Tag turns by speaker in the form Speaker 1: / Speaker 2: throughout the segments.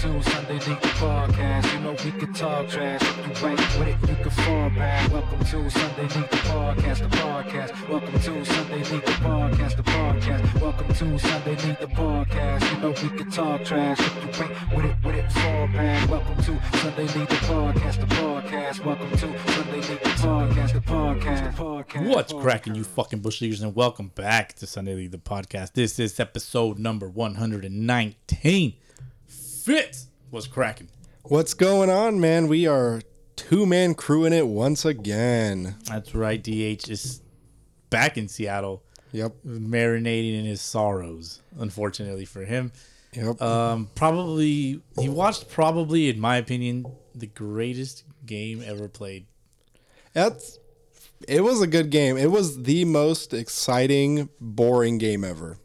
Speaker 1: two Sunday League Podcast. You know we can talk trash. If you ain't with it, you can fall back. Welcome to Sunday League Podcast, the podcast. Welcome to Sunday League Podcast, the podcast. Welcome to Sunday League Podcast. You know we can talk trash. If you ain't with it, with it, fall back. Welcome to Sunday League Podcast, the podcast. Welcome to Sunday League Podcast, the podcast. The podcast.
Speaker 2: What's cracking, you fucking bush leaguers, and welcome back to Sunday League the podcast. This is episode number one hundred and nineteen. Fitz was cracking.
Speaker 3: What's going on, man? We are two man crewing it once again.
Speaker 2: That's right. DH is back in Seattle,
Speaker 3: Yep,
Speaker 2: marinating in his sorrows. Unfortunately for him,
Speaker 3: yep.
Speaker 2: um, probably he watched probably, in my opinion, the greatest game ever played.
Speaker 3: That's it was a good game. It was the most exciting, boring game ever.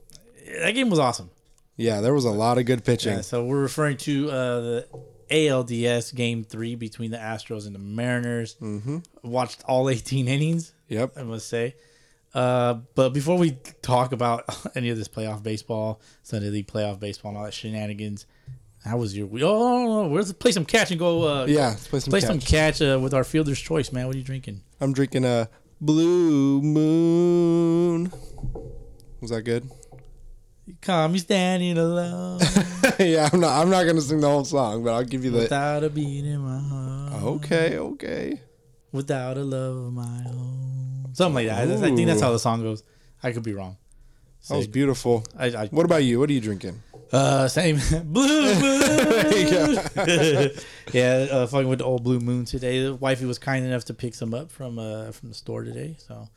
Speaker 2: That game was awesome.
Speaker 3: Yeah, there was a lot of good pitching.
Speaker 2: Yeah, so we're referring to uh, the ALDS game three between the Astros and the Mariners. Mm-hmm. Watched all 18 innings,
Speaker 3: Yep.
Speaker 2: I must say. Uh, but before we talk about any of this playoff baseball, Sunday League playoff baseball, and all that shenanigans, how was your week? Oh, let's play some catch and go. Uh,
Speaker 3: Yeah, let's play some
Speaker 2: play
Speaker 3: catch.
Speaker 2: some catch uh, with our fielder's choice, man. What are you drinking?
Speaker 3: I'm drinking a blue moon. Was that good?
Speaker 2: Come, me standing alone
Speaker 3: yeah, I'm not I'm not gonna sing the whole song, but I'll give you the
Speaker 2: without a beat in my heart.
Speaker 3: Okay, okay.
Speaker 2: without a love of my own. Something like that. I- I think that's how the song goes. I could be wrong.
Speaker 3: That was beautiful.
Speaker 2: I, I
Speaker 3: What about you? What are you drinking?
Speaker 2: uh same blue moon.
Speaker 3: Yeah.
Speaker 2: yeah, uh, fucking with the old blue moon today. The wifey was kind enough to pick some up from uh from the store today. So,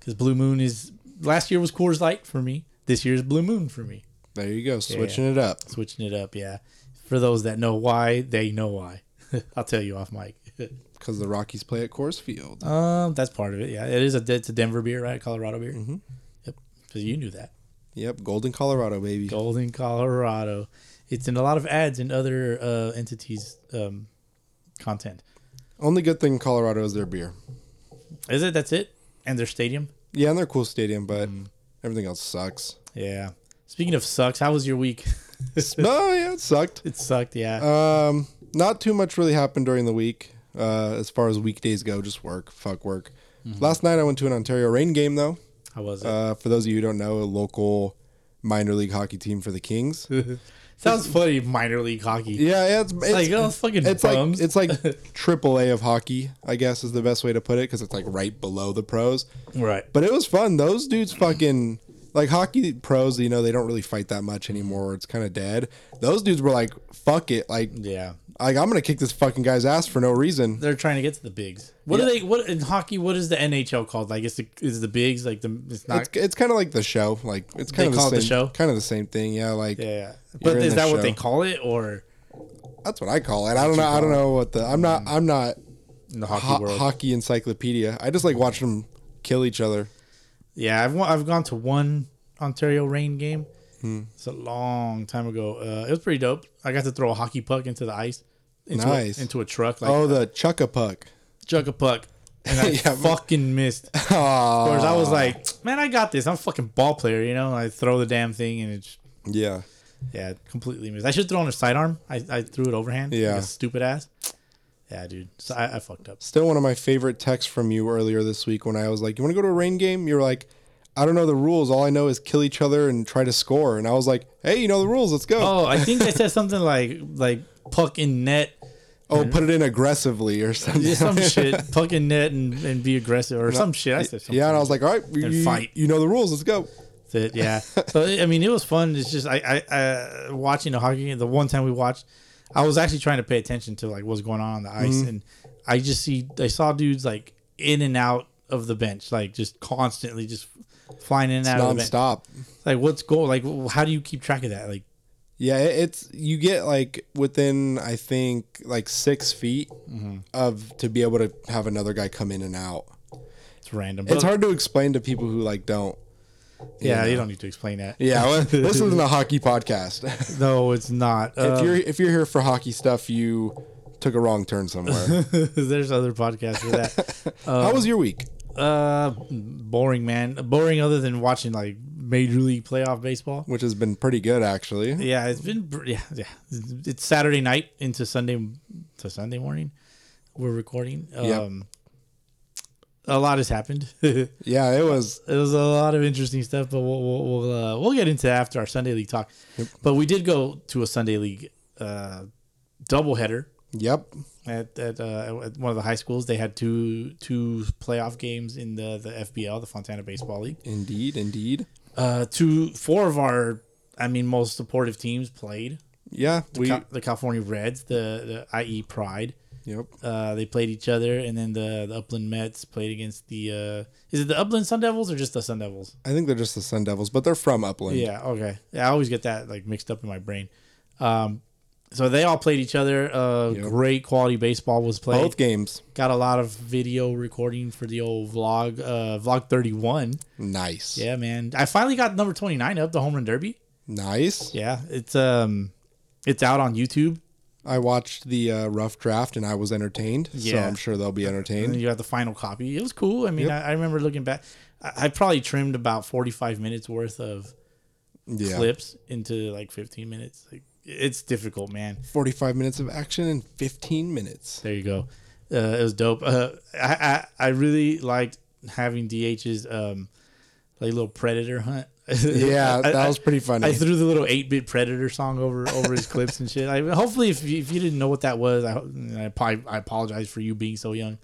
Speaker 2: because blue moon is last year was Coors Light for me. This year is blue moon for me.
Speaker 3: There you go, switching it up.
Speaker 2: Switching it up, yeah. For those that know why, they know why. I'll tell you off mic.
Speaker 3: Because the Rockies play at Coors Field.
Speaker 2: um, that's part of it. Yeah, it is a it's a Denver beer, right? Colorado beer. Mm-hmm. Yep, because you knew that.
Speaker 3: Yep, Golden, Colorado, baby.
Speaker 2: Golden, Colorado. It's in a lot of ads and other uh, entities' um, content.
Speaker 3: Only good thing in Colorado is their beer.
Speaker 2: Is it? That's it? And their stadium?
Speaker 3: Yeah, and their cool stadium, but
Speaker 2: Mm.
Speaker 3: everything else sucks.
Speaker 2: Yeah. Speaking of sucks, how was your week?
Speaker 3: no, yeah, it sucked.
Speaker 2: it sucked, yeah.
Speaker 3: Um, not too much really happened during the week. Uh, as far as weekdays go, just work, fuck work.
Speaker 2: Mm-hmm.
Speaker 3: Last night I went to an Ontario Rain game though.
Speaker 2: how was it?
Speaker 3: Uh, for those of you who don't know, a local minor league hockey team for the Kings. yeah,
Speaker 2: Sounds funny, minor league hockey.
Speaker 3: yeah, it's, it's
Speaker 2: like, oh, fucking
Speaker 3: it's
Speaker 2: bums.
Speaker 3: like it's like triple A of hockey, I guess is the best way to put it, because it's like right below the pros.
Speaker 2: Right.
Speaker 3: But it was fun. Those dudes fucking like hockey pros, you know, they don't really fight that much anymore. It's kind of dead. Those dudes were like, "Fuck it, like,
Speaker 2: Yeah.
Speaker 3: like I'm gonna kick this fucking guy's ass for no reason."
Speaker 2: They're trying to get to the bigs. What are they? What in hockey? What is the NHL called? Like, is the is the bigs like the? It's not.
Speaker 3: It's it's kind of like the show, like it's
Speaker 2: They
Speaker 3: kind of the
Speaker 2: call it
Speaker 3: same,
Speaker 2: the show?
Speaker 3: kind of the same thing. Yeah, like
Speaker 2: yeah. But
Speaker 3: You're in
Speaker 2: is
Speaker 3: the
Speaker 2: that what
Speaker 3: show.
Speaker 2: they call it, or
Speaker 3: that's what I call it. I don't know. I don't know what the I'm not. I'm not
Speaker 2: in the hockey
Speaker 3: ho-
Speaker 2: world?
Speaker 3: hockey encyclopedia. I just like watching them kill each other.
Speaker 2: Yeah, I've won- I've gone to one Ontario Rain game.
Speaker 3: Hmm.
Speaker 2: It's a long time ago. Uh, it was pretty dope. I got to throw a hockey puck into the ice, into
Speaker 3: Nice.
Speaker 2: a, into a truck, like
Speaker 3: Oh, the chuck a puck.
Speaker 2: chug a puck, and I
Speaker 3: Yeah, man.
Speaker 2: fucking missed. Of course, I
Speaker 3: Aw.
Speaker 2: was like, man, I got this. I'm a fucking ball player, you know. And I throw the damn thing, and it's
Speaker 3: Yeah,
Speaker 2: yeah, completely missed. I should throw on a sidearm. I, I threw it overhand. like a
Speaker 3: Yeah.
Speaker 2: stupid ass. Yeah, dude. So I, I fucked up.
Speaker 3: Still, one of my favorite texts from you earlier this week when I was like, "You want to go to a rain game?" You're like, "I don't know the rules. All I know is kill each other and try to score." And I was like, "Hey, you know the rules. Let's go."
Speaker 2: Oh, I think I said something like like puck in net.
Speaker 3: Oh, put it in aggressively or something.
Speaker 2: Yeah, some shit. Puck in net and, and be aggressive or some shit. I said something.
Speaker 3: Yeah, and I was like, "All right,
Speaker 2: And
Speaker 3: you,
Speaker 2: fight.
Speaker 3: you know the rules. Let's go."
Speaker 2: That- yeah. So I mean, it was fun. It's just I, I, I watching a hockey game. The one time we watched, I was actually trying to pay attention to like what's going on on the ice,
Speaker 3: Mm-hmm.
Speaker 2: and I just see I saw dudes like in and out of the bench, like just constantly just flying in and out of the bench.
Speaker 3: Nonstop.
Speaker 2: Like what's goal? Like wh- how do you keep track of that? Like
Speaker 3: Yeah, it- it's you get like within I think like six feet
Speaker 2: Mm-hmm.
Speaker 3: of to be able to have another guy come in and out.
Speaker 2: it's random.
Speaker 3: It's hard to explain to people who like don't.
Speaker 2: Yeah,
Speaker 3: you
Speaker 2: you
Speaker 3: know.
Speaker 2: don't need to explain that.
Speaker 3: Yeah, well, this isn't a hockey podcast.
Speaker 2: No, it's not. Um,
Speaker 3: if you're if you're here for hockey stuff, you took a wrong turn somewhere.
Speaker 2: there's other podcasts for that.
Speaker 3: How was your week?
Speaker 2: Uh, boring, man. Boring, other than watching like Major League Playoff baseball.
Speaker 3: which has been pretty good actually.
Speaker 2: Yeah, it's been br- yeah yeah. It's Saturday night into Sunday to Sunday morning. We're recording.
Speaker 3: Yep.
Speaker 2: Um, a lot has happened. it
Speaker 3: Yeah, it was.
Speaker 2: was a lot of interesting stuff, but we'll we'll we'll, uh, we'll get into that after our Sunday league talk. But we did go to a Sunday league uh, doubleheader
Speaker 3: Yep.
Speaker 2: at at, uh, at one of the high schools. They had two two playoff games in the the FBL, the Fontana Baseball League.
Speaker 3: Indeed. Indeed.
Speaker 2: Uh, two four of our, I mean, most supportive teams played.
Speaker 3: Yeah. We.
Speaker 2: Ca- the California Reds, the, the IE Pride.
Speaker 3: Yep.
Speaker 2: Uh, they played each other, and then the, the Upland Mets played against the. Uh, is it the Upland Sun Devils or just the Sun Devils?
Speaker 3: I think they're just the Sun Devils, but they're from Upland.
Speaker 2: Yeah, okay. Yeah, I always get that like mixed up in my brain. Um, so they all played each other. Uh,
Speaker 3: Yep.
Speaker 2: Great quality baseball was played.
Speaker 3: Both games.
Speaker 2: Got a lot of video recording for the old vlog, uh, vlog thirty one.
Speaker 3: Nice.
Speaker 2: Yeah, man. I finally got number twenty nine up the home run derby.
Speaker 3: Nice.
Speaker 2: Yeah, it's um, it's out on YouTube.
Speaker 3: I watched the uh, rough draft and I was entertained. So
Speaker 2: Yeah. Uh,
Speaker 3: I'm sure they'll be
Speaker 2: and
Speaker 3: entertained.
Speaker 2: then you got the final copy. It was cool. I mean,
Speaker 3: Yep.
Speaker 2: I, I remember looking back. I, I probably trimmed about forty-five minutes worth of
Speaker 3: Yeah.
Speaker 2: clips into like fifteen minutes. Like, it's difficult, man.
Speaker 3: 45 minutes of action in 15 minutes.
Speaker 2: There you go. Uh, it was dope. Uh, I, I I really liked having DH's um like little predator hunt.
Speaker 3: Yeah,
Speaker 2: I-
Speaker 3: that
Speaker 2: I-
Speaker 3: was pretty funny.
Speaker 2: I threw the little eight-bit Predator song over over his clips and shit. I, hopefully, if you, if you didn't know what that was, I ho- I, probably, I apologize for you being so young,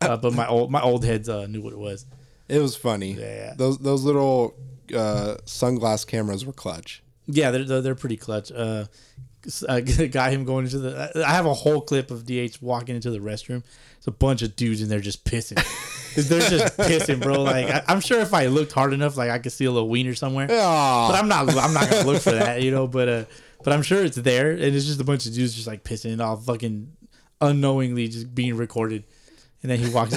Speaker 2: uh, but my old my old heads uh, knew what it was.
Speaker 3: it was funny.
Speaker 2: yeah.
Speaker 3: Those those little uh, sunglass cameras were clutch.
Speaker 2: Yeah, they're they're, they're pretty clutch. Uh, s- uh, got him going into the. I I have a whole clip of DH walking into the restroom. It's a bunch of dudes in there just pissing. they're just pissing, bro. Like I, I'm sure if I looked hard enough, like I could see a little wiener somewhere. But
Speaker 3: Oh,
Speaker 2: I'm not. I'm not gonna look for that, you know. But uh, but I'm sure it's there, and it's just a bunch of dudes just like pissing and all fucking unknowingly just being recorded. And then he walks.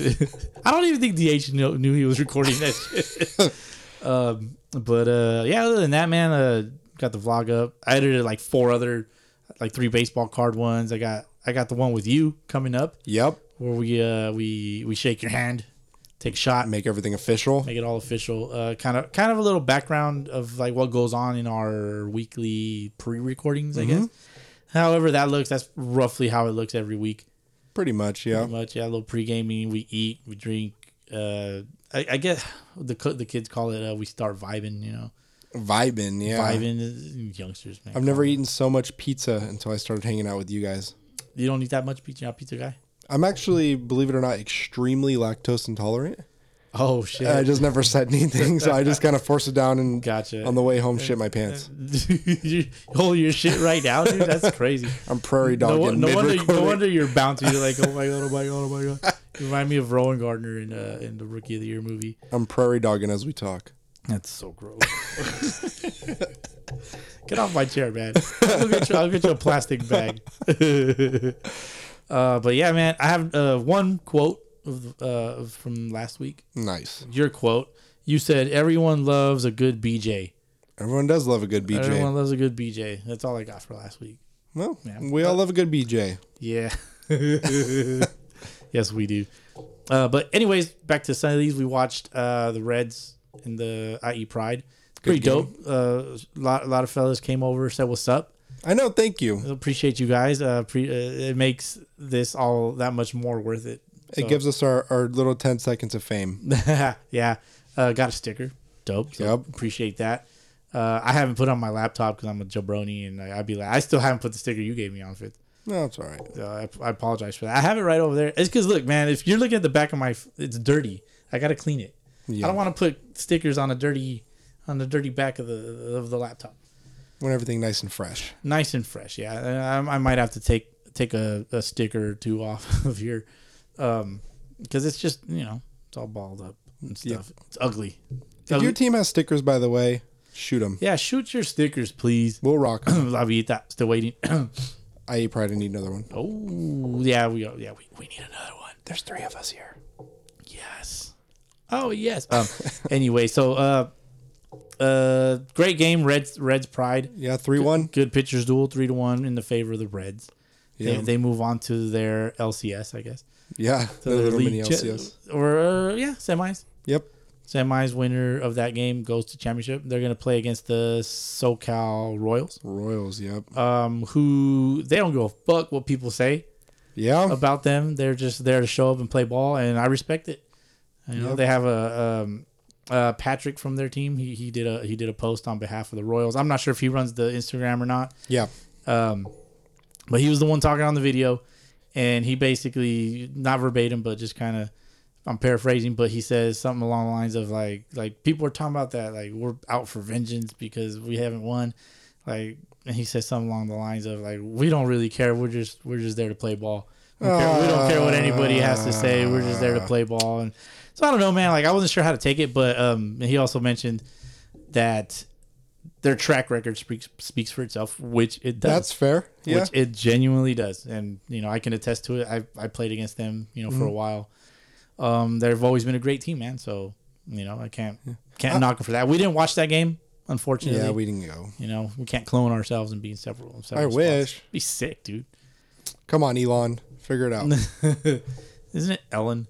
Speaker 2: I don't even think DH knew, knew he was recording that shit. um, but uh, yeah, other than that, man, uh, got the vlog up. I edited like four other, like three baseball card ones. I got I got the one with you coming up
Speaker 3: yep.
Speaker 2: where we uh we we shake your hand, take a shot,
Speaker 3: Make everything official.
Speaker 2: make it all official. Uh, kind of, kind of a little background of like what goes on in our weekly pre-recordings, I guess. However, that looks that's roughly how it looks every week.
Speaker 3: Pretty much. Yeah.
Speaker 2: Pretty much, yeah. A little pre-gaming, we eat, we drink. Uh, I, I guess the co- the kids call it. Uh, we start vibing, you know,
Speaker 3: Vibing. Yeah.
Speaker 2: vibing. Youngsters, man.
Speaker 3: I've never eaten so much pizza until I started hanging out with you guys.
Speaker 2: You don't eat that much pizza, you're not a pizza guy.
Speaker 3: I'm actually, believe it or not, extremely lactose intolerant.
Speaker 2: Oh shit.
Speaker 3: I just never said anything, so I just kind of forced it down and
Speaker 2: Gotcha.
Speaker 3: on the way home shit my pants.
Speaker 2: you hold your shit right now, dude. That's crazy.
Speaker 3: I'm prairie dog
Speaker 2: No,
Speaker 3: in
Speaker 2: no,
Speaker 3: mid
Speaker 2: wonder, no
Speaker 3: recording.
Speaker 2: wonder you're bouncing. You're like, oh my god, oh my god, oh my god. You remind me of Rowan Gardner in uh, in the Rookie of the Year movie.
Speaker 3: I'm prairie dogging as we talk.
Speaker 2: That's so gross. get off my chair, man. I'll get you, I'll get you a plastic bag. uh, but yeah, man, I have uh, one quote of, uh, from last week.
Speaker 3: Nice.
Speaker 2: Your quote. You said everyone loves a good BJ.
Speaker 3: Everyone does love a good BJ.
Speaker 2: Everyone loves a good BJ. That's all I got for last week.
Speaker 3: well,
Speaker 2: Yeah.
Speaker 3: we all love a good BJ.
Speaker 2: Yeah. yes, we do. Uh, but anyways, back to Sunday leagues. We watched uh, the Reds and the IE Pride. It's pretty
Speaker 3: game.
Speaker 2: dope. A uh, lot, lot of fellas came over, said what's up.
Speaker 3: I know. Thank you.
Speaker 2: Appreciate you guys. Uh, pre- uh, it makes this all that much more worth it. So-
Speaker 3: It gives us our, our little 10 seconds of fame.
Speaker 2: yeah. Uh, got a sticker. Dope. So
Speaker 3: Yep.
Speaker 2: Appreciate that. Uh, I haven't put it on my laptop because I'm a jabroni, and I, I'd be like, I still haven't put the sticker you gave me on fifth.
Speaker 3: No, it's all right.
Speaker 2: Uh, I, I apologize for that. I have it right over there. It's because look, man, if you're looking at the back of my, f- it's dirty. I gotta clean it. I
Speaker 3: Yeah.
Speaker 2: don't want to put stickers on a dirty, on the dirty back of the of the laptop.
Speaker 3: Want everything nice and fresh.
Speaker 2: Nice and fresh. Yeah, I, I might have to take take a, a sticker or two off of here, um, because it's just you know it's all balled up and stuff. It's ugly. It's
Speaker 3: If
Speaker 2: ugly.
Speaker 3: your team has stickers, by the way, shoot them.
Speaker 2: yeah, shoot your stickers, please.
Speaker 3: We'll rock 'em.
Speaker 2: I'll be that. Still waiting.
Speaker 3: IE Pride, I need another one.
Speaker 2: oh yeah, we yeah we, we need another one.
Speaker 3: There's three of us here.
Speaker 2: Yes. Oh yes. Um. anyway, so uh, uh, great game. Reds Reds pride.
Speaker 3: Yeah, 3 1.
Speaker 2: Good pitchers duel, three to one in the favor of the Reds. They,
Speaker 3: Yeah.
Speaker 2: they move on to their LCS, I guess.
Speaker 3: Yeah.
Speaker 2: To
Speaker 3: There's
Speaker 2: the
Speaker 3: little mini
Speaker 2: league cha-
Speaker 3: LCS.
Speaker 2: or uh, yeah, semis.
Speaker 3: Yep.
Speaker 2: semis winner of that game goes to championship. They're gonna play against the SoCal Royals,
Speaker 3: Royals, yep.
Speaker 2: um, who they don't give a fuck what people say
Speaker 3: yeah.
Speaker 2: about them. They're just there to show up and play ball, and I respect it. You know,
Speaker 3: Yep.
Speaker 2: they have a um, uh, Patrick from their team. He he did a he did a post on behalf of the Royals. I'm not sure if he runs the Instagram or not,
Speaker 3: yeah.
Speaker 2: um, but he was the one talking on the video, and he basically not verbatim, but just kind of I'm paraphrasing, but he says something along the lines of like like people are talking about that like we're out for vengeance because we haven't won, like and he says something along the lines of like we don't really care we're just we're just there to play ball. We don't, care, we don't care what anybody has to say. We're just there to play ball, and so I don't know, man. Like I wasn't sure how to take it, but um, he also mentioned that their track record speaks speaks for itself, which it does
Speaker 3: That's fair. Yeah.
Speaker 2: which it genuinely does. And you know, I can attest to it. I I played against them, you know,
Speaker 3: Mm-hmm.
Speaker 2: for a while. Um, they've always been a great team, man. So you know, I can't can't knock them for that. We didn't watch that game, unfortunately.
Speaker 3: yeah, we didn't go.
Speaker 2: you know we can't clone ourselves and be in several. several
Speaker 3: I
Speaker 2: spots.
Speaker 3: wish.
Speaker 2: Be sick, dude.
Speaker 3: Come on, Elon. Figure it out.
Speaker 2: Isn't it Ellen?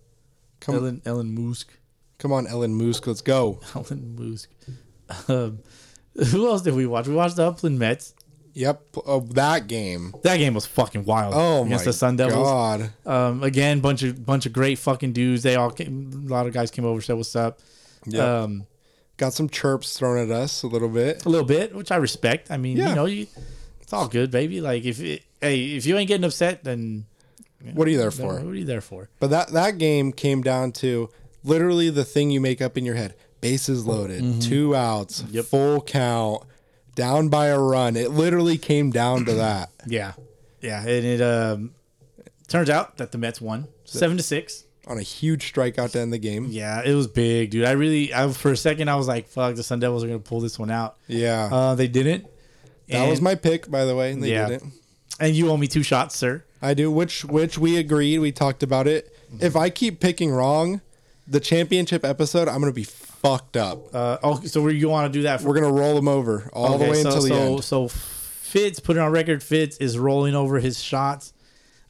Speaker 3: Come-
Speaker 2: Ellen Ellen Musk.
Speaker 3: Come on, Ellen Moose. Let's go.
Speaker 2: Ellen Musk. Um, who else did we watch? We watched the Upland Mets.
Speaker 3: Yep. Oh, that game.
Speaker 2: That game was fucking wild.
Speaker 3: Oh
Speaker 2: against
Speaker 3: my
Speaker 2: the Sun Devils.
Speaker 3: god.
Speaker 2: Um, again, bunch of bunch of great fucking dudes. They all came. A lot of guys came over, said what's up.
Speaker 3: Yep.
Speaker 2: Um,
Speaker 3: Got some chirps thrown at us a little bit.
Speaker 2: a little bit, which I respect. I mean,
Speaker 3: Yeah.
Speaker 2: you know, you, it's all good, baby. Like if it, hey, if you ain't getting upset, then
Speaker 3: What are you there
Speaker 2: then
Speaker 3: for?
Speaker 2: What are you there for?
Speaker 3: But that that game came down to literally the thing you make up in your head. Bases loaded, two outs,
Speaker 2: Mm-hmm. Yep.
Speaker 3: full count, down by a run. It literally came down to that.
Speaker 2: Yeah, yeah. And it um, turns out that the Mets won seven to six.
Speaker 3: On a huge strikeout to end the game.
Speaker 2: Yeah, it was big, dude. I really, I for a second, I was like, fuck, the Sun Devils are gonna pull this one out.
Speaker 3: Yeah.
Speaker 2: Uh, they didn't.
Speaker 3: that was
Speaker 2: And-
Speaker 3: my pick, by the way. and They
Speaker 2: Yeah.
Speaker 3: didn't.
Speaker 2: And you owe me two shots, sir.
Speaker 3: I do, which which we agreed. We talked about it.
Speaker 2: Mm-hmm.
Speaker 3: If I keep picking wrong, the championship episode, I'm gonna be fucked up.
Speaker 2: Uh, oh, so we- you want to do that? For,
Speaker 3: We're gonna roll them over all the
Speaker 2: Okay,
Speaker 3: way
Speaker 2: so,
Speaker 3: until the
Speaker 2: so,
Speaker 3: end.
Speaker 2: So Fitz put it on record. Fitz is rolling over his shots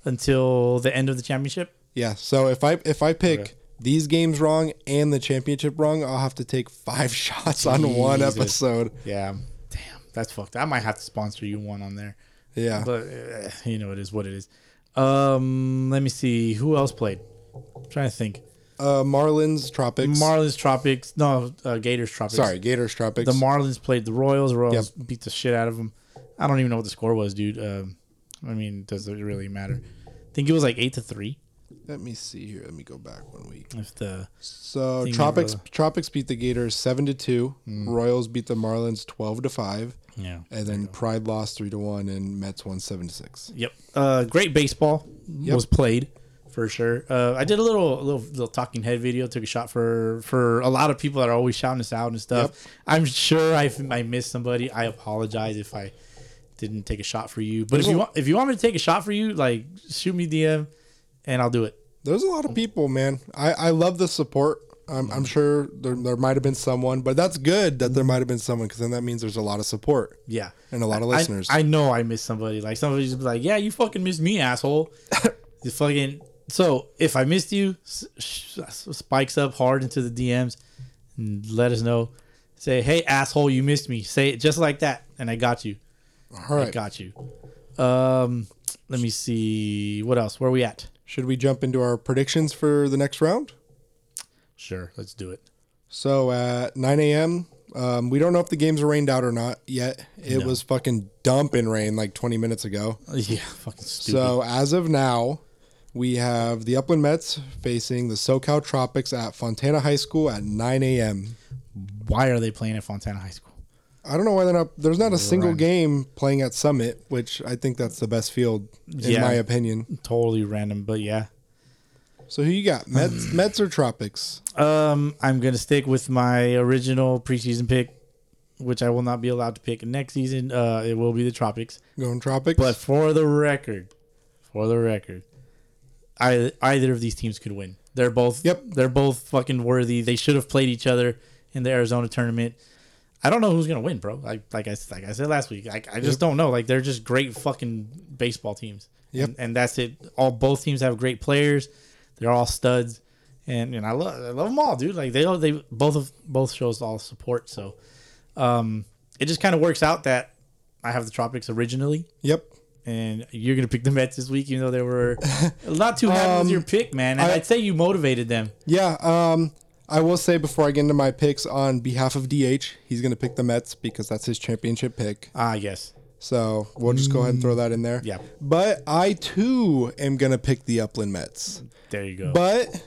Speaker 2: until the end of the championship.
Speaker 3: Yeah. So if I if I pick
Speaker 2: Okay.
Speaker 3: these games wrong and the championship wrong, I'll have to take five shots on one
Speaker 2: Jesus.
Speaker 3: episode.
Speaker 2: Yeah. Damn, that's fucked. I might have to sponsor you one on there.
Speaker 3: Yeah.
Speaker 2: But uh, you know it is what it is. Um, let me see who else played. I'm trying to think.
Speaker 3: Uh, Marlins Tropics.
Speaker 2: Marlins Tropics. No, uh, Gators Tropics.
Speaker 3: Sorry, Gators Tropics.
Speaker 2: The Marlins played the Royals. The Royals beat the shit out of them. I don't even know what the score was, dude. Um, I mean, does it really matter? I think it was like eight to three.
Speaker 3: Let me see here. Let me go back one week.
Speaker 2: If the
Speaker 3: So
Speaker 2: Thingy
Speaker 3: Tropics
Speaker 2: brother.
Speaker 3: Tropics beat the Gators seven to two. Royals beat the Marlins twelve to five.
Speaker 2: Hmm. yeah.
Speaker 3: And then Pride lost three to one, and Mets won seven to six.
Speaker 2: Yep. Uh, great baseball was played for sure. Uh, I did a little, little, little talking head video. Took a shot for for a lot of people that are always shouting us out and stuff. I'm sure I I missed somebody. I apologize if I didn't take a shot for you. But if you want, if you want me to take a shot for you, like shoot me DM, and I'll do it.
Speaker 3: There's a lot of people, man. I, I love the support. I'm, I'm sure there, there might have been someone, but that's good that there might have been someone because then that means there's a lot of support.
Speaker 2: Yeah.
Speaker 3: And a lot of
Speaker 2: I-
Speaker 3: listeners.
Speaker 2: I, know I missed somebody. Like somebody's be like, "Yeah, you fucking missed me, asshole." you fucking. So if I missed you, s- sh- spikes up hard into the DMs. And let us know. Say, "Hey, asshole, you missed me." Say it just like that, and I got you.
Speaker 3: All
Speaker 2: I
Speaker 3: right.
Speaker 2: got you. Um, let me see what else. Where are we at?
Speaker 3: Should we jump into our predictions for the next round?
Speaker 2: Sure, let's do it.
Speaker 3: So at 9 a.m., um, we don't know if the games are rained out or not yet. It was fucking dumping rain like 20 minutes ago.
Speaker 2: Yeah, fucking stupid.
Speaker 3: So as of now, we have the Upland Mets facing the SoCal Tropics at Fontana High School at 9 a.m.
Speaker 2: Why are they playing at Fontana High School?
Speaker 3: I don't know why they're not. There's not a single game playing at Summit, which I think that's the best field in
Speaker 2: Yeah.
Speaker 3: my opinion.
Speaker 2: Totally random, but yeah.
Speaker 3: So who you got? Mets, Mets or Tropics?
Speaker 2: Um, I'm gonna stick with my original preseason pick, which I will not be allowed to pick next season. Uh, it will be the Tropics.
Speaker 3: Going Tropics.
Speaker 2: But for the record, for the record, I either of these teams could win. They're both.
Speaker 3: Yep.
Speaker 2: They're both fucking worthy. They should have played each other in the Arizona tournament. I don't know who's gonna win, bro. Like like I like I said last week, like I just don't know. Like they're just great fucking baseball teams.
Speaker 3: Yep.
Speaker 2: And, and that's it. All both teams have great players. They're all studs, and and I love I love them all, dude. Like they all they both of both shows all support. So, um, it just kind of works out that I have the Tropics originally,
Speaker 3: Yep.
Speaker 2: and you're gonna pick the Mets this week, even though they were not too happy with your pick, man. And I,
Speaker 3: Um, I-
Speaker 2: would say you motivated them.
Speaker 3: Yeah. Um, I will say before I get into my picks on behalf of DH, he's going to pick the Mets because that's his championship pick.
Speaker 2: Ah, yes,
Speaker 3: So we'll just go ahead and throw that in there.
Speaker 2: Yeah.
Speaker 3: But I too am going to pick the Upland Mets.
Speaker 2: there you go.
Speaker 3: But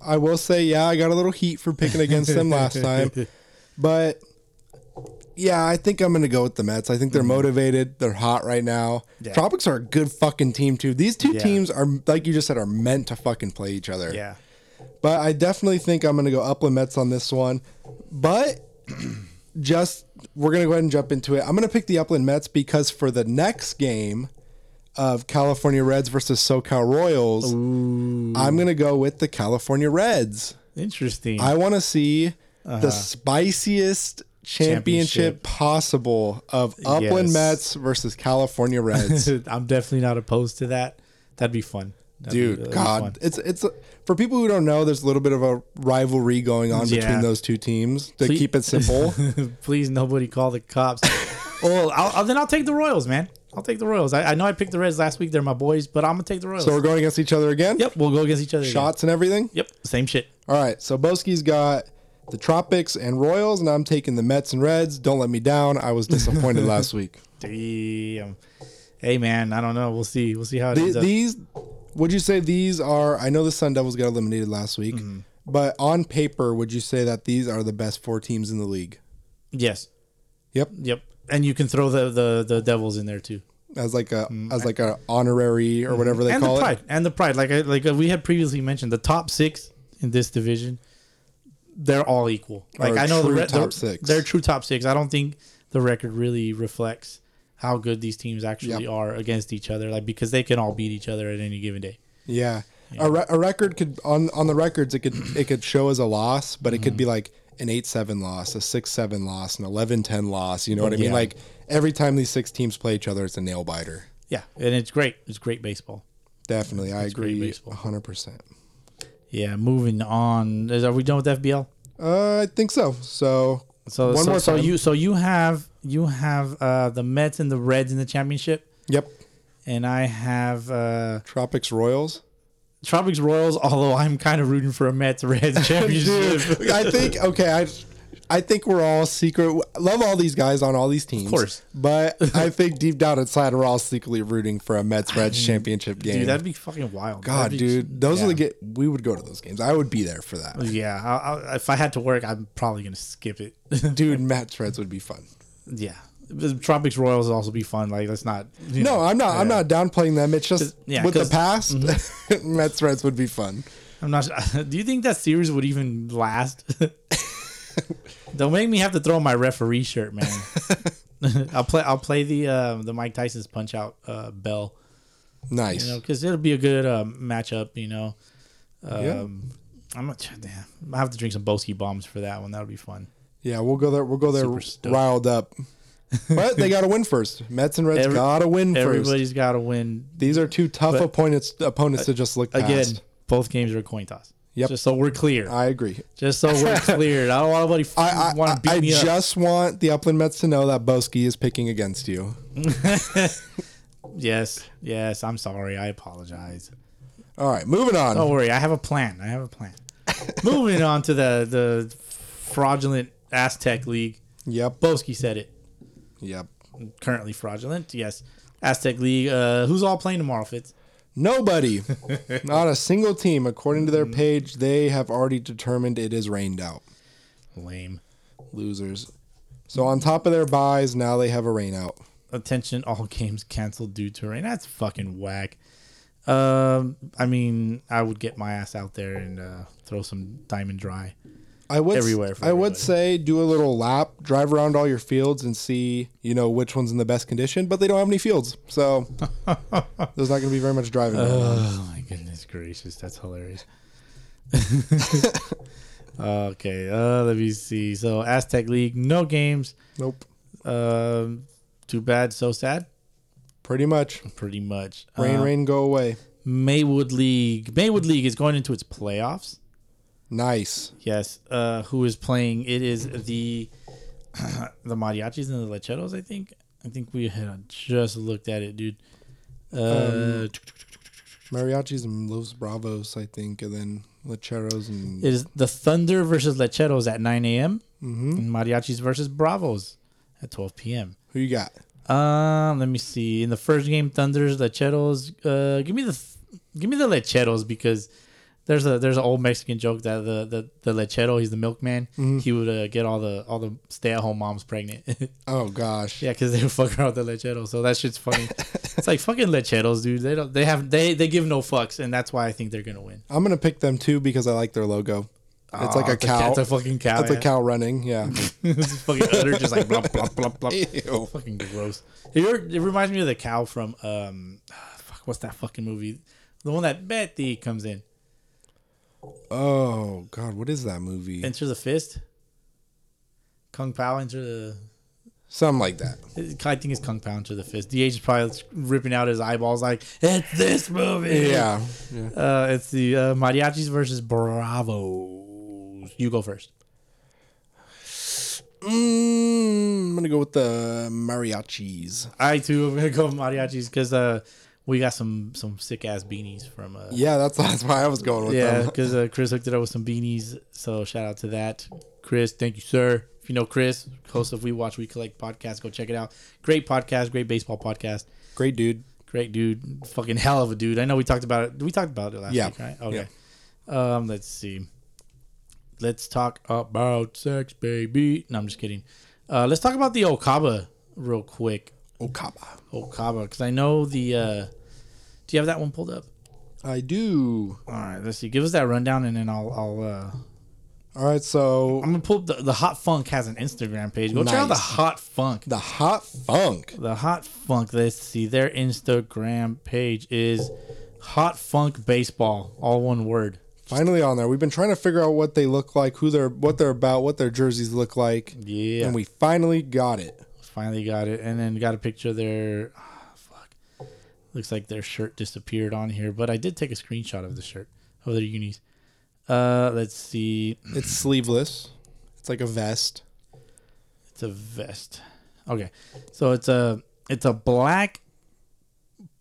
Speaker 3: I will say, yeah, I got a little heat for picking against them last time. But yeah, I think I'm going to go with the Mets. I think they're motivated. They're hot right now.
Speaker 2: Mm-hmm. Yeah.
Speaker 3: Tropics are a good fucking team, too. These two
Speaker 2: Yeah.
Speaker 3: teams are, like you just said, are meant to fucking play each other.
Speaker 2: yeah,
Speaker 3: But I definitely think I'm going to go Upland Mets on this one. But just we're going to go ahead and jump into it. I'm going to pick the Upland Mets because for the next game of California Reds versus SoCal Royals, I'm going to go with the California Reds.
Speaker 2: interesting.
Speaker 3: I want to see the spiciest championship,
Speaker 2: Uh-huh. Championship.
Speaker 3: possible of Upland
Speaker 2: Yes.
Speaker 3: Mets versus California Reds.
Speaker 2: I'm definitely not opposed to that. That'd be fun, That'd be-
Speaker 3: Dude,
Speaker 2: that'd be fun.
Speaker 3: God, it's it's for people who don't know. There's a little bit of a rivalry going on between
Speaker 2: Yeah.
Speaker 3: those two teams. To
Speaker 2: Please-
Speaker 3: keep it simple,
Speaker 2: Please, nobody call the cops. oh, I'll, I'll- then I'll take the Royals, man. I'll take the Royals. I, I know I picked the Reds last week. They're my boys, but I'm gonna take the Royals.
Speaker 3: so we're going against each other again.
Speaker 2: yep, we'll go against each other. again.
Speaker 3: Shots and everything.
Speaker 2: Yep, same shit.
Speaker 3: All right. So Boski's got the Tropics and Royals, and I'm taking the Mets and Reds. Don't let me down. I was disappointed last week.
Speaker 2: Damn. Hey, man. I don't know. We'll see. We'll see how it
Speaker 3: The-
Speaker 2: ends up.
Speaker 3: these, would you say these are? I know the Sun Devils got eliminated last week,
Speaker 2: Mm-hmm.
Speaker 3: but on paper, would you say that these are the best four teams in the league?
Speaker 2: Yes.
Speaker 3: Yep,
Speaker 2: Yep. And you can throw the the, the Devils in there too.
Speaker 3: as like a as like a honorary or whatever they
Speaker 2: Mm, Mm-hmm. and
Speaker 3: call
Speaker 2: the pride
Speaker 3: it.
Speaker 2: and the pride like I, like we had previously mentioned the top six in this division they're all equal like
Speaker 3: Are
Speaker 2: i know the
Speaker 3: true
Speaker 2: re-
Speaker 3: top
Speaker 2: they're,
Speaker 3: six.
Speaker 2: they're true top six i don't think the record really reflects how good these teams actually
Speaker 3: Yep.
Speaker 2: are against each other like because they can all beat each other at any given day
Speaker 3: Yeah. A, re- a record could on on the records it could it could show as a loss, but it could
Speaker 2: Mm-hmm.
Speaker 3: be like an 8-7 loss, a 6-7 loss, an 11-10 loss, you know what I mean?
Speaker 2: Yeah.
Speaker 3: Like every time these six teams play each other it's a nail biter.
Speaker 2: yeah and it's great it's great baseball
Speaker 3: Definitely. I
Speaker 2: great
Speaker 3: agree
Speaker 2: baseball.
Speaker 3: 100%.
Speaker 2: yeah moving on Is- are we done with fbl
Speaker 3: Uh, I think so. So
Speaker 2: so
Speaker 3: One
Speaker 2: so,
Speaker 3: more
Speaker 2: so
Speaker 3: time.
Speaker 2: you so you have you have uh the mets and the reds in the championship
Speaker 3: yep,
Speaker 2: and i have uh
Speaker 3: Tropics Royals.
Speaker 2: Tropics Royals, although I'm kind of rooting for a Mets Reds championship.
Speaker 3: Dude, I think okay, I I think we're all secret love all these guys on all these teams. Of
Speaker 2: course.
Speaker 3: But I think deep down inside we're all secretly rooting for a Mets Reds championship game.
Speaker 2: Dude, that'd be fucking wild.
Speaker 3: God,
Speaker 2: That'd be-
Speaker 3: dude, those are the
Speaker 2: yeah.
Speaker 3: get we would go to those games. I would be there for that.
Speaker 2: Yeah, I, I, if I had to work, I'm probably gonna skip it.
Speaker 3: Dude, Matt Shreds would be fun.
Speaker 2: yeah, the Tropics Royals would also be fun. Like, let's not. you
Speaker 3: No,
Speaker 2: know.
Speaker 3: I'm not. I'm not downplaying them. It's just
Speaker 2: yeah,
Speaker 3: with the
Speaker 2: 'cause- mm-hmm.
Speaker 3: past, Matt Shreds would be fun.
Speaker 2: I'm not. Do you think that series would even last? Don't make me have to throw my referee shirt, man. I'll play. I'll play the uh, the Mike Tyson's punch out uh, bell.
Speaker 3: Nice.
Speaker 2: you know, because it'll be a good um, matchup, you know. Um,
Speaker 3: Yeah.
Speaker 2: I'm not. Damn, I have to drink some Boski bombs for that one. That'll be fun.
Speaker 3: yeah, we'll go there. We'll go
Speaker 2: Super
Speaker 3: there
Speaker 2: stoked.
Speaker 3: riled up. But they got to win first. Mets and Reds
Speaker 2: Every-
Speaker 3: got to win first.
Speaker 2: Everybody's got to win
Speaker 3: These are two tough
Speaker 2: But-
Speaker 3: opponents. Opponents to just look past.
Speaker 2: again. Both games are a coin toss.
Speaker 3: Yep.
Speaker 2: Just so we're clear.
Speaker 3: I agree.
Speaker 2: just so we're clear. I don't want anybody
Speaker 3: I I,
Speaker 2: want to beat
Speaker 3: I, I
Speaker 2: me up.
Speaker 3: just want the Upland Mets to know that Boski is picking against you.
Speaker 2: Yes, yes. I'm sorry. I apologize.
Speaker 3: All right, moving on.
Speaker 2: Don't worry. I have a plan. I have a plan. Moving on to the the fraudulent Aztec League.
Speaker 3: Yep.
Speaker 2: Boski said it.
Speaker 3: Yep.
Speaker 2: Currently fraudulent. Yes. Aztec League. Uh, who's all playing tomorrow, Fitz?
Speaker 3: Nobody. Not a single team. According to their page, they have already determined it is rained out.
Speaker 2: Lame.
Speaker 3: Losers. So on top of their buys, now they have a rain out.
Speaker 2: attention all games canceled due to rain that's fucking whack um i mean i would get my ass out there and uh throw some diamond dry
Speaker 3: I would
Speaker 2: Everywhere for
Speaker 3: I would
Speaker 2: everybody.
Speaker 3: say do a little lap, drive around all your fields and see, you know, which one's in the best condition, but they don't have any fields. So there's not going to be very much driving. going on.
Speaker 2: oh my goodness gracious that's hilarious okay uh let me see so aztec league no games
Speaker 3: Nope.
Speaker 2: um too bad so sad
Speaker 3: Pretty much.
Speaker 2: pretty much
Speaker 3: Rain,
Speaker 2: Uh,
Speaker 3: rain, go away.
Speaker 2: maywood league maywood league is going into its playoffs
Speaker 3: Nice.
Speaker 2: Yes, uh, who is playing? It is the the mariachis and the lecheros. I think. I think we had just looked at it, dude. Uh,
Speaker 3: Mariachis and Los Bravos, I think, and then Lecheros and
Speaker 2: it is the Thunder versus Lecheros at 9 a.m. and Mariachis versus Bravos at 12 p.m.
Speaker 3: who you got?
Speaker 2: Um, let me see. In the first game, Thunder's Lecheros. Uh, give me the th- give me the Lecheros because there's a there's an old Mexican joke that the the, the Lechero he's the milkman. He would uh, get all the all the stay at home moms pregnant.
Speaker 3: Oh gosh.
Speaker 2: yeah, because they would fuck around with the Lecheros. So that shit's funny. it's like fucking Lecheros, dude. They don't they have they they give no fucks, and that's why I think they're gonna win.
Speaker 3: I'm gonna pick them too because I like their logo. It's like
Speaker 2: Aw,
Speaker 3: a cow.
Speaker 2: It's a fucking cow.
Speaker 3: That's a cow running. Yeah.
Speaker 2: it's fucking udder just like blop blop blop blop.
Speaker 3: Ew.
Speaker 2: Fucking gross. It, re- it reminds me of the cow from um, fuck, what's that fucking movie? The one that Betty comes in.
Speaker 3: Oh God, what is that movie?
Speaker 2: Enter the fist. Kung Pao enter the.
Speaker 3: Something like that.
Speaker 2: I think it's Kung Pao enter the fist. DH is probably ripping out his eyeballs like it's this movie.
Speaker 3: Yeah.
Speaker 2: Uh, it's the uh, mariachis versus bravos. You go first.
Speaker 3: Mm, I'm gonna go with the mariachis.
Speaker 2: I too am gonna go with mariachis because uh, we got some some sick ass beanies from uh,
Speaker 3: Yeah, that's that's why I was going with
Speaker 2: Yeah,
Speaker 3: them.
Speaker 2: because uh, Chris hooked it up with some beanies. So shout out to that, Chris. Thank you, sir. If you know Chris, host of We Watch We Collect podcast, go check it out. Great podcast, great baseball podcast.
Speaker 3: Great dude.
Speaker 2: Great dude, fucking hell of a dude. I know we talked about it. We talked about it last
Speaker 3: Yeah.
Speaker 2: week, right? Okay. Um, let's see. Let's talk about sex, baby. No, I'm just kidding. Uh, let's talk about the Okaba real quick.
Speaker 3: Okaba.
Speaker 2: Okaba, because I know the. Uh, do you have that one pulled up?
Speaker 3: I do.
Speaker 2: All right, let's see. Give us that rundown, and then I'll I'll uh,
Speaker 3: All right, so
Speaker 2: I'm gonna pull up the, the Hot Funk has an Instagram page. Go check out the
Speaker 3: Nice.
Speaker 2: Hot Funk.
Speaker 3: the hot funk.
Speaker 2: The Hot Funk. Let's see. Their Instagram page is Hot Funk Baseball, all one word.
Speaker 3: Finally on there. We've been trying to figure out what they look like, who they're, what they're about, what their jerseys look like,
Speaker 2: Yeah,
Speaker 3: and
Speaker 2: we
Speaker 3: we finally got it.
Speaker 2: finally got it. And then got a picture of their. ah, fuck. Looks like their shirt disappeared on here, but I did take a screenshot of the shirt of their unis. Uh, let's see.
Speaker 3: It's sleeveless. It's like a vest.
Speaker 2: It's a vest. Okay, so it's a it's a black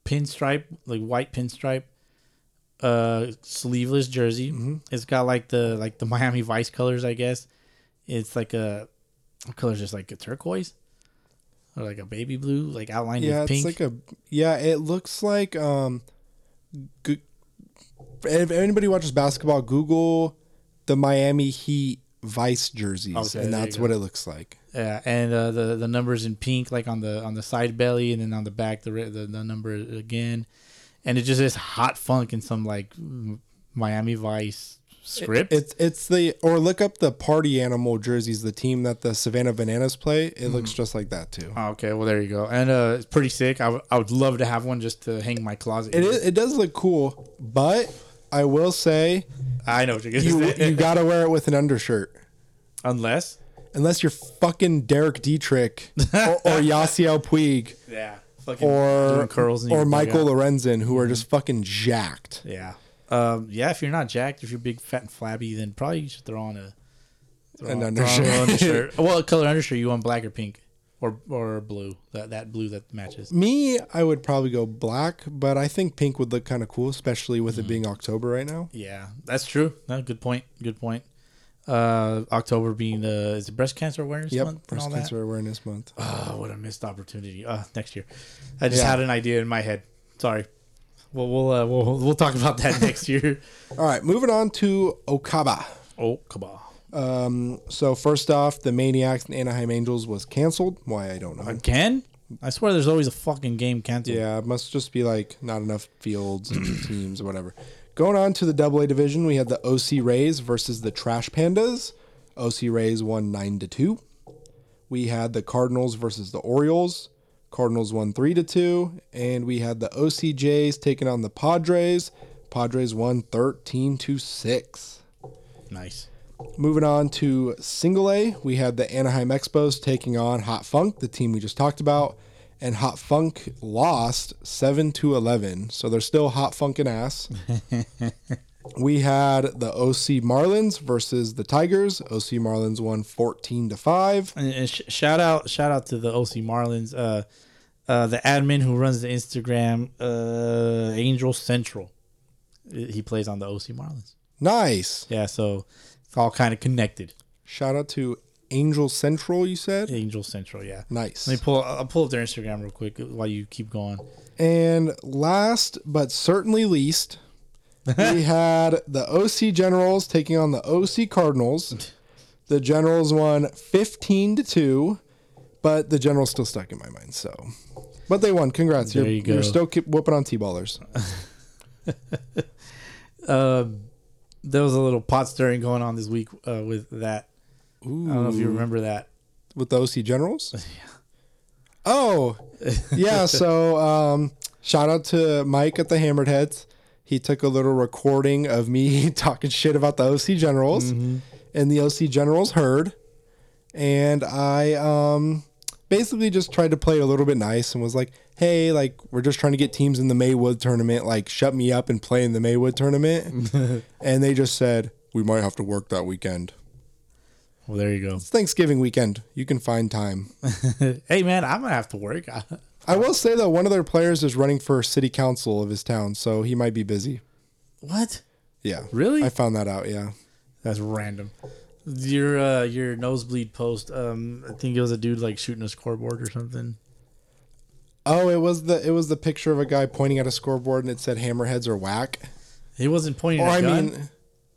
Speaker 2: pinstripe, like white pinstripe, uh, sleeveless jersey.
Speaker 3: Mm-hmm.
Speaker 2: It's got like the like the Miami Vice colors, I guess. It's like a what color is just like a turquoise or like a baby blue, like outlined
Speaker 3: Yeah,
Speaker 2: with
Speaker 3: it's
Speaker 2: pink.
Speaker 3: like a yeah. It looks like um. G- if anybody watches basketball, Google the Miami Heat Vice jerseys,
Speaker 2: Okay,
Speaker 3: and
Speaker 2: there you
Speaker 3: that's
Speaker 2: go.
Speaker 3: what it looks like.
Speaker 2: yeah, and uh, the the numbers in pink, like on the on the side belly, and then on the back the re- the, the number again, and it just is hot funk in some like m- Miami Vice script.
Speaker 3: It's it's the or look up the Party Animal jerseys, the team that the Savannah Bananas play.
Speaker 2: Mm-hmm.
Speaker 3: It looks just like that too.
Speaker 2: Oh, Okay, well there you go, and uh, it's pretty sick. I would- I would love to have one just to hang in my closet.
Speaker 3: It is, it does look cool, but I will say
Speaker 2: I know what you're
Speaker 3: you
Speaker 2: gonna say.
Speaker 3: you gotta wear it with an undershirt.
Speaker 2: Unless,
Speaker 3: Unless you're fucking Derek Dietrich or, or Yasiel Puig
Speaker 2: yeah, fucking
Speaker 3: or
Speaker 2: doing curls and
Speaker 3: or
Speaker 2: your Mm-hmm. big
Speaker 3: Michael
Speaker 2: out.
Speaker 3: Lorenzen, who are just fucking jacked.
Speaker 2: Yeah, um, yeah. If you're not jacked, if you're big, fat, and flabby, then probably you should throw on a throw
Speaker 3: An
Speaker 2: on- throw on
Speaker 3: undershirt.
Speaker 2: a undershirt. well, what color undershirt you want? Black or pink or or blue? That that blue that matches.
Speaker 3: Me, I would probably go black, but I think pink would look kind of cool, especially with
Speaker 2: Mm-hmm.
Speaker 3: it being October right now.
Speaker 2: Yeah, that's true. No, good point. Good point. Uh, October being the is it breast cancer awareness
Speaker 3: Yep,
Speaker 2: month? and all
Speaker 3: breast
Speaker 2: that?
Speaker 3: cancer awareness month.
Speaker 2: Oh, what a missed opportunity. Uh, next year. I just
Speaker 3: Yeah.
Speaker 2: had an idea in my head. Sorry. Well, we'll uh, we'll we'll talk about that next year.
Speaker 3: All right, moving on to Okaba.
Speaker 2: Oh, come on.
Speaker 3: Um, so first off, the Maniacs and Anaheim Angels was canceled. Why I don't know.
Speaker 2: Again? I swear there's always a fucking game canceled.
Speaker 3: Yeah, it must just be like not enough fields and teams or whatever. Going on to the Double A division, we had the OC Rays versus the Trash Pandas. OC Rays won nine to two. We had the Cardinals versus the Orioles. Cardinals won three to two, and we had the OCJs taking on the Padres. Padres won thirteen to six.
Speaker 2: Nice.
Speaker 3: Moving on to single A, we had the Anaheim Expos taking on Hot Funk, the team we just talked about, and Hot Funk lost 7 to 11. So they're still hot funkin' ass. we had the OC Marlins versus the Tigers. OC Marlins won 14 to 5.
Speaker 2: And, and sh- shout out, shout out to the OC Marlins, uh, uh, the admin who runs the Instagram, uh, Angel Central. He plays on the OC Marlins.
Speaker 3: Nice.
Speaker 2: Yeah, so it's all kind of connected.
Speaker 3: Shout out to Angel Central, you said?
Speaker 2: Angel Central, yeah.
Speaker 3: Nice.
Speaker 2: Let me pull. I'll pull up their Instagram real quick while you keep going.
Speaker 3: And last but certainly least, we had the OC Generals taking on the OC Cardinals. The Generals won 15 to 2, but the Generals still stuck in my mind, so. But they won. Congrats.
Speaker 2: There
Speaker 3: you're,
Speaker 2: you go.
Speaker 3: are still keep whooping on T-ballers.
Speaker 2: There was a little pot stirring going on this week uh, with that. I don't know if you remember that.
Speaker 3: with the OC Generals? Oh, yeah. So, um, shout out to Mike at the Hammered Heads. He took a little recording of me talking shit about the OC Generals, and the OC Generals heard. And I um, basically just tried to play it a little bit nice and was like, hey, like, we're just trying to get teams in the Maywood tournament. Like, shut me up and play in the Maywood tournament. and they just said, we might have to work that weekend.
Speaker 2: Well, there you go.
Speaker 3: It's Thanksgiving weekend. You can find time.
Speaker 2: hey, man, I'm gonna have to work.
Speaker 3: I will say though, one of their players is running for city council of his town, so he might be busy.
Speaker 2: what?
Speaker 3: Yeah,
Speaker 2: Really?
Speaker 3: I found that out. Yeah,
Speaker 2: That's random. Your uh, your nosebleed post. Um, I think it was a dude like shooting a scoreboard or something.
Speaker 3: oh, it was the it was the picture of a guy pointing at a scoreboard and it said hammerheads or whack.
Speaker 2: He wasn't pointing.
Speaker 3: Or
Speaker 2: at
Speaker 3: I
Speaker 2: a gun.
Speaker 3: mean,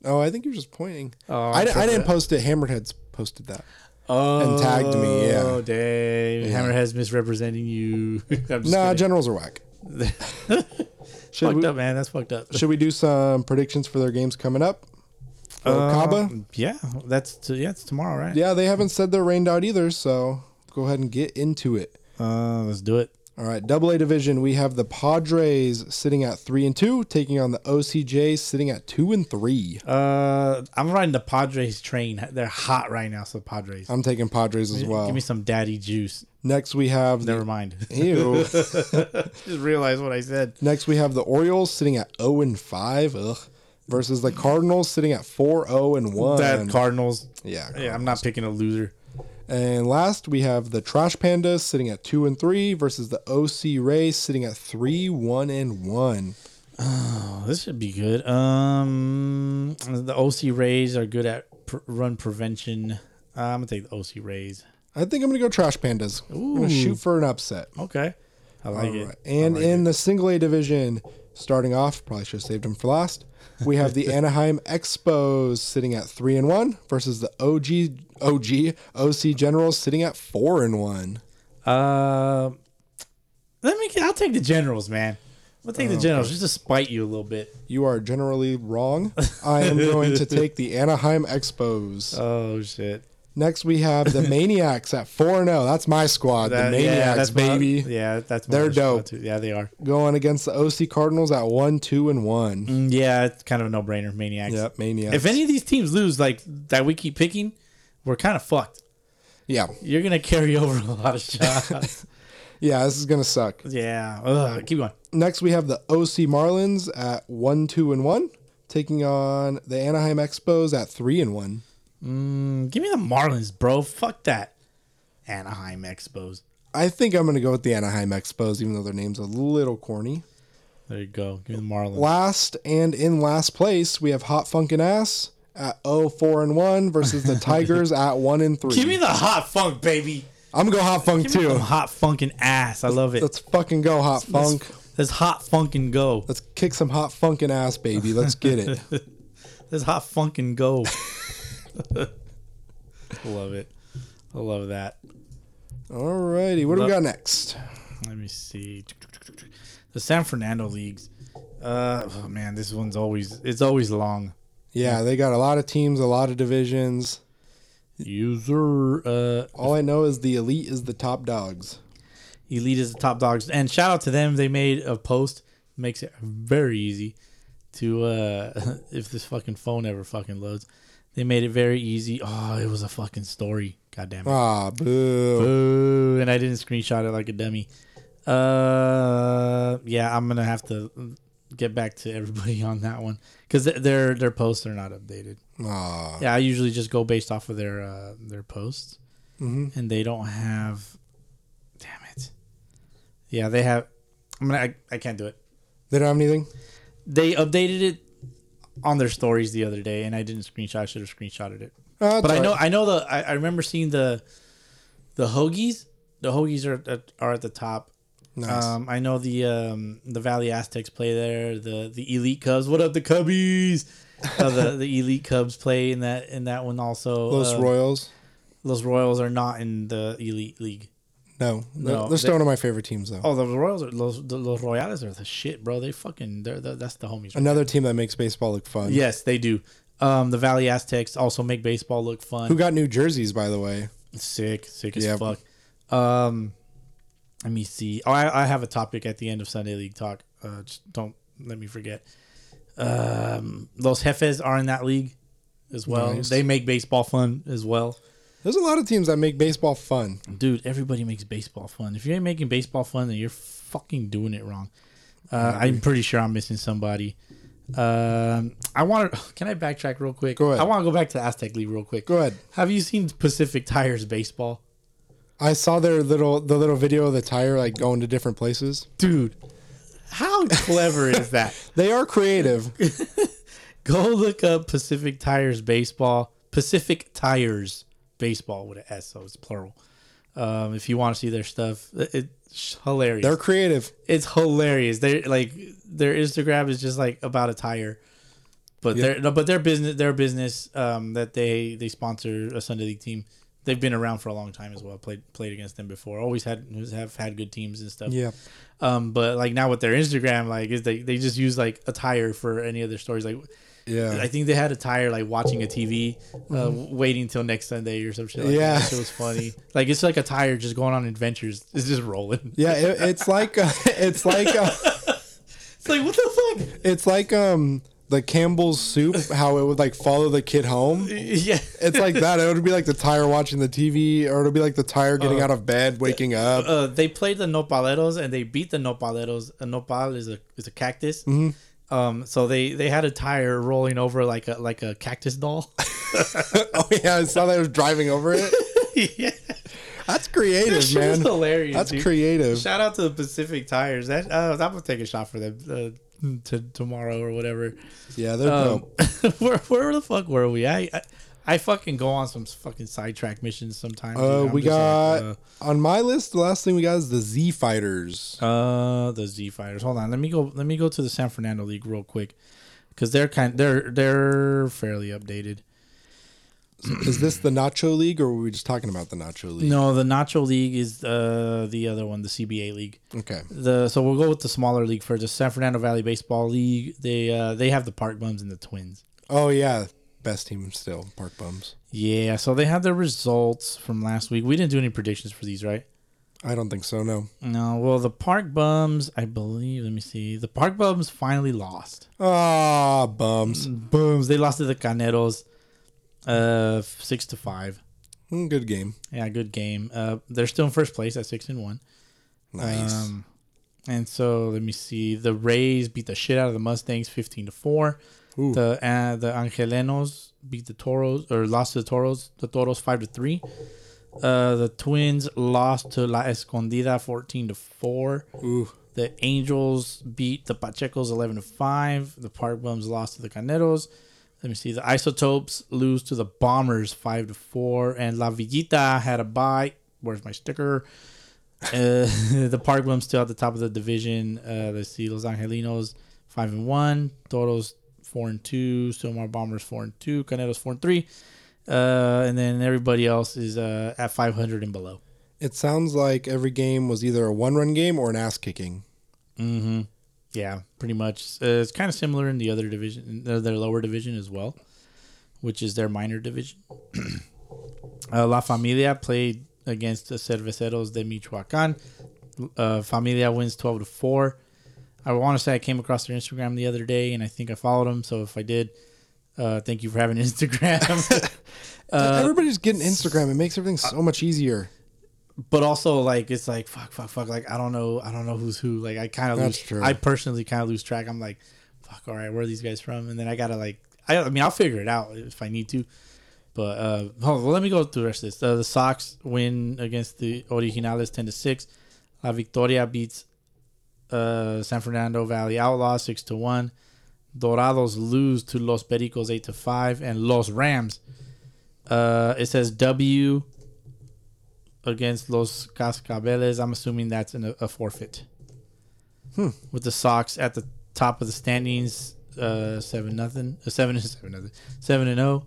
Speaker 3: oh, I think he was just pointing.
Speaker 2: Oh,
Speaker 3: I, di-
Speaker 2: okay.
Speaker 3: I didn't post it. Hammerheads posted that.
Speaker 2: oh,
Speaker 3: and tagged me, yeah.
Speaker 2: Oh, Dave, Hammerhead's misrepresenting you. I'm just
Speaker 3: Nah,
Speaker 2: kidding.
Speaker 3: generals are whack. should
Speaker 2: fucked
Speaker 3: we
Speaker 2: up, man. That's fucked up.
Speaker 3: should we do some predictions for their games coming up? For Caba?
Speaker 2: Yeah, that's t- yeah, it's tomorrow, right?
Speaker 3: Yeah, they haven't said they're rained out either, so go ahead and get into it.
Speaker 2: Uh, let's do it.
Speaker 3: All right, double A division. We have the Padres sitting at three and two, taking on the OCJ sitting at two and three.
Speaker 2: Uh, I'm riding the Padres train. They're hot right now, so Padres.
Speaker 3: I'm taking Padres as well.
Speaker 2: Give me some daddy juice.
Speaker 3: Next we have
Speaker 2: Never
Speaker 3: the
Speaker 2: mind.
Speaker 3: ew.
Speaker 2: Just realized what I said.
Speaker 3: Next we have the Orioles sitting at zero and five. Ugh. Versus the Cardinals sitting at 4 0 and 1.
Speaker 2: That Cardinals.
Speaker 3: yeah.
Speaker 2: Yeah, I'm not picking a loser.
Speaker 3: And last, we have the Trash Pandas sitting at 2 and 3 versus the OC Rays sitting at 3 1 and 1.
Speaker 2: Oh, this should be good. Um, the OC Rays are good at pr- run prevention. Uh, I'm gonna take the OC Rays.
Speaker 3: I think I'm going to go Trash Pandas. I'm going to shoot for an upset.
Speaker 2: Okay, I like it.
Speaker 3: All right. And in the single A division, starting off, probably should have saved him for last. We have the Anaheim Expos sitting at three and one versus the OG OG OC Generals sitting at four and one.
Speaker 2: Uh, let me. I'll take the Generals, man. I'll take the
Speaker 3: Oh,
Speaker 2: Generals just to spite you a little bit.
Speaker 3: You are generally wrong. I am going to take the Anaheim Expos.
Speaker 2: Oh shit!
Speaker 3: Next, we have the Maniacs at four and zero. That's my squad, the
Speaker 2: That-
Speaker 3: Maniacs,
Speaker 2: that's my-
Speaker 3: baby,
Speaker 2: yeah, that's my
Speaker 3: They're
Speaker 2: other squad
Speaker 3: dope.
Speaker 2: too. Yeah, they are.
Speaker 3: going against the OC Cardinals at one, two, and one.
Speaker 2: Mm, Yeah, it's kind of a no-brainer. Maniacs.
Speaker 3: Yep, Maniacs.
Speaker 2: If any of these teams lose, like that we keep picking, we're kind of fucked.
Speaker 3: yeah,
Speaker 2: You're gonna carry over a lot of shots.
Speaker 3: yeah, this is gonna suck.
Speaker 2: yeah. Ugh, keep going.
Speaker 3: Next, we have the OC Marlins at one, two, and one, taking on the Anaheim Expos at three and one.
Speaker 2: Mm, give me the Marlins, bro. Fuck that. Anaheim Expos.
Speaker 3: I think I'm going to go with the Anaheim Expos, even though their name's a little corny.
Speaker 2: There you go. Give me the Marlins.
Speaker 3: Last and in last place, we have Hot Funkin' Ass at 0, 4, and 1 versus the Tigers at 1 and 3.
Speaker 2: Give me the hot funk, baby.
Speaker 3: I'm going to go Hot Funk
Speaker 2: Give me some
Speaker 3: too.
Speaker 2: hot funkin' ass. I love it.
Speaker 3: Let's fucking go, Hot Funk.
Speaker 2: Let's hot funkin' go.
Speaker 3: Let's kick some Hot Funkin' Ass, baby. Let's get it.
Speaker 2: Let's hot funkin' go. love it. I love that.
Speaker 3: Alrighty, what do we got next?
Speaker 2: Let me see. The San Fernando leagues. Uh, oh man, this one's always it's always long.
Speaker 3: Yeah, they got a lot of teams, a lot of divisions.
Speaker 2: User uh,
Speaker 3: All I know is the elite is the top dogs.
Speaker 2: Elite is the top dogs, and shout out to them. They made a post makes it very easy to uh if this fucking phone ever fucking loads. They made it very easy. Oh, it was a fucking story. God damn it.
Speaker 3: Ah, boo.
Speaker 2: Boo, and I didn't screenshot it like a dummy. Uh, yeah, I'm gonna have to get back to everybody on that one because their their posts are not updated.
Speaker 3: Aw.
Speaker 2: Yeah, I usually just go based off of their uh, their posts,
Speaker 3: Mhm.
Speaker 2: and they don't have. Damn it! Yeah, they have. I'm gonna. I, I can't do it.
Speaker 3: They don't have anything.
Speaker 2: They updated it on their stories the other day, and I didn't screenshot. I should have screenshotted it.
Speaker 3: Oh, that's
Speaker 2: but I
Speaker 3: all
Speaker 2: know.
Speaker 3: right.
Speaker 2: I know the. I, I remember seeing the the hoagies. The hoagies are at, are at the top.
Speaker 3: Nice.
Speaker 2: Um, I know the um, the Valley Aztecs play there. The the Elite Cubs. What up, the Cubbies? Uh, the the Elite Cubs play in that in that one also.
Speaker 3: Los
Speaker 2: Uh,
Speaker 3: Royals.
Speaker 2: Los Royals are not in the Elite League.
Speaker 3: No, they're,
Speaker 2: no,
Speaker 3: they're still
Speaker 2: they-
Speaker 3: one of my favorite teams though.
Speaker 2: Oh, the Royals are Los, the, Los Royales are the shit, bro. They fucking they're, the that's the homies.
Speaker 3: Another team that makes baseball look fun.
Speaker 2: Yes, they do. Um, the Valley Aztecs also make baseball look fun.
Speaker 3: Who got new jerseys, by the way?
Speaker 2: sick, sick as
Speaker 3: Yeah.
Speaker 2: fuck. Um, let me see. Oh, I, I have a topic at the end of Sunday League talk. Uh, just don't let me forget. Um, Los Jefes are in that league as well.
Speaker 3: Nice.
Speaker 2: They make baseball fun as well.
Speaker 3: There's a lot of teams that make baseball fun.
Speaker 2: Dude, everybody makes baseball fun. If you ain't making baseball fun, then you're fucking doing it wrong. Uh, I'm pretty sure I'm missing somebody. Um, I want to. Can I backtrack real quick?
Speaker 3: Go ahead.
Speaker 2: I want to go back to Aztec League real quick.
Speaker 3: Go ahead.
Speaker 2: Have you seen Pacific Tires baseball,
Speaker 3: I saw their little the little video of the tire like going to different places.
Speaker 2: dude? How clever is that?
Speaker 3: They are creative.
Speaker 2: Go look up Pacific Tires baseball. Pacific Tires baseball with an S, so it's plural. Um, if you want to see their stuff, it- it's hilarious.
Speaker 3: They're creative.
Speaker 2: it's hilarious. They like their Instagram is just like about a tire, but their no, but their business their business um, that they they sponsor a Sunday league team. They've been around for a long time as well. Played played against them before. Always had have had good teams and stuff.
Speaker 3: Yeah.
Speaker 2: Um, but like now with their Instagram, like is they they just use like a tire for any of their stories. Like I
Speaker 3: Yeah. Mm-hmm.
Speaker 2: think they had a tire like watching a TV, uh, w- waiting till next Sunday or some shit. Like
Speaker 3: Yeah.
Speaker 2: that. That shit was funny. like it's like a tire just going on adventures. It's just rolling.
Speaker 3: Yeah, it, it's like uh, it's like uh,
Speaker 2: It's like what the fuck.
Speaker 3: it's like um the Campbell's soup how it would like follow the kid home.
Speaker 2: Yeah.
Speaker 3: It's like that. It would be like the tire watching the TV or it'll be like the tire getting out of bed, waking up.
Speaker 2: Uh, they played the nopaleros and they beat the nopaleros. A nopal is a is a cactus.
Speaker 3: Mm-hmm.
Speaker 2: Um, so they they had a tire rolling over like a like a cactus doll.
Speaker 3: oh yeah, I saw that I was driving over it.
Speaker 2: yeah,
Speaker 3: That's creative,
Speaker 2: Shit was
Speaker 3: man.
Speaker 2: hilarious.
Speaker 3: That's
Speaker 2: dude.
Speaker 3: creative.
Speaker 2: Shout out to the Pacific Tires. That uh, I'm gonna take a shot for them uh, to tomorrow or whatever.
Speaker 3: Yeah, they're
Speaker 2: Um,
Speaker 3: dope.
Speaker 2: where where the fuck were we? I, I I fucking go on some fucking sidetrack missions sometimes.
Speaker 3: Uh,
Speaker 2: dude. I'm
Speaker 3: we
Speaker 2: just
Speaker 3: got
Speaker 2: like, uh,
Speaker 3: on my list. The last thing we got is the Z Fighters.
Speaker 2: Uh, the Z Fighters. Hold on, let me go. Let me go to the San Fernando League real quick, because they're kind. They're they're fairly updated.
Speaker 3: Is this the Nacho League, or were we just talking about the Nacho League?
Speaker 2: No, the Nacho League is uh the other one, the CBA League.
Speaker 3: Okay.
Speaker 2: The so we'll go with the smaller league first. The San Fernando Valley Baseball League. They uh they have the Park Bums and the Twins.
Speaker 3: Oh yeah, best team still. Park Bums.
Speaker 2: Yeah, so they have their results from last week. We didn't do any predictions for these, right?
Speaker 3: I don't think so. No.
Speaker 2: No. Well, the Park Bums, I believe. Let me see. The Park Bums finally lost.
Speaker 3: Ah, bums.
Speaker 2: Mm. Booms. They lost to the Caneros, uh, six to five.
Speaker 3: Mm, Good game.
Speaker 2: Yeah, good game. Uh, they're still in first place at six and one.
Speaker 3: Nice.
Speaker 2: Um, and so let me see. The Rays beat the shit out of the Mustangs, fifteen to four.
Speaker 3: Ooh.
Speaker 2: The uh, the Angelenos beat the Toros or lost to the Toros. The Toros five to three. Uh, the Twins lost to La Escondida, fourteen to four.
Speaker 3: Ooh.
Speaker 2: The Angels beat the Pachecos 11 to 5. The Park Bums lost to the Caneros. Let me see. The Isotopes lose to the Bombers 5 to 4. And La Villita had a bye. Where's my sticker? Uh, the Park Bums still at the top of the division. Uh, let's see. Los Angelinos 5 and 1. Toros 4 and 2. Silmar Bombers 4 and 2. Caneros 4 and 3. Uh, and then everybody else is uh, at 500 and below.
Speaker 3: It sounds like every game was either a one-run game or an ass-kicking.
Speaker 2: Mm-hmm. Yeah, pretty much. Uh, it's kind of similar in the other division, in their, their lower division as well, which is their minor division. uh, La Familia played against the Cerveceros de Michoacán. Uh, Familia wins twelve to four. I want to say I came across their Instagram the other day, and I think I followed them. So if I did, uh, thank you for having Instagram.
Speaker 3: Uh, Everybody's getting Instagram. It makes everything so much easier.
Speaker 2: but also like it's like fuck, fuck, fuck. Like I don't know, I don't know who's who. Like I kind of
Speaker 3: That's
Speaker 2: lose.
Speaker 3: true.
Speaker 2: I personally kind of lose track. I'm like, fuck, all right, where are these guys from? And then I gotta like, I, I mean, I'll figure it out if I need to. But uh, hold on, well, let me go through the rest of this. Uh, the Sox win against the Originales ten to six. La Victoria beats uh, San Fernando Valley Outlaws six to one. Dorados lose to Los Pericos eight to five, and Los Rams. Uh, it says W against Los Cascabeles. I'm assuming that's an, a forfeit. With the Sox at the top of the standings, uh, seven nothing, uh, seven seven nothing, seven and zero.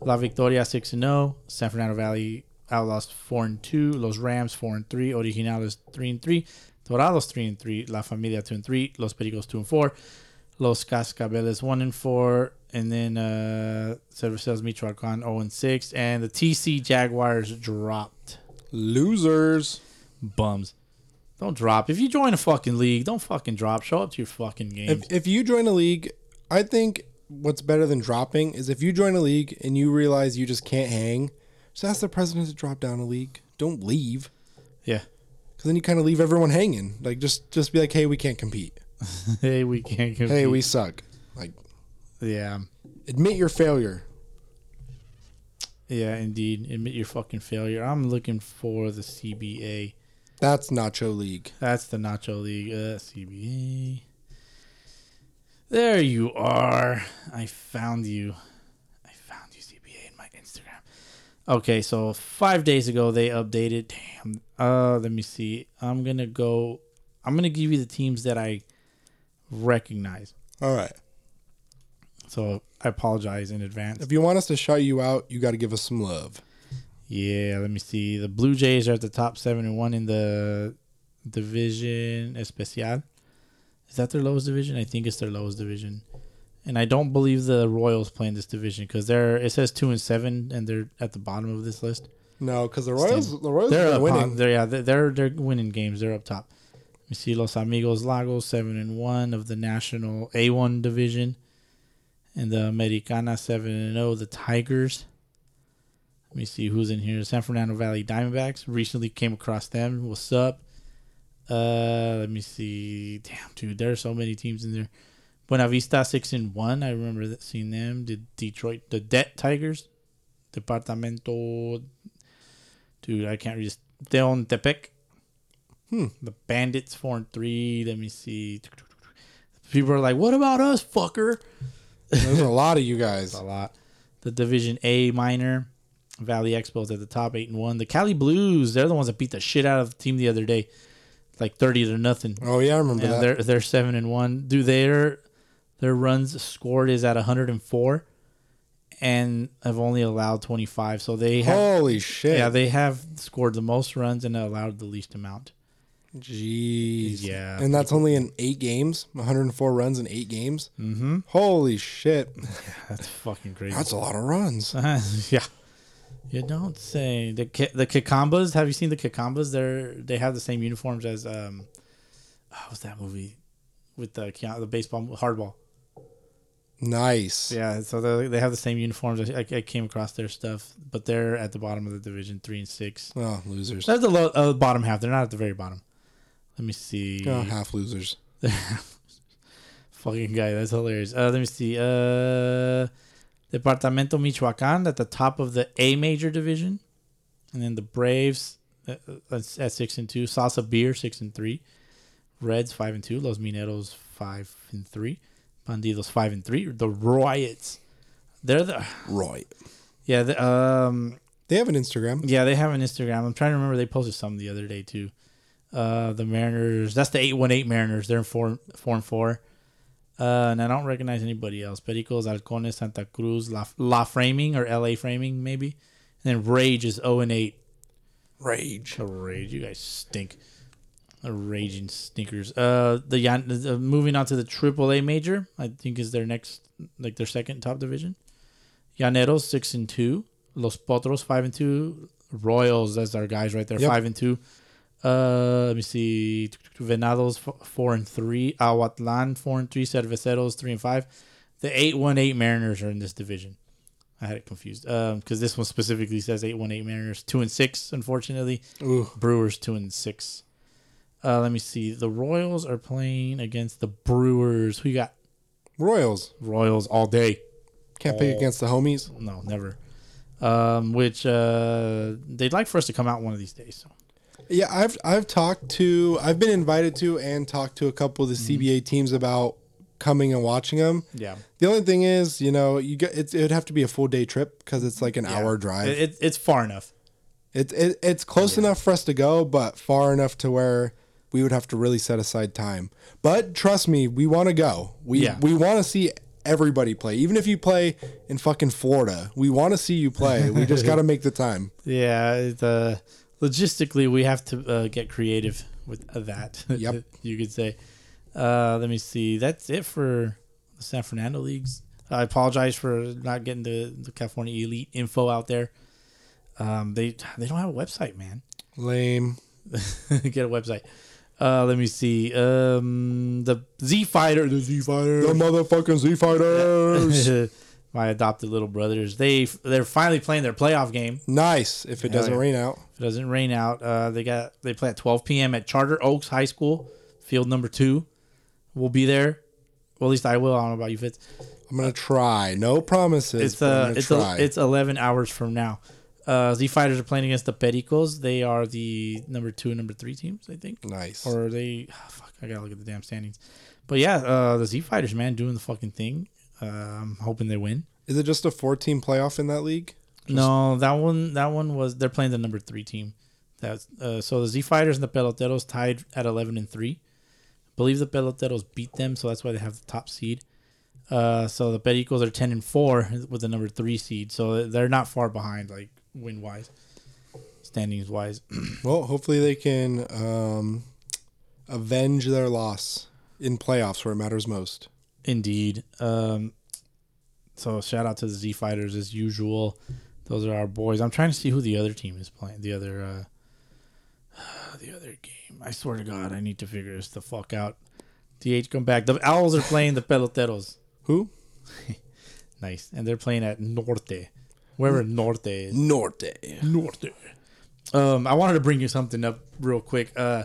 Speaker 2: La Victoria six and zero. San Fernando Valley Outlaws four and two. Los Rams four and three. Originales three and three. Dorados three and three. La Familia two and three. Los Pericos two and four. Los Cascabeles one and four. And then uh Cerveceros Michoacan 0 and 6. And the TC Jaguars dropped
Speaker 3: Losers.
Speaker 2: bums. Don't drop. If you join a fucking league, don't fucking drop. Show up to your fucking games.
Speaker 3: If, if you join a league, I think what's better than dropping is if you join a league and you realize you just can't hang, just ask the president to drop down a league. Don't leave.
Speaker 2: yeah.
Speaker 3: Because then you kind of leave everyone hanging. Like, just just be like, hey, we can't compete.
Speaker 2: hey, we can't compete.
Speaker 3: Hey, we suck. Like,
Speaker 2: Yeah.
Speaker 3: admit your failure.
Speaker 2: Yeah, indeed. Admit your fucking failure. I'm looking for the CBA.
Speaker 3: That's Nacho League.
Speaker 2: That's the Nacho League. Uh, CBA. There you are. I found you. I found you, CBA, in my Instagram. Okay, so five days ago they updated. Damn. Uh, let me see. I'm gonna go. I'm gonna give you the teams that I recognize.
Speaker 3: All right.
Speaker 2: So I apologize in advance.
Speaker 3: If you want us to shout you out, you got to give us some love.
Speaker 2: Yeah, let me see. The Blue Jays are at the top seven and one in the division especial. Is that their lowest division? I think it's their lowest division. And I don't believe the Royals play in this division because they're it says two and seven and they're at the bottom of this list.
Speaker 3: No, because the Royals, the Royals
Speaker 2: They're
Speaker 3: are
Speaker 2: up
Speaker 3: winning.
Speaker 2: on- they're yeah, they're, they're they're winning games. They're up top. Let me see Los Amigos Lagos seven and one of the National A one division, and the Americana seven and zero. The Tigers. Let me see who's in here. San Fernando Valley Diamondbacks recently came across them. What's up? Uh, let me see. Damn, dude, there are so many teams in there. Buena Vista six and one. I remember that, seeing them. The Detroit, the Debt Tigers, Departamento. Dude, I can't read. this. Deon Tepec.
Speaker 3: Hmm.
Speaker 2: The Bandits four and three. Let me see. People are like, "What about us, fucker?"
Speaker 3: There's a lot of you guys.
Speaker 2: a lot. The Division A minor, Valley Expos at the top eight and one. The Cali Blues, they're the ones that beat the shit out of the team the other day, like thirty to nothing.
Speaker 3: Oh, yeah, I remember
Speaker 2: And
Speaker 3: that.
Speaker 2: they're they're seven and one. Do their their runs scored is at hundred and four, and have only allowed twenty five. So they have
Speaker 3: Holy shit.
Speaker 2: yeah they have scored the most runs and allowed the least amount.
Speaker 3: Jeez.
Speaker 2: Yeah.
Speaker 3: And that's only in eight games, 104 runs in eight games. Mm-hmm. Holy shit.
Speaker 2: That's fucking crazy.
Speaker 3: That's a lot of runs.
Speaker 2: yeah. You don't say the Ki- the Kakambas. Have you seen the Kakambas? They're they have the same uniforms as um, oh, what's that movie with the Keanu, the baseball hardball?
Speaker 3: Nice.
Speaker 2: Yeah, so they they have the same uniforms. I, I came across their stuff, but they're at the bottom of the division, three and six.
Speaker 3: Oh, losers.
Speaker 2: That's the low, uh, bottom half. They're not at the very bottom. Let me see.
Speaker 3: Oh, half losers.
Speaker 2: Fucking guy, that's hilarious. Uh, let me see. Uh, Departamento Michoacán at the top of the A major division, and then the Braves at, at at six and two. Salsa Beer six and three. Reds five and two. Los Mineros five and three. Bandidos five and three. The Riots. They're the
Speaker 3: Right.
Speaker 2: yeah. The, um,
Speaker 3: They have an Instagram.
Speaker 2: yeah, they have an Instagram. I'm trying to remember. They posted some the other day too. Uh, the Mariners. That's the eight one eight Mariners. They're in four four and four. Uh, and I don't recognize anybody else. Pericos, Halcones, Santa Cruz, La, La Framing or LA Framing maybe. And then Rage is zero and eight.
Speaker 3: Rage.
Speaker 2: The Rage, you guys stink. The raging stinkers. Uh, the Yan- uh, moving on to the AAA major, I think is their next, like their second top division. Llaneros six and two, Los Potros five and two, Royals that's our guys right there
Speaker 3: Yep.
Speaker 2: five and two. Uh, let me see, Venados f- four and three, Aguatlan four and three, Cerveceros three and five. The eight one eight Mariners are in this division. I had it confused because this one specifically says eight one eight Mariners two and six. Unfortunately,
Speaker 3: Ooh.
Speaker 2: Brewers two and six. Uh, let me see. The Royals are playing against the Brewers. Who you got?
Speaker 3: Royals
Speaker 2: Royals all day.
Speaker 3: can't pick
Speaker 2: Oh.
Speaker 3: against the homies.
Speaker 2: No, never. Um, which uh, they'd like for us to come out one of these days. So.
Speaker 3: Yeah, I've I've talked to I've been invited to and talked to a couple of the CBA teams about coming and watching them.
Speaker 2: Mm-hmm. Yeah.
Speaker 3: The only thing is, you know, you get it, it'd have to be a full day trip because it's like an hour drive.
Speaker 2: It, it, it's far enough.
Speaker 3: It, it it's close enough for us to go, but far enough to where we would have to really set aside time. But trust me, we want to go. We
Speaker 2: Yeah.
Speaker 3: we want to see everybody play, even if you play in fucking Florida. We want to see you play. We just got to make the time.
Speaker 2: Yeah. It, uh, logistically, we have to uh, get creative with uh, that.
Speaker 3: Yep.
Speaker 2: you could say. Uh, let me see. That's it for the San Fernando leagues. I apologize for not getting the, the California Elite info out there. Um, they they don't have a website, man.
Speaker 3: Lame.
Speaker 2: Get a website. Uh, let me see. Um, the Z Fighter, the Z Fighter,
Speaker 3: The motherfucking Z Fighters.
Speaker 2: my adopted little brothers. They they're finally playing their playoff game.
Speaker 3: nice. If it
Speaker 2: Hell
Speaker 3: doesn't
Speaker 2: yeah.
Speaker 3: rain out.
Speaker 2: If it doesn't rain out, uh, they got they play at 12 p.m. at Charter Oaks High School, field number two. We'll be there. Well, at least I will. I don't know about you, Fitz.
Speaker 3: I'm gonna try. No promises.
Speaker 2: It's
Speaker 3: but I'm
Speaker 2: uh,
Speaker 3: gonna
Speaker 2: it's
Speaker 3: try.
Speaker 2: a, it's 11 hours from now. Uh, Z Fighters are playing against the Pericos. They are the number two and number three teams, I think.
Speaker 3: nice.
Speaker 2: or they ah, fuck i gotta look at the damn standings but yeah uh the z fighters man doing the fucking thing uh, i'm hoping they win
Speaker 3: Is it just a four team playoff in that league?
Speaker 2: no that one that one was they're playing the number three team that's uh, so the z fighters and the peloteros tied at 11 and 3 believe the peloteros beat them so that's why they have the top seed uh, so the Pericos are 10 and 4 with the number 3 seed. So they're not far behind, like win wise, standings wise.
Speaker 3: Well, hopefully they can um, avenge their loss in playoffs where it matters most.
Speaker 2: Indeed. Um, so shout out to the Z Fighters as usual. Those are our boys. I'm trying to see who the other team is playing. The other, uh, the other game. I swear to God, I need to figure this the fuck out. DH, come back. The Owls are playing the Peloteros.
Speaker 3: Who?
Speaker 2: Nice, and they're playing at Norte, wherever Norte is.
Speaker 3: Norte.
Speaker 2: Norte. Um, I wanted to bring you something up real quick. Uh,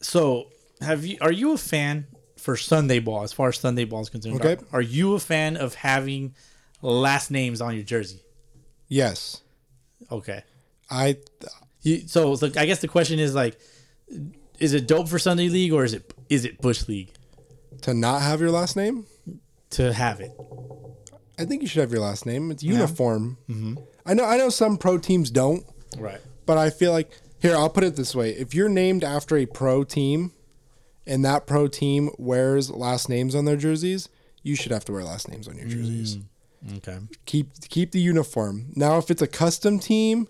Speaker 2: so have you? Are you a fan for Sunday ball? As far as Sunday ball is concerned,
Speaker 3: Okay.
Speaker 2: Are, are you a fan of having last names on your jersey?
Speaker 3: Yes.
Speaker 2: Okay.
Speaker 3: I
Speaker 2: You, so, so I guess the question is like, is it dope for Sunday league or is it is it Bush league
Speaker 3: to not have your last name?
Speaker 2: to have it?
Speaker 3: I think you should have your last name. It's uniform. I know I know some pro teams don't,
Speaker 2: Right.
Speaker 3: but I feel like here, I'll put it this way. If you're named after a pro team and that pro team wears last names on their jerseys, you should have to wear last names on your jerseys.
Speaker 2: Okay.
Speaker 3: keep keep the uniform. Now, if it's a custom team,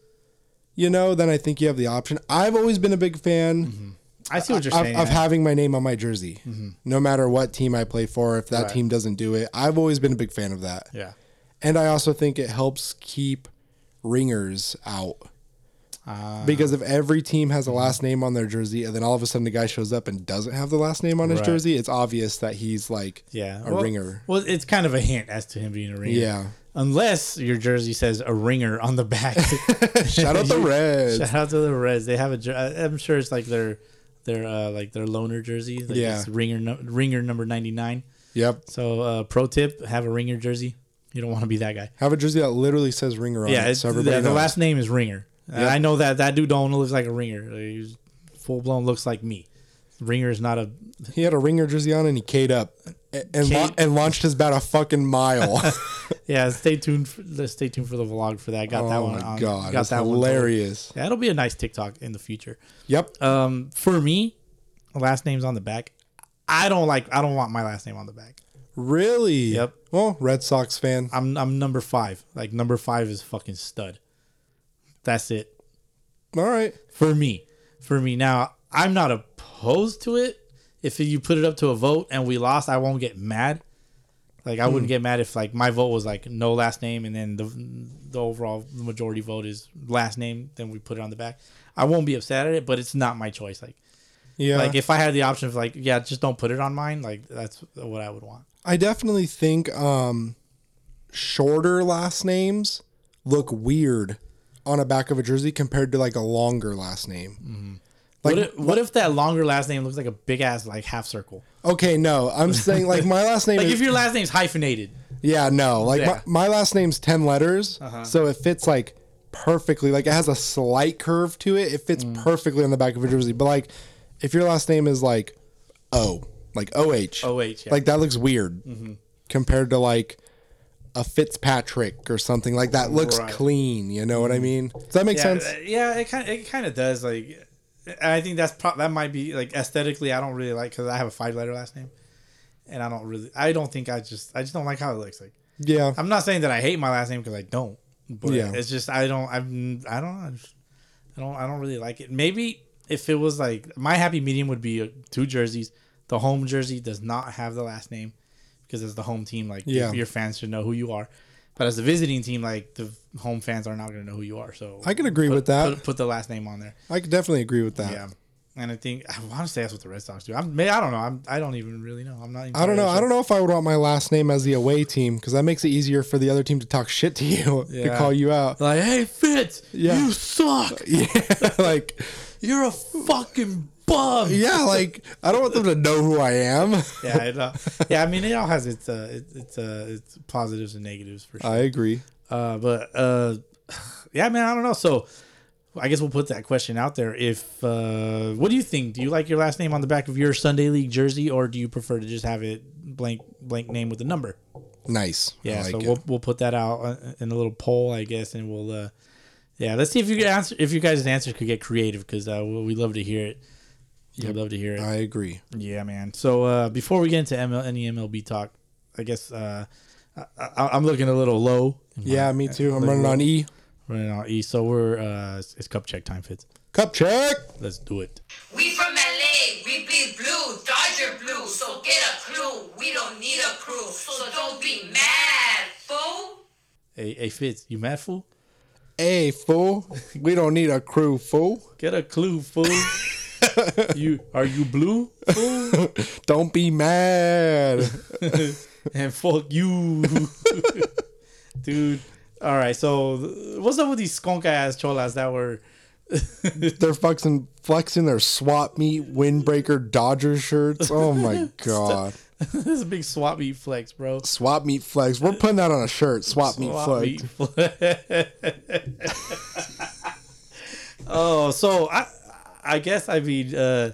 Speaker 3: you know, then I think you have the option. I've always been a big fan
Speaker 2: I see what Mm-hmm. you're
Speaker 3: of,
Speaker 2: saying.
Speaker 3: of
Speaker 2: yeah.
Speaker 3: having my name on my jersey, no matter what team I play for. If that
Speaker 2: Right.
Speaker 3: team doesn't do it, I've always been a big fan of that.
Speaker 2: yeah.
Speaker 3: And I also think it helps keep ringers out.
Speaker 2: Uh,
Speaker 3: Because if every team has a last name on their jersey, and then all of a sudden the guy shows up and doesn't have the last name on his
Speaker 2: Right.
Speaker 3: jersey, it's obvious that he's like
Speaker 2: yeah.
Speaker 3: a
Speaker 2: Well-
Speaker 3: ringer.
Speaker 2: Well, it's kind of a hint as to him being a ringer.
Speaker 3: Yeah.
Speaker 2: Unless your jersey says a ringer on the back.
Speaker 3: Shout out the Reds.
Speaker 2: Shout out to the Reds. They have a. jer- I- I'm sure it's like their, their uh, like their loner jersey. Like
Speaker 3: Yeah.
Speaker 2: it's Ringer nu- ringer number ninety nine.
Speaker 3: Yep.
Speaker 2: So uh, pro tip: have a ringer jersey. You don't want to be that guy.
Speaker 3: Have a jersey that literally says ringer on
Speaker 2: Yeah.
Speaker 3: it.
Speaker 2: it's-
Speaker 3: So
Speaker 2: the,
Speaker 3: everybody
Speaker 2: the
Speaker 3: knows.
Speaker 2: last name is Ringer. And
Speaker 3: Yep.
Speaker 2: I know that that dude don't looks like a ringer. He's full blown looks like me. Ringer is not a.
Speaker 3: He had a ringer jersey on and he K'd up and and, la-
Speaker 2: K'd.
Speaker 3: and launched his bat a fucking mile. Oh
Speaker 2: Yeah. Stay tuned. For, let's stay tuned for the vlog for that. Got that
Speaker 3: oh
Speaker 2: one.
Speaker 3: my
Speaker 2: on-
Speaker 3: god,
Speaker 2: Got
Speaker 3: it's
Speaker 2: that one.
Speaker 3: hilarious.
Speaker 2: That'll be a nice TikTok in the future.
Speaker 3: Yep,
Speaker 2: Um, for me, last name's on the back. I don't like. I don't want my last name on the back.
Speaker 3: really.
Speaker 2: Yep.
Speaker 3: Well, Red Sox fan.
Speaker 2: I'm I'm number five. Like number five is fucking stud. That's it
Speaker 3: All right.
Speaker 2: for me. For me now, I'm not opposed to it. If you put it up to a vote and we lost, I won't get mad. Like I wouldn't get mad if like my vote was like no last name and then the the overall majority vote is last name. Then we put it on the back. I won't be upset at it, but it's not my choice. Like
Speaker 3: Yeah.
Speaker 2: Like if I had the option of like, yeah, just don't put it on mine. Like that's what I would want.
Speaker 3: I definitely think um shorter last names look weird on a back of a jersey compared to like a longer last name.
Speaker 2: Mm.
Speaker 3: Like,
Speaker 2: what, if, what if that longer last name looks like a big ass like half circle?
Speaker 3: okay, no, I'm saying like my last name
Speaker 2: Like
Speaker 3: is
Speaker 2: if your last name's hyphenated,
Speaker 3: Yeah, no. Like
Speaker 2: Yeah. Uh-huh.
Speaker 3: My, my last name's 10 letters, so it fits like perfectly. Like it has a slight curve to it. It fits
Speaker 2: Mm.
Speaker 3: perfectly on the back of a jersey. But like if your last name is like O, like OH.
Speaker 2: OH, yeah. Mm-hmm.
Speaker 3: Like that looks weird compared to like a Fitzpatrick or something like that looks
Speaker 2: Right. Mm-hmm.
Speaker 3: clean, you know what I mean? Does that make
Speaker 2: yeah,
Speaker 3: sense?
Speaker 2: uh, yeah, it kind it kind of does. Like, and I think that's pro- that might be like aesthetically, I don't really like because I have a five letter last name, and I don't really, I don't think I just, I just don't like how it looks. Like,
Speaker 3: yeah.
Speaker 2: I'm not saying that I hate my last name because I don't, but
Speaker 3: Yeah.
Speaker 2: it's just I don't, I'm, I don't, know. I just- I don't, I don't really like it. Maybe if it was like my happy medium would be uh, two jerseys. The home jersey does not have the last name because as the home team, like
Speaker 3: Yeah.
Speaker 2: your fans should know who you are. But as the visiting team, like the home fans are not going to know who you are. So
Speaker 3: I could agree
Speaker 2: put-
Speaker 3: with that.
Speaker 2: Put, put the last name on there.
Speaker 3: I could definitely agree with that.
Speaker 2: Yeah. And I think I want to say that's what the Red Sox do. I'm, may- I don't know. I'm, I don't even really know. I'm not. Even
Speaker 3: I don't know.
Speaker 2: really
Speaker 3: I don't know if I would want my last name as the away team because that makes it easier for the other team to talk shit to you to
Speaker 2: Yeah.
Speaker 3: call you out.
Speaker 2: sure. Like, hey Fitz,
Speaker 3: Yeah.
Speaker 2: you suck.
Speaker 3: Yeah, like
Speaker 2: You're a fucking bum.
Speaker 3: yeah, like I don't want them to know who I am.
Speaker 2: Yeah, it, uh, yeah. I mean, it all has its uh, it, its uh, its positives and negatives for sure.
Speaker 3: I agree.
Speaker 2: Uh, but uh, yeah, man, I don't know. So I guess we'll put that question out there. If uh, what do you think? Do you like your last name on the back of your Sunday League jersey, or do you prefer to just have it blank blank name with a number?
Speaker 3: Nice. I
Speaker 2: Yeah,
Speaker 3: like
Speaker 2: so
Speaker 3: it.
Speaker 2: we'll we'll put that out uh, in a little poll, I guess, and we'll uh, yeah, let's see if you could answer if you guys' answers could get creative because uh, we we love to hear it. We'd love to hear it.
Speaker 3: I agree.
Speaker 2: Yeah, man. So uh, before we get into ML, any MLB talk, I guess uh, I, I, I'm looking a little low.
Speaker 3: Yeah, me too. I'm
Speaker 2: like
Speaker 3: running on E.
Speaker 2: Right now, E. So we're uh, it's it's cup check time, Fitz.
Speaker 3: Cup check.
Speaker 2: Let's do it.
Speaker 4: We from LA, we bleed blue, Dodger blue, so get a clue. We don't need a crew, so don't be mad, fool.
Speaker 2: Hey, hey Fitz, you mad fool?
Speaker 3: Hey, fool. We don't need a crew, fool.
Speaker 2: Get a clue, fool. you are you blue, fool?
Speaker 3: Don't be mad.
Speaker 2: and fuck you, dude. All right, so th- what's up with these skunk ass cholas that were?
Speaker 3: They're flexing, flexing their swap meet windbreaker Dodger shirts. Oh my god.
Speaker 2: this is a big swap meet flex, bro.
Speaker 3: Swap meet flex. We're putting that on a shirt. Swap meet
Speaker 2: Swap
Speaker 3: flex.
Speaker 2: meet oh, so I, I guess I mean, uh,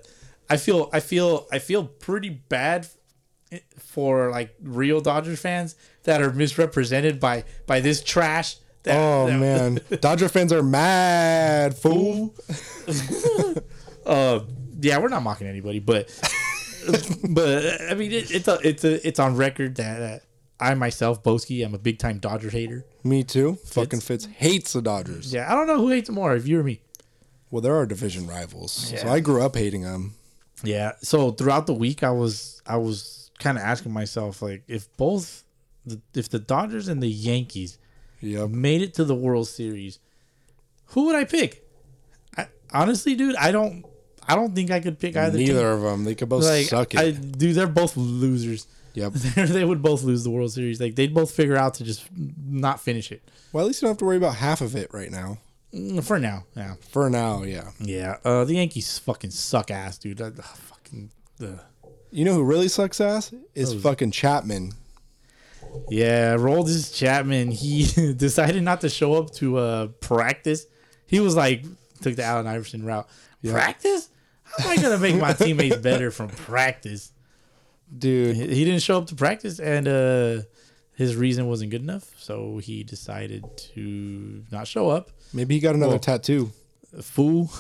Speaker 2: I feel, I feel, I feel pretty bad for like real Dodgers fans that are misrepresented by by this trash. That,
Speaker 3: Oh
Speaker 2: that-
Speaker 3: man, Dodger fans are mad, fool.
Speaker 2: uh, yeah, we're not mocking anybody, but but I mean, it, it's a, it's a, it's on record that. Uh, I myself, Boski, I'm a big time Dodger hater.
Speaker 3: Me too. Fucking Fitz hates the Dodgers.
Speaker 2: Yeah, I don't know who hates more, if you or me.
Speaker 3: Well, they're our division rivals. So
Speaker 2: Yeah.
Speaker 3: I grew up hating them.
Speaker 2: Yeah. So throughout the week, I was I was kind of asking myself like if both the, if the Dodgers and the Yankees
Speaker 3: Yep.
Speaker 2: made it to the World Series, who would I pick? I, honestly, dude, I don't I don't think I could pick either. team.
Speaker 3: Neither of them. They could both
Speaker 2: Like,
Speaker 3: suck it.
Speaker 2: I, dude, they're both losers.
Speaker 3: yep.
Speaker 2: they would both lose the World Series. Like they'd both figure out to just not finish it
Speaker 3: Well, at least you don't have to worry about half of it right now.
Speaker 2: Mm, for now. Yeah.
Speaker 3: For now, yeah.
Speaker 2: Yeah. Uh, the Yankees fucking suck ass, dude. I, ugh, fucking. ugh.
Speaker 3: You know who really sucks ass is fucking Chapman.
Speaker 2: Yeah, Roldis Chapman, he decided not to show up to uh practice. He was like took the Allen Iverson route. Practice? How am I gonna make my teammates better from practice?
Speaker 3: Dude,
Speaker 2: He he didn't show up to practice and uh his reason wasn't good enough, so he decided to not show up.
Speaker 3: maybe he got another
Speaker 2: Well-
Speaker 3: tattoo.
Speaker 2: Fool.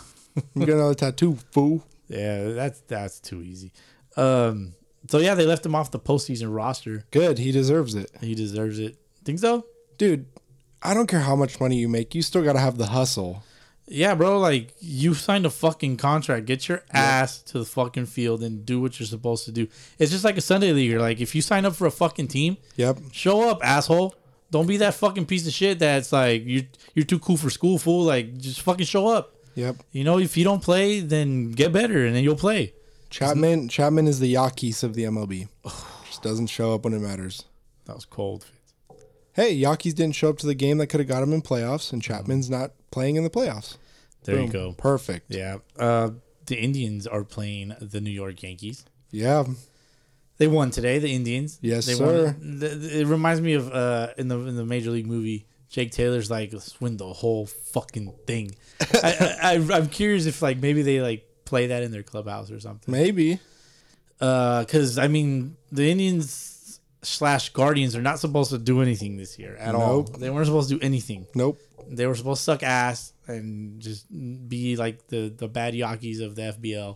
Speaker 3: You got another tattoo, fool.
Speaker 2: Yeah, that's that's too easy. Um so yeah, they left him off the postseason roster.
Speaker 3: Good. He deserves it.
Speaker 2: He deserves it. Think so?
Speaker 3: Dude, I don't care how much money you make, you still got to have the hustle.
Speaker 2: Yeah, bro. Like you signed a fucking contract. Get your ass to the fucking field and do what you're supposed to do. It's just like a Sunday leaguer. Like if you sign up for a fucking team,
Speaker 3: Yep.
Speaker 2: show up, asshole. Don't be that fucking piece of shit that's like you're you're too cool for school, fool. Like just fucking show up.
Speaker 3: Yep.
Speaker 2: You know, if you don't play, then get better and then you'll play.
Speaker 3: Chapman Chapman is the Yakis of the MLB. Just doesn't show up when it matters.
Speaker 2: That was cold.
Speaker 3: hey, Yakis didn't show up to the game that could have got him in playoffs, and Chapman's not playing in the playoffs.
Speaker 2: There you
Speaker 3: Boom.
Speaker 2: go.
Speaker 3: Mm-hmm. Perfect.
Speaker 2: Yeah. Uh, the Indians are playing the New York Yankees.
Speaker 3: Yeah.
Speaker 2: They won today. The Indians.
Speaker 3: Yes,
Speaker 2: they
Speaker 3: sir.
Speaker 2: Won. Th- th- It reminds me of uh, in the in the Major League movie. Jake Taylor's like let's win the whole fucking thing. I, I, I, I'm curious if like maybe they like play that in their clubhouse or something.
Speaker 3: Maybe.
Speaker 2: Because I mean the Indians slash Guardians are not supposed to do anything this year at all.
Speaker 3: Nope.
Speaker 2: They weren't supposed to do anything.
Speaker 3: Nope.
Speaker 2: They were supposed to suck ass and just be like the the bad Yankees of the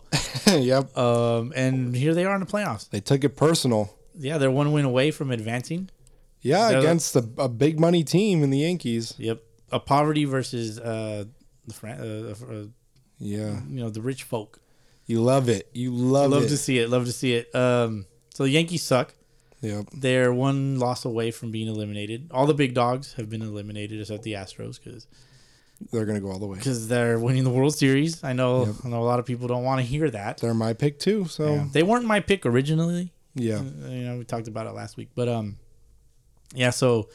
Speaker 2: FBL.
Speaker 3: yep.
Speaker 2: Um, and here they are in the playoffs.
Speaker 3: They took it personal.
Speaker 2: Yeah, they're one win away from advancing.
Speaker 3: Yeah,
Speaker 2: They're-
Speaker 3: against a, a big money team in the Yankees.
Speaker 2: Yep, a poverty versus uh, the fran- uh, uh,
Speaker 3: Yeah.
Speaker 2: you know the rich folk.
Speaker 3: You love it. You love,
Speaker 2: Love
Speaker 3: it.
Speaker 2: to see it. Love to see it. Um, so the Yankees suck.
Speaker 3: Yep.
Speaker 2: They're one loss away from being eliminated. All the big dogs have been eliminated, except the Astros, because
Speaker 3: They're going to go all the way.
Speaker 2: they're winning the World Series. I know. I know a lot of people don't want to hear that.
Speaker 3: They're my pick, too. So,
Speaker 2: They weren't my pick originally.
Speaker 3: yeah.
Speaker 2: Uh, You know, we talked about it last week, but um, yeah. So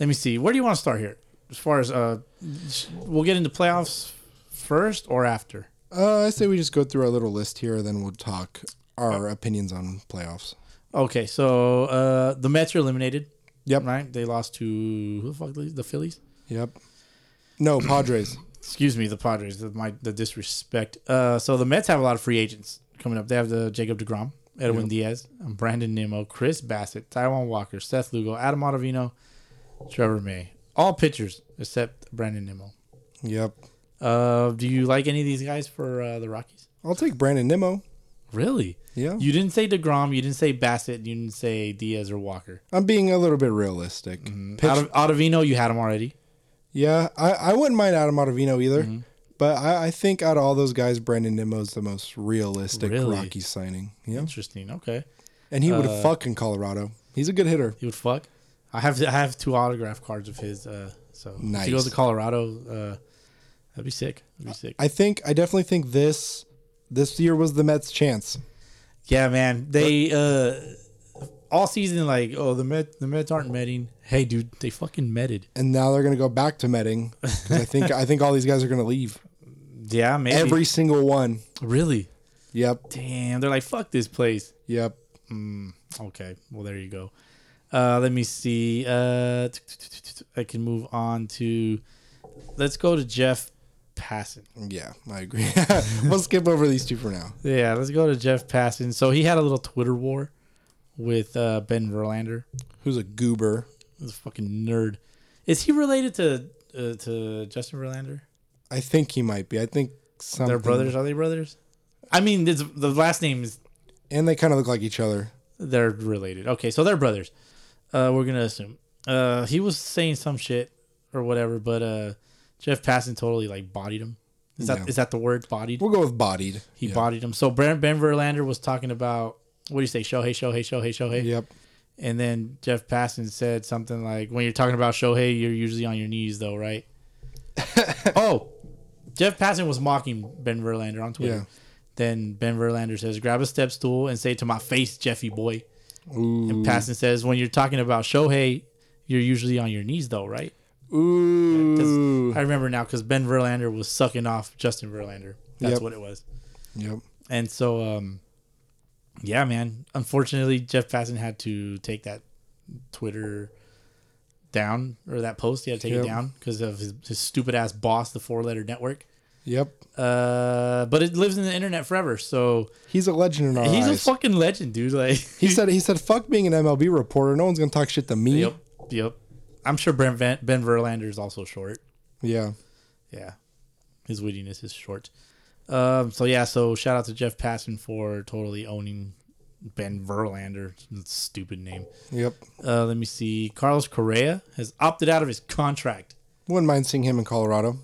Speaker 2: let me see. Where do you want to start here? As far as uh, s- we'll get into playoffs first or after.
Speaker 3: Uh, I say we just go through our little list here, then we'll talk our opinions on playoffs.
Speaker 2: Okay, so uh, the Mets are eliminated.
Speaker 3: Yep.
Speaker 2: Right. They lost to who the fuck? The Phillies.
Speaker 3: Yep. No, Padres.
Speaker 2: Excuse me, the Padres. The, my the disrespect. Uh, so the Mets have a lot of free agents coming up. They have the Jacob Degrom, Edwin Diaz, um, Brandon Nimmo, Chris Bassett, Taiwan Walker, Seth Lugo, Adam Ottavino, Trevor May. All pitchers except Brandon Nimmo.
Speaker 3: yep.
Speaker 2: Uh, do you like any of these guys for uh, the Rockies?
Speaker 3: I'll take Brandon Nimmo.
Speaker 2: Really?
Speaker 3: Yeah.
Speaker 2: You didn't say Degrom. You didn't say Bassett. You didn't say Diaz or Walker.
Speaker 3: I'm being a little bit realistic. Pitch-
Speaker 2: Mm-hmm. Out of Ottavino, you had him already.
Speaker 3: yeah, I, I wouldn't mind Adam Ottavino either.
Speaker 2: Mm-hmm.
Speaker 3: But I, I think out of all those guys, Brandon Nimmo's the most realistic
Speaker 2: Really?
Speaker 3: Rockies signing. Yeah.
Speaker 2: Interesting. Uh, Okay.
Speaker 3: And he would have fucked in Colorado. He's a good hitter.
Speaker 2: He would fuck. I have I have two autograph cards of his. Uh, so if
Speaker 3: Nice.
Speaker 2: he goes to Colorado, uh, that'd be sick. That'd be sick.
Speaker 3: I think I definitely think this this year was the Mets' chance.
Speaker 2: yeah, man. They uh, all season like, oh the Met the Mets aren't metting. Hey, dude, they fucking meted.
Speaker 3: And now they're gonna go back to Metting. 'Cause I think I think all these guys are gonna leave.
Speaker 2: Yeah, maybe.
Speaker 3: Every single one.
Speaker 2: really.
Speaker 3: Yep.
Speaker 2: Damn, they're like fuck this place.
Speaker 3: Yep.
Speaker 2: Okay, well there you go. Uh, let me see. Uh, I can move on to. Let's go to Jeff Passan.
Speaker 3: Yeah, I agree. we'll skip over these two for now.
Speaker 2: Yeah, let's go to Jeff Passan. So he had a little Twitter war with uh, Ben Verlander.
Speaker 3: Who's a goober?
Speaker 2: He's a fucking nerd. Is he related to uh, to Justin Verlander?
Speaker 3: I think he might be. I think some
Speaker 2: They're brothers. Are they brothers? I mean, it's, the last name is
Speaker 3: and they kind of look like each other.
Speaker 2: they're related. Okay, so they're brothers. Uh, we're gonna assume. Uh, he was saying some shit or whatever, but uh, Jeff Passan totally like bodied him. Is that is
Speaker 3: Yeah.
Speaker 2: that the word bodied?
Speaker 3: We'll go with bodied.
Speaker 2: He
Speaker 3: yeah.
Speaker 2: bodied him. So Ben, ben Verlander was talking about what do you say, Shohei, Shohei, Shohei, Shohei,
Speaker 3: Yep.
Speaker 2: and then Jeff Passan said something like, "When you're talking about Shohei, you're usually on your knees, though, right?" oh, Jeff Passan was mocking Ben Verlander on Twitter.
Speaker 3: Yeah.
Speaker 2: Then Ben Verlander says, "Grab a step stool and say to my face, Jeffy boy."
Speaker 3: Ooh.
Speaker 2: And Passon says, when you're talking about Shohei, you're usually on your knees, though, right? 'Cause
Speaker 3: Ooh.
Speaker 2: I remember now because Ben Verlander was sucking off Justin Verlander. That's
Speaker 3: Yep.
Speaker 2: what it was.
Speaker 3: Yep.
Speaker 2: And so, um, yeah, man. Unfortunately, Jeff Passon had to take that Twitter down or that post. He had to take
Speaker 3: Yep.
Speaker 2: it down because of his, his stupid ass boss, the four letter network.
Speaker 3: Yep.
Speaker 2: Uh, but it lives in the internet forever. So
Speaker 3: He's a legend in our
Speaker 2: he's a
Speaker 3: eyes.
Speaker 2: fucking legend, dude. Like,
Speaker 3: he said he said fuck being an MLB reporter. No one's gonna talk shit to me.
Speaker 2: yep, yep. I'm sure Ben, Van- ben Verlander is also short.
Speaker 3: Yeah.
Speaker 2: yeah, his wittiness is short. Um, so yeah, so shout out to Jeff Passon for totally owning Ben Verlander, stupid name.
Speaker 3: Yep.
Speaker 2: Uh, let me see. Carlos Correa has opted out of his contract.
Speaker 3: Wouldn't mind seeing him in Colorado.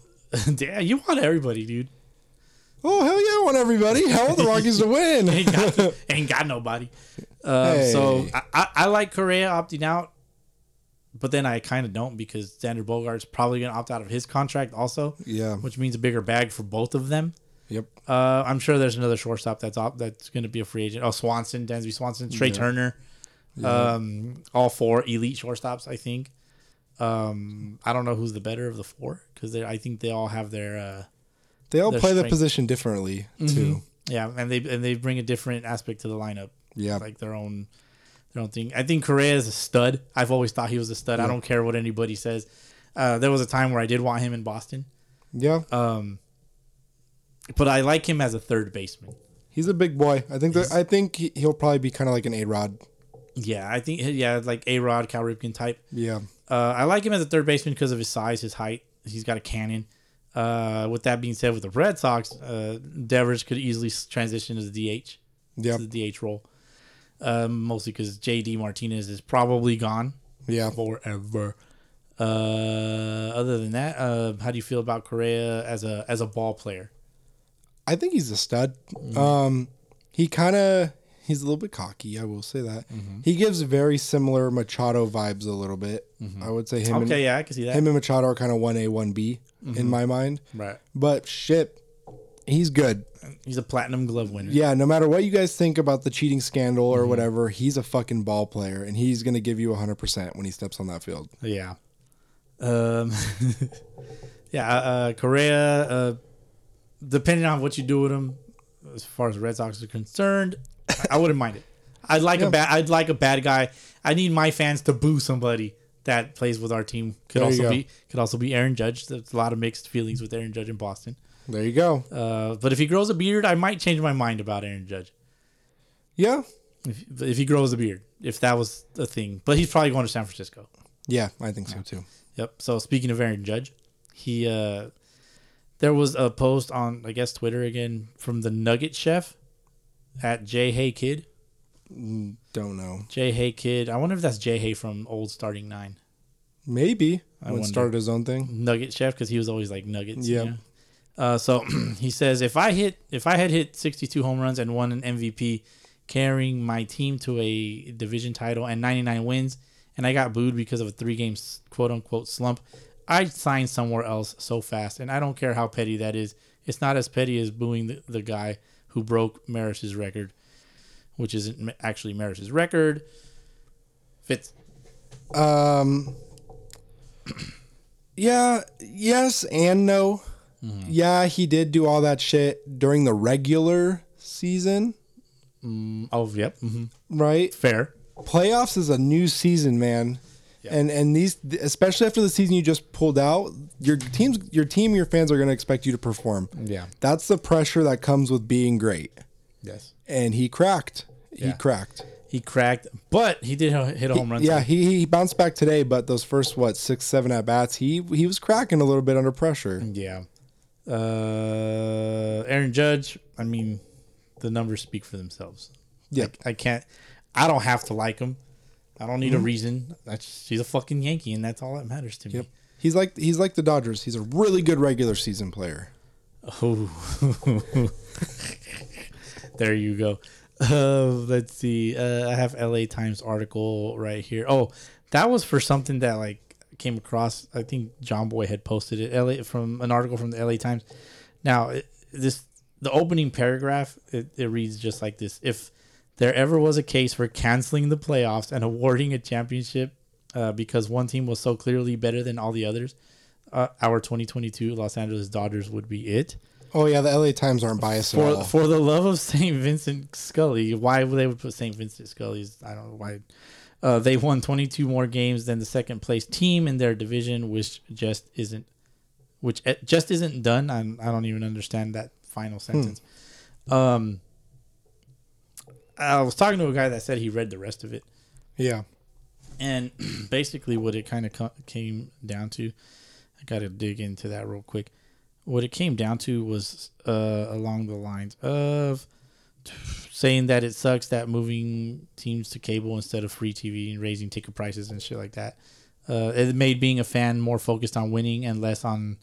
Speaker 2: Damn, you want everybody, dude.
Speaker 3: Oh hell yeah! I want everybody. Hell, the Rockies to win.
Speaker 2: Ain't got, ain't got nobody. Um, So
Speaker 3: Hey.
Speaker 2: I, I, I like Correa opting out, but then I kind of don't because Xander Bogart's probably gonna opt out of his contract also.
Speaker 3: Yeah.
Speaker 2: which means a bigger bag for both of them.
Speaker 3: Yep.
Speaker 2: Uh, I'm sure there's another shortstop that's op- that's going to be a free agent. Oh, Swanson, Dansby Swanson, Trey Turner, um, all four elite shortstops, I think. Um, I don't know who's the better of the four because I think they all have their uh,
Speaker 3: They all
Speaker 2: Their
Speaker 3: play the
Speaker 2: strength. Mm-hmm.
Speaker 3: position differently too.
Speaker 2: yeah, and they and they bring a different aspect to the lineup.
Speaker 3: Yeah.
Speaker 2: like their own their own thing. I think Correa is a stud. I've always thought he was a stud. I don't care what anybody says. Uh, there was a time where I did want him in Boston, Um,
Speaker 3: Yeah,
Speaker 2: Uh, but I like him as a third baseman.
Speaker 3: he's a big boy. I think that I think he- he'll probably be kind of like an A Rod.
Speaker 2: Yeah, I think yeah, like a Rod, Cal Ripken type.
Speaker 3: Yeah,
Speaker 2: Uh, I like him as a third baseman because of his size, his height. He's got a cannon. Uh, with that being said, with the Red Sox, uh, Devers could easily s- transition as the DH,
Speaker 3: yeah,
Speaker 2: to the DH role. Um, mostly because JD Martinez is probably gone
Speaker 3: yeah.
Speaker 2: forever. Uh, other than that, uh, how do you feel about Correa as a as a ball player?
Speaker 3: I think he's a stud.
Speaker 2: Mm-hmm.
Speaker 3: Um, he kind of he's a little bit cocky. I will say that
Speaker 2: Mm-hmm.
Speaker 3: he gives very similar Machado vibes a little bit. I would say him.
Speaker 2: Mm-hmm. Okay,
Speaker 3: and,
Speaker 2: yeah, I can see that.
Speaker 3: Him and Machado are kind of one A, one B in my mind.
Speaker 2: Right,
Speaker 3: But shit, he's good.
Speaker 2: he's a platinum glove winner.
Speaker 3: Yeah, no matter what you guys think about the cheating scandal or
Speaker 2: Mm-hmm.
Speaker 3: whatever, he's a fucking ball player and he's going to give you 100% when he steps on that field.
Speaker 2: Yeah. Um, yeah, uh, uh, Correa, uh, depending on what you do with him, as far as the Red Sox are concerned, I- I wouldn't mind it. I'd like
Speaker 3: Yeah.
Speaker 2: a bad. I'd like a bad guy. I need my fans to boo somebody that plays with our team. Could
Speaker 3: There you
Speaker 2: also
Speaker 3: go.
Speaker 2: be could also be Aaron Judge. There's a lot of mixed feelings with Aaron Judge in Boston.
Speaker 3: There you go.
Speaker 2: Uh, but if he grows a beard, I might change my mind about Aaron Judge.
Speaker 3: yeah.
Speaker 2: If, if he grows a beard, if that was a thing, but he's probably going to San Francisco.
Speaker 3: Yeah, I think so too.
Speaker 2: Yep. So speaking of Aaron Judge, he uh there was a post on I guess Twitter again from the Nugget Chef at J Hay Kid.
Speaker 3: Don't know.
Speaker 2: J Hay Kid. I wonder if that's J Hay from Old Starting Nine.
Speaker 3: Maybe when
Speaker 2: wonder.
Speaker 3: started his own thing.
Speaker 2: Nugget Chef because he was always like Nuggets.
Speaker 3: Yeah.
Speaker 2: Yeah. Uh, so he says if I hit if I had hit 62 home runs and won an MVP, carrying my team to a division title and 99 wins, and I got booed because of a three game quote unquote slump, I'd sign somewhere else so fast, and I don't care how petty that is. It's not as petty as booing the, the guy who broke Maris's record, which isn't ma- actually Maris's record. Fits.
Speaker 3: Um Yeah, yes and no.
Speaker 2: Mm-hmm.
Speaker 3: Yeah, he did do all that shit during the regular season,
Speaker 2: Oh, yep. hmm
Speaker 3: right?
Speaker 2: Fair.
Speaker 3: playoffs is a new season, man. And and these especially after the season you just pulled out, your teams your team, your fans are going to expect you to perform.
Speaker 2: Yeah.
Speaker 3: That's the pressure that comes with being great.
Speaker 2: Yes.
Speaker 3: And he cracked. He
Speaker 2: Yeah.
Speaker 3: cracked.
Speaker 2: He cracked, but he did hit a home run.
Speaker 3: Yeah, he, he bounced back today, but those first what, 6 7 at bats, he he was cracking a little bit under pressure.
Speaker 2: yeah. Uh, Aaron Judge. I mean, the numbers speak for themselves.
Speaker 3: Yeah.
Speaker 2: I can't. I don't have to like him. I don't
Speaker 3: Mm-hmm.
Speaker 2: need a reason. That's she's a fucking Yankee, and that's all that matters to me.
Speaker 3: He's like he's like the Dodgers. He's a really good regular season player.
Speaker 2: Oh, there you go. Uh, let's see. Uh, I have LA Times article right here. Oh, that was for something that like came across. I think John Boy had posted it. LA from an article from the LA Times. Now it, this the opening paragraph. It, it reads just like this: If there ever was a case for canceling the playoffs and awarding a championship uh, because one team was so clearly better than all the others, uh, our 2022 Los Angeles Dodgers would be it.
Speaker 3: Oh yeah, the LA Times aren't biased at all.
Speaker 2: For, for the love of St. Vincent Scully, why would they would put St. Vincent Scully's? I don't know why. Uh, they won 22 more games than the second place team in their division, which just isn't, which eh, just isn't done. I'm, I don't even understand that final sentence. Um, I was talking to a guy that said he read the rest of it,
Speaker 3: yeah.
Speaker 2: and basically what it kind of co- came down to, I got to dig into that real quick. What it came down to was uh, along the lines of saying that it sucks that moving teams to cable instead of free TV and raising ticket prices and shit like that. Uh, it made being a fan more focused on winning and less on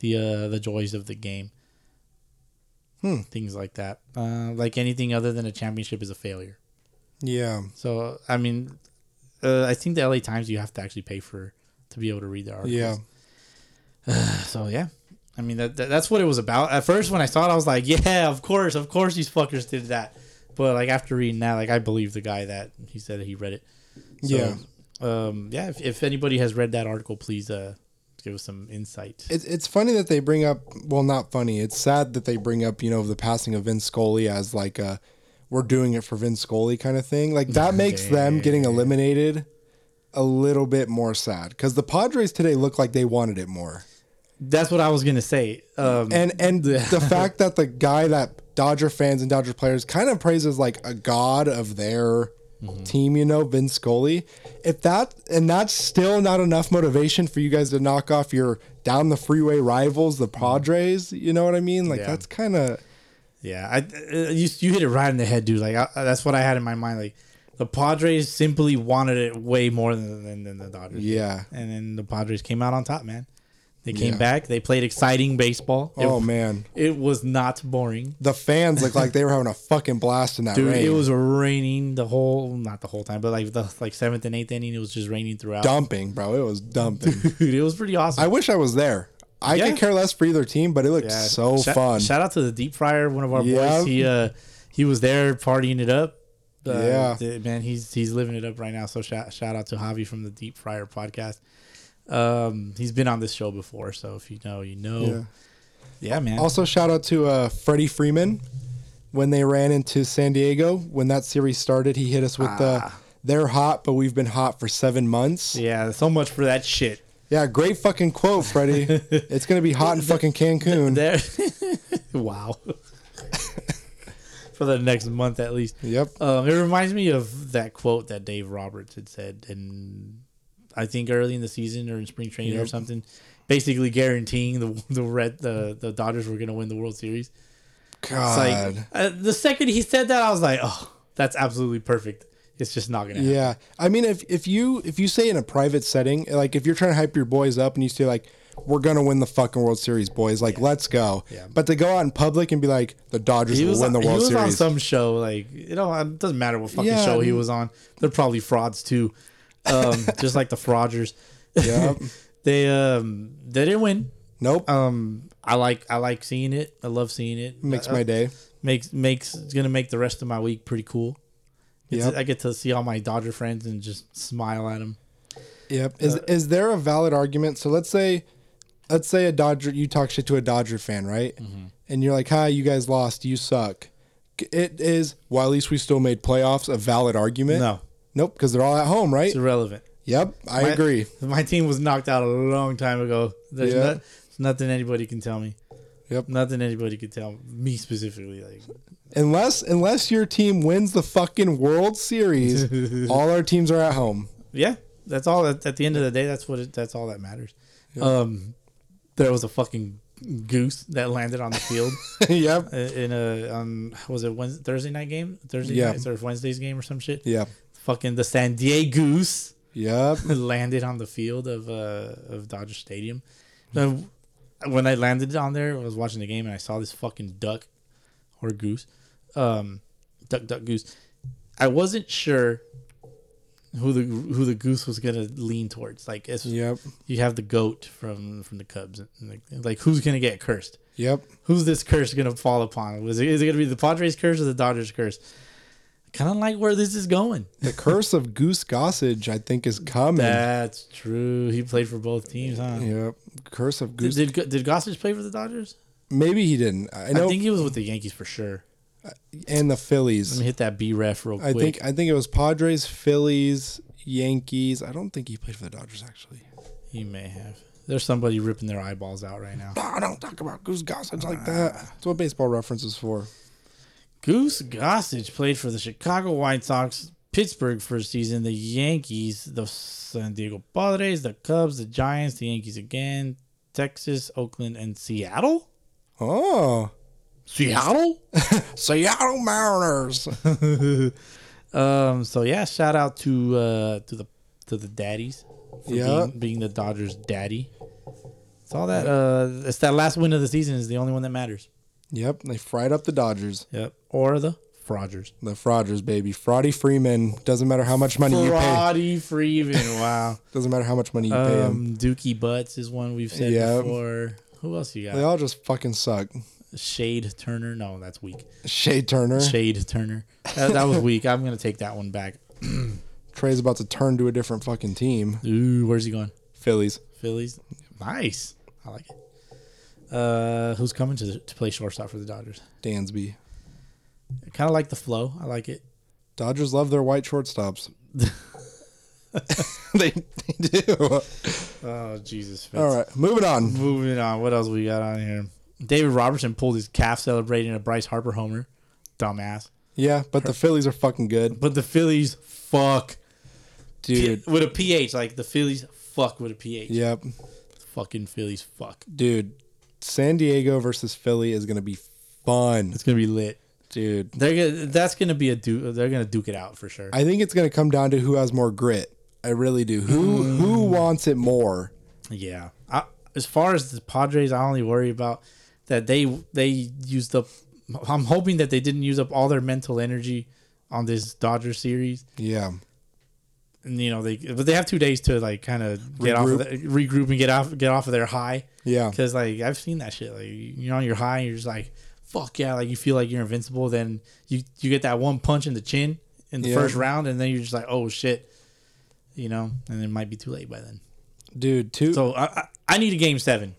Speaker 2: the uh, the joys of the game. Things like that. Uh, like anything other than a championship is a failure.
Speaker 3: Yeah.
Speaker 2: So I mean, uh, I think the LA Times you have to actually pay for to be able to read the articles.
Speaker 3: Yeah.
Speaker 2: So yeah, I mean that, that that's what it was about. At first, when I saw it, I was like, yeah, of course, of course, these fuckers did that. But like after reading that, like I believe the guy that he said that he read it. So,
Speaker 3: Yeah.
Speaker 2: um, yeah, if, if anybody has read that article, please uh, give us some insight.
Speaker 3: It's it's funny that they bring up. Well, not funny. It's sad that they bring up you know the passing of Vince Scully as like a we're doing it for Vince Scully kind of thing. Like that makes them getting eliminated a little bit more sad because the Padres today look like they wanted it more.
Speaker 2: That's what I was gonna say. Um,
Speaker 3: and and
Speaker 2: Yeah.
Speaker 3: the fact that the guy that Dodger fans and Dodger players kind of praises like a god of their
Speaker 2: Mm-hmm.
Speaker 3: team, you know, Vince Scully. If that and that's still not enough motivation for you guys to knock off your down the freeway rivals, the Padres. You know what I mean? Like
Speaker 2: Mm-hmm. Yeah.
Speaker 3: that's kind of
Speaker 2: yeah, I, uh, you you hit it right in the head, dude. Like I, that's what I had in my mind. Like the Padres simply wanted it way more than than, than the Dodgers. did.
Speaker 3: yeah.
Speaker 2: and then the Padres came out on top, man. They came
Speaker 3: Yeah.
Speaker 2: back. They played exciting baseball. It-
Speaker 3: Oh man,
Speaker 2: it was not boring.
Speaker 3: the fans look like they were having a fucking blast in that
Speaker 2: Dude,
Speaker 3: rain.
Speaker 2: it was raining the whole not the whole time, but like the like seventh and eighth inning, it was just raining throughout.
Speaker 3: dumping, bro. It was dumping.
Speaker 2: Dude, it was pretty awesome.
Speaker 3: I wish I was there. I
Speaker 2: Yeah.
Speaker 3: could care less for either team, but it looked
Speaker 2: Yeah.
Speaker 3: so
Speaker 2: Shout-
Speaker 3: fun.
Speaker 2: Shout out to the deep fryer, one of our
Speaker 3: Yeah.
Speaker 2: boys. He uh he was there partying it up. Uh,
Speaker 3: Yeah.
Speaker 2: th- man, he's he's living it up right now. So shout, shout out to Javi from the Deep Fryer podcast. Um, he's been on this show before, so if you know, you know. Yeah,
Speaker 3: Yeah.
Speaker 2: man.
Speaker 3: Also, shout out to uh, Freddie Freeman when they ran into San Diego when that series started. He hit us with the "They're hot, but we've been hot for seven months." Yeah,
Speaker 2: Ah. yeah, so much for that shit.
Speaker 3: great fucking quote, Freddie. it's gonna be hot in fucking Cancun.
Speaker 2: There. wow. For the next month, at least.
Speaker 3: yep.
Speaker 2: Um, it reminds me of that quote that Dave Roberts had said, and I think early in the season or in spring training or
Speaker 3: Yep.
Speaker 2: something, basically guaranteeing the the red the the Dodgers were going to win the World Series. It's
Speaker 3: God.
Speaker 2: like uh, the second he said that, I was like, oh, that's absolutely perfect. It's just not going to happen.
Speaker 3: yeah. I mean, if if you if you say in a private setting, like if you're trying to hype your boys up and you say like. We're gonna win the fucking World Series, boys! Like, let's go.
Speaker 2: Yeah.
Speaker 3: But to go out in public and be like, the Dodgers
Speaker 2: He
Speaker 3: will
Speaker 2: was,
Speaker 3: win the
Speaker 2: on, he
Speaker 3: World
Speaker 2: was on
Speaker 3: Series.
Speaker 2: some show, like you know, it doesn't matter what fucking
Speaker 3: Yeah,
Speaker 2: show he
Speaker 3: dude.
Speaker 2: was on. They're probably frauds too, um, just like the frauders.
Speaker 3: Yep.
Speaker 2: they um they didn't win.
Speaker 3: nope.
Speaker 2: Um, I like I like seeing it. I love seeing it.
Speaker 3: Makes
Speaker 2: Uh,
Speaker 3: my day.
Speaker 2: makes makes it's gonna make the rest of my week pretty cool. It's-
Speaker 3: Yep.
Speaker 2: I get to see all my Dodger friends and just smile at them.
Speaker 3: Yep.
Speaker 2: Uh,
Speaker 3: Is is there a valid argument? So let's say, let's say a Dodger, you talk shit to a Dodger fan, right?
Speaker 2: Mm-hmm.
Speaker 3: And you're like, "Hi, you guys lost. You suck." C- It is. Well, at least we still made playoffs. A valid argument.
Speaker 2: No.
Speaker 3: Nope, because they're all at home, right?
Speaker 2: It's irrelevant.
Speaker 3: yep, I
Speaker 2: My-
Speaker 3: agree.
Speaker 2: My team was knocked out a long time ago. There's
Speaker 3: Yeah.
Speaker 2: no- there's nothing anybody can tell me.
Speaker 3: Yep.
Speaker 2: Nothing anybody can tell me specifically. Like
Speaker 3: Unless unless your team wins the fucking World Series, all our teams are at home.
Speaker 2: yeah, that's all. At, at the end of the day, that's what. It, that's all that matters. Um, there was a fucking goose that landed on the field.
Speaker 3: yep.
Speaker 2: uh, in a on was it Wednesday, Thursday night game, Thursday
Speaker 3: Yeah.
Speaker 2: night or Wednesday's game or some shit.
Speaker 3: Yep.
Speaker 2: Fucking the San Diego's
Speaker 3: Yep.
Speaker 2: landed on the field of uh of Dodger Stadium. Then when I landed on there, I was watching the game and I saw this fucking duck or goose, um, duck duck goose. I wasn't sure who the who the goose was gonna lean towards. Like it's,
Speaker 3: Yep.
Speaker 2: you have the goat from from the Cubs. Like, like who's gonna get cursed?
Speaker 3: Yep.
Speaker 2: who's this curse going to fall upon? Was it, is it going to be the Padres curse or the Dodgers curse? Kind of like where this is going.
Speaker 3: The curse of Goose Gossage, I think, is coming.
Speaker 2: That's true. He played for both teams, huh?
Speaker 3: Yep. Curse of Goose.
Speaker 2: Did, did did Gossage play for the Dodgers?
Speaker 3: Maybe he didn't. I know.
Speaker 2: I think he was with the Yankees for sure.
Speaker 3: and the Phillies.
Speaker 2: Let me hit that B ref real
Speaker 3: I
Speaker 2: quick.
Speaker 3: think I think it was Padres, Phillies, Yankees. I don't think he played for the Dodgers actually.
Speaker 2: he may have. There's somebody ripping their eyeballs out right now.
Speaker 3: I don't talk about Goose Gossage like that. Ah, That's what baseball reference is for.
Speaker 2: Goose Gossage played for the Chicago White Sox, Pittsburgh for a season, the Yankees, the San Diego Padres, the Cubs, the Giants, the Yankees again, Texas, Oakland, and Seattle.
Speaker 3: Oh,
Speaker 2: Seattle.
Speaker 3: Seattle Mariners.
Speaker 2: um. So yeah, shout out to uh to the to the daddies for
Speaker 3: Yeah.
Speaker 2: being, being the Dodgers' daddy. It's all that. Uh, it's that last win of the season is the only one that matters.
Speaker 3: yep, they fried up the Dodgers,
Speaker 2: Yep. Or the Frogers.
Speaker 3: the Frauders, baby. Fraudy Freeman. Doesn't matter how much money you pay.
Speaker 2: Froggy Freeman. Wow.
Speaker 3: Doesn't matter how much money you pay them.
Speaker 2: um, Dookie Butts is one we've said
Speaker 3: Yeah.
Speaker 2: before. Who else you
Speaker 3: They
Speaker 2: got?
Speaker 3: all just fucking suck.
Speaker 2: Shade Turner. No, that's weak.
Speaker 3: Shea Turner,
Speaker 2: Shade Turner. That, that was weak. I'm gonna take that one back.
Speaker 3: Trey's about to turn to a different fucking team.
Speaker 2: Ooh, where's he going?
Speaker 3: Phillies.
Speaker 2: Phillies. Nice. I like it. Uh, who's coming to the, to play shortstop for the Dodgers?
Speaker 3: Dansby.
Speaker 2: Kind of like the flow. I like it.
Speaker 3: Dodgers love their white shortstops. they, they do.
Speaker 2: Oh Jesus! Fitz.
Speaker 3: All right, moving on.
Speaker 2: Moving on. What else we got on here? David Robertson pulled his calf celebrating a Bryce Harper homer. Dumbass.
Speaker 3: Yeah, but the Phillies are fucking good,
Speaker 2: But the Phillies fuck
Speaker 3: dude.
Speaker 2: with a ph. Like the Phillies fuck with a ph.
Speaker 3: Yep,
Speaker 2: Fucking Phillies fuck.
Speaker 3: dude. San Diego versus Philly is gonna be fun,
Speaker 2: It's gonna be lit.
Speaker 3: dude.
Speaker 2: They're gonna, that's gonna be a du- They're gonna duke it out for sure.
Speaker 3: I think it's gonna come down to who has more grit. I really do. Who who wants it more?
Speaker 2: Yeah. I, as far as the Padres, I only worry about that they they used up. I'm hoping that they didn't use up all their mental energy on this Dodger series,
Speaker 3: Yeah,
Speaker 2: and you know they but they have two days to like kind of get off of the, regroup and get off get off of their high.
Speaker 3: yeah,
Speaker 2: Because like I've seen that shit. Like you're on your high, and you're just like, fuck yeah, like you feel like you're invincible. Then you you get that one punch in the chin in the
Speaker 3: Yeah.
Speaker 2: first round, and then you're just like, oh shit, you know, and it might be too late by then.
Speaker 3: dude. Two.
Speaker 2: So I I, I need a game seven.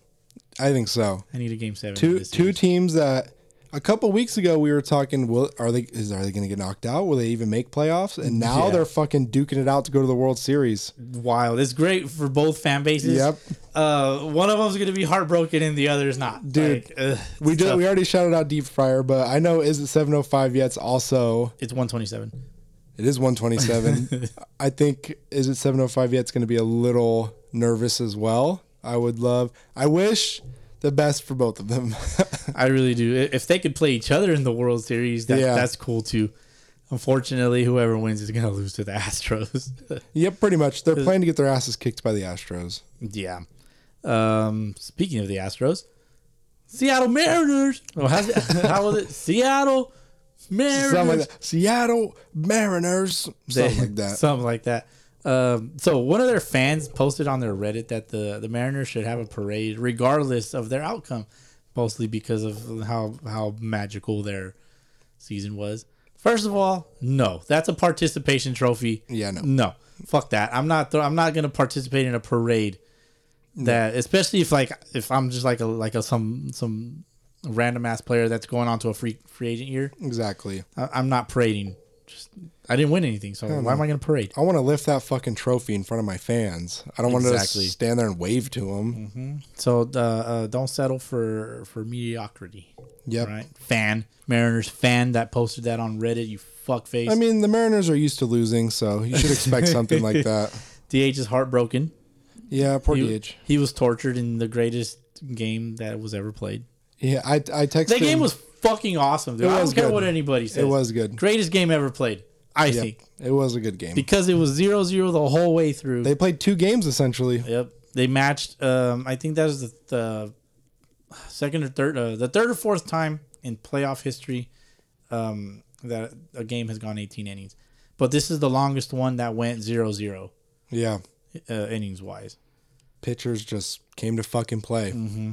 Speaker 3: I think so.
Speaker 2: I need a game seven.
Speaker 3: two
Speaker 2: of this
Speaker 3: two
Speaker 2: series.
Speaker 3: teams that a couple weeks ago we were talking will are they is are they going to get knocked out will they even make playoffs and now
Speaker 2: Yeah.
Speaker 3: they're fucking duking it out to go to the world series
Speaker 2: wild. It's great for both fan bases.
Speaker 3: Yep.
Speaker 2: Uh, one of them's gonna be heartbroken, and the other is not.
Speaker 3: Dude,
Speaker 2: Like, ugh,
Speaker 3: we
Speaker 2: it's
Speaker 3: do,
Speaker 2: tough.
Speaker 3: we already shouted out deep fryer but i know is it 705 yet's also
Speaker 2: It's one twenty seven.
Speaker 3: it is 127 i think is it 705 yet's going to be a little nervous as well i would love i wish the best for both of them
Speaker 2: I really do. I- If they could play each other in the World Series, that,
Speaker 3: Yeah.
Speaker 2: that's cool too. Unfortunately, whoever wins is gonna lose to the Astros.
Speaker 3: yep pretty much they're playing to get their asses kicked by the astros
Speaker 2: yeah. Um, speaking of the Astros, Seattle Mariners. Oh, how's it, how was it? Seattle Mariners.
Speaker 3: something like that seattle mariners something like that
Speaker 2: Something like that. Um, so one of their fans posted on their Reddit that the the Mariners should have a parade regardless of their outcome, mostly because of how how magical their season was. First of all, no, that's a participation trophy.
Speaker 3: Yeah, no.
Speaker 2: no, fuck that. I'm not. Th- I'm not gonna participate in a parade. That especially if like if I'm just like a like a some some random ass player that's going on to a free free agent year.
Speaker 3: exactly
Speaker 2: I, I'm not parading. Just I didn't win anything, so why am I going to parade?
Speaker 3: I want to lift that fucking trophy in front of my fans. I don't want to
Speaker 2: Exactly.
Speaker 3: just stand there and wave to them.
Speaker 2: So uh, uh, don't settle for for mediocrity.
Speaker 3: Yep.
Speaker 2: Right, fan Mariners fan that posted that on Reddit. You fuckface.
Speaker 3: I mean, the Mariners are used to losing, so you should expect something like that.
Speaker 2: DH is heartbroken.
Speaker 3: Yeah, poor
Speaker 2: He,
Speaker 3: DH.
Speaker 2: he was tortured in the greatest game that was ever played.
Speaker 3: Yeah, I I texted.
Speaker 2: That game
Speaker 3: him.
Speaker 2: was fucking awesome, dude. I don't
Speaker 3: was
Speaker 2: care
Speaker 3: good.
Speaker 2: what anybody says.
Speaker 3: was good.
Speaker 2: Greatest game ever played, I
Speaker 3: Yep,
Speaker 2: think,
Speaker 3: it was a good game.
Speaker 2: because it was 0-0 the whole way through.
Speaker 3: they played two games essentially.
Speaker 2: Yep. They matched. Um, I think that was the, the second or third, uh, the third or fourth time in playoff history um, that a game has gone 18 innings. But this is the longest one that went 0 0
Speaker 3: Yeah,
Speaker 2: uh, innings wise.
Speaker 3: pitchers just came to fucking play.
Speaker 2: Mm-hmm.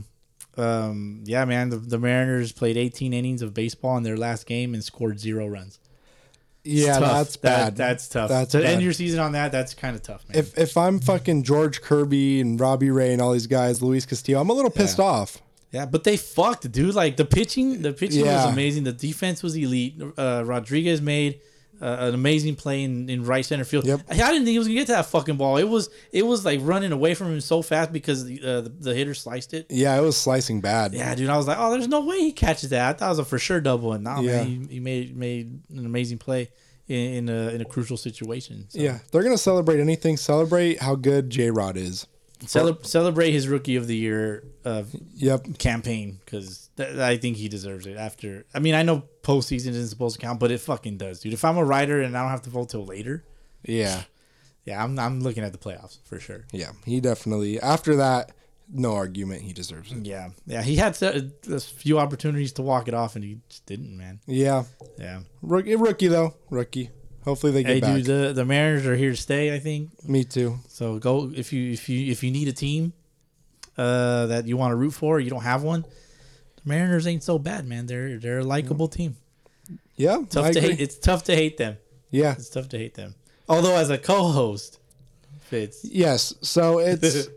Speaker 2: Um, yeah, man. The, the Mariners played 18 innings of baseball in their last game and scored zero runs.
Speaker 3: Yeah,
Speaker 2: Tough.
Speaker 3: that's
Speaker 2: That-
Speaker 3: bad.
Speaker 2: that's tough.
Speaker 3: That's
Speaker 2: to
Speaker 3: bad.
Speaker 2: end your season on that, that's kind of tough, man.
Speaker 3: if if I'm fucking George Kirby and Robbie Ray and all these guys, Luis Castillo, I'm a little pissed off.
Speaker 2: Yeah, but they fucked, dude. Like the pitching, the pitching
Speaker 3: Yeah.
Speaker 2: was amazing. The defense was elite. Uh, Rodriguez made uh, an amazing play in, in right center field.
Speaker 3: Yep.
Speaker 2: I didn't think he was gonna get to that fucking ball. It was it was like running away from him so fast because the, uh, the, the hitter sliced it.
Speaker 3: Yeah, it was slicing bad.
Speaker 2: Yeah, dude. I was like, oh, there's no way he catches that. I thought it was a for sure double, and nah,
Speaker 3: Yeah.
Speaker 2: man, he, he made made an amazing play in, in a in a crucial situation. So,
Speaker 3: yeah. They're gonna celebrate anything. Celebrate how good J Rod is.
Speaker 2: cele- celebrate his rookie of the year uh,
Speaker 3: Yep.
Speaker 2: campaign because th- I think he deserves it. After I mean, I know postseason isn't supposed to count, but it fucking does, dude. If I'm a writer and I don't have to vote till later,
Speaker 3: Yeah.
Speaker 2: yeah, I'm I'm looking at the playoffs for sure.
Speaker 3: Yeah, he definitely. After that, no argument. He deserves it.
Speaker 2: Yeah, yeah, he had se- a few opportunities to walk it off, and he just didn't, man.
Speaker 3: Yeah,
Speaker 2: Yeah.
Speaker 3: Rook, eh, rookie though, rookie. Hopefully they get
Speaker 2: Hey, eh?
Speaker 3: back.
Speaker 2: dude, the, the Mariners are here to stay. I think
Speaker 3: Me too.
Speaker 2: so. Go if you if you if you need a team uh, that you want to root for, you don't have one. The Mariners ain't so bad, man. They're they're a likable team.
Speaker 3: Yeah,
Speaker 2: Tough
Speaker 3: Mm-hmm. I
Speaker 2: to
Speaker 3: agree.
Speaker 2: hate. It's tough to hate them.
Speaker 3: Yeah,
Speaker 2: It's tough to hate them. Although as a co-host, Fitz.
Speaker 3: Yes. So it's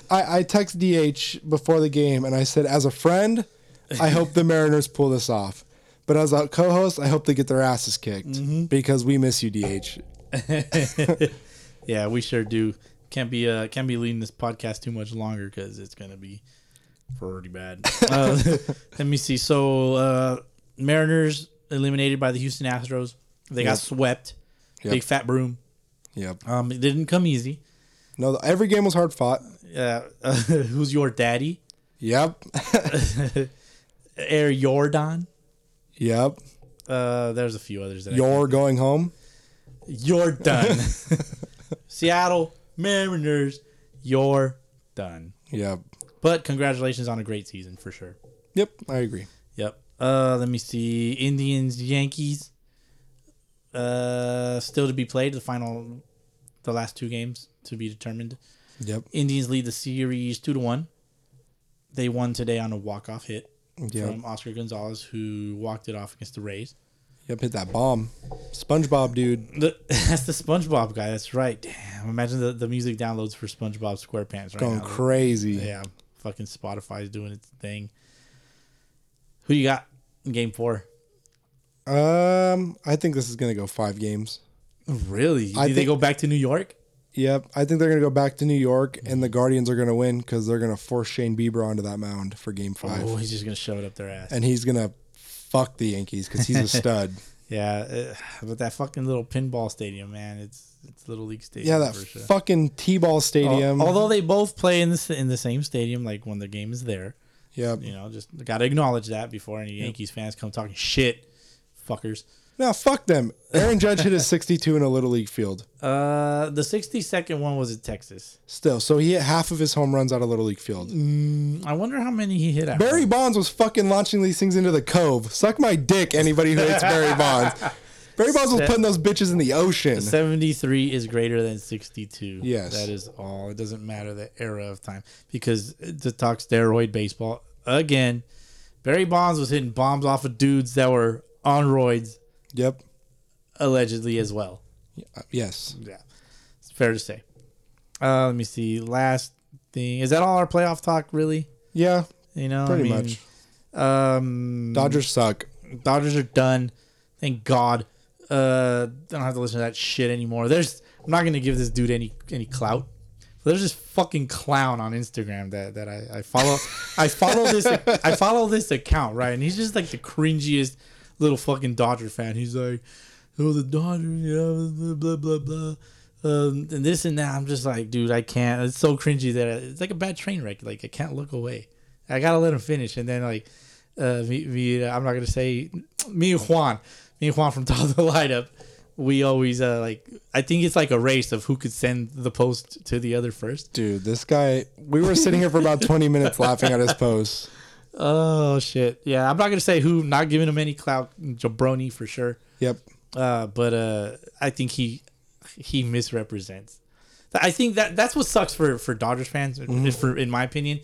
Speaker 3: I, I text DH before the game and I said, as a friend, I hope the Mariners pull this off. But as a co-host, I hope they get their asses kicked
Speaker 2: Mm-hmm.
Speaker 3: because we miss you, DH.
Speaker 2: Yeah, we sure do. Can't be uh can't be leading this podcast too much longer because it's gonna be pretty bad. uh, let me see. So uh Mariners eliminated by the Houston Astros. They got
Speaker 3: Yep.
Speaker 2: swept.
Speaker 3: Yep.
Speaker 2: Big fat broom.
Speaker 3: Yep.
Speaker 2: Um, it didn't come easy.
Speaker 3: No, every game was hard fought.
Speaker 2: Uh, who's your daddy?
Speaker 3: Yep.
Speaker 2: Air Jordan.
Speaker 3: Yep.
Speaker 2: Uh, there's a few others that I
Speaker 3: You're going home.
Speaker 2: You're done. Seattle Mariners, you're done.
Speaker 3: Yep.
Speaker 2: But congratulations on a great season for sure.
Speaker 3: Yep. I agree.
Speaker 2: Yep. Uh, let me see. Indians, Yankees. Uh, still to be played. The final, the last two games to be determined.
Speaker 3: Yep.
Speaker 2: Indians lead the series two to one. They won today on a walk off hit
Speaker 3: Yep.
Speaker 2: from Oscar Gonzalez, who walked it off against the Rays.
Speaker 3: Yep. Hit that bomb. SpongeBob dude.
Speaker 2: The, that's the SpongeBob guy. That's right. Damn. Imagine the, the music downloads for SpongeBob SquarePants right
Speaker 3: Going
Speaker 2: now.
Speaker 3: crazy.
Speaker 2: Yeah. Fucking Spotify's doing its thing. Who you got in game four?
Speaker 3: Um, I think this is gonna go five games.
Speaker 2: Really? Do
Speaker 3: I
Speaker 2: they
Speaker 3: think-
Speaker 2: go back to New York?
Speaker 3: Yep, I think they're gonna go back to New York, and the Guardians are gonna win because they're gonna force Shane Bieber onto that mound for Game Five,
Speaker 2: Oh, he's just gonna shove it up their ass.
Speaker 3: and he's gonna fuck the Yankees because he's a stud.
Speaker 2: yeah, uh, but that fucking little pinball stadium, man, it's it's little league stadium.
Speaker 3: yeah, that
Speaker 2: for sure.
Speaker 3: fucking T-ball stadium.
Speaker 2: Al- Although they both play in the s- in the same stadium, like when the game is there,
Speaker 3: yep.
Speaker 2: you know, just gotta acknowledge that before any Yankees fans come talking shit, fuckers.
Speaker 3: Now fuck them. Aaron Judge hit a 62 in a little league field.
Speaker 2: Uh, the sixty second one was at Texas.
Speaker 3: Still, so he hit half of his home runs out of little league field.
Speaker 2: I wonder how many he hit. After.
Speaker 3: Barry Bonds was fucking launching these things into the cove. Suck my dick, anybody who hates Barry Bonds. Barry Bonds was
Speaker 2: Se-
Speaker 3: putting those bitches in the ocean.
Speaker 2: 73 is greater than 62.
Speaker 3: Yes.
Speaker 2: That is all. It doesn't matter the era of time because to talk steroid baseball again, Barry Bonds was hitting bombs off of dudes that were on roids
Speaker 3: Yep.
Speaker 2: allegedly as well.
Speaker 3: Uh, Yes.
Speaker 2: Yeah. It's fair to say. Uh, let me see. Last thing. Is that all our playoff talk really?
Speaker 3: Yeah.
Speaker 2: You know, I
Speaker 3: Pretty
Speaker 2: mean,
Speaker 3: much.
Speaker 2: Um,
Speaker 3: Dodgers suck.
Speaker 2: Dodgers are done. Thank God. Uh, I don't have to listen to that shit anymore. There's I'm not gonna give this dude any any clout. But there's this fucking clown on Instagram that that I, I follow. I follow this I follow this account right, and he's just like the cringiest little fucking Dodger fan. He's like, oh the Dodgers, yeah, blah blah blah. blah. Um, and this and that, I'm just like, dude, I can't. It's so cringy that I, it's like a bad train wreck. Like I can't look away. I gotta let him finish, and then like uh, me, me, uh, I'm not gonna say me and Juan, me and Juan from top of the lineup. We always uh, like. I think it's like a race of who could send the post to the other first.
Speaker 3: Dude, this guy, we were sitting here for about 20 minutes laughing at his posts.
Speaker 2: Oh shit! Yeah, I'm not gonna say who. Not giving him any clout, jabroni for sure.
Speaker 3: Yep.
Speaker 2: Uh, but uh, I think he he misrepresents. I think that that's what sucks for for Dodgers fans, if- for in my opinion.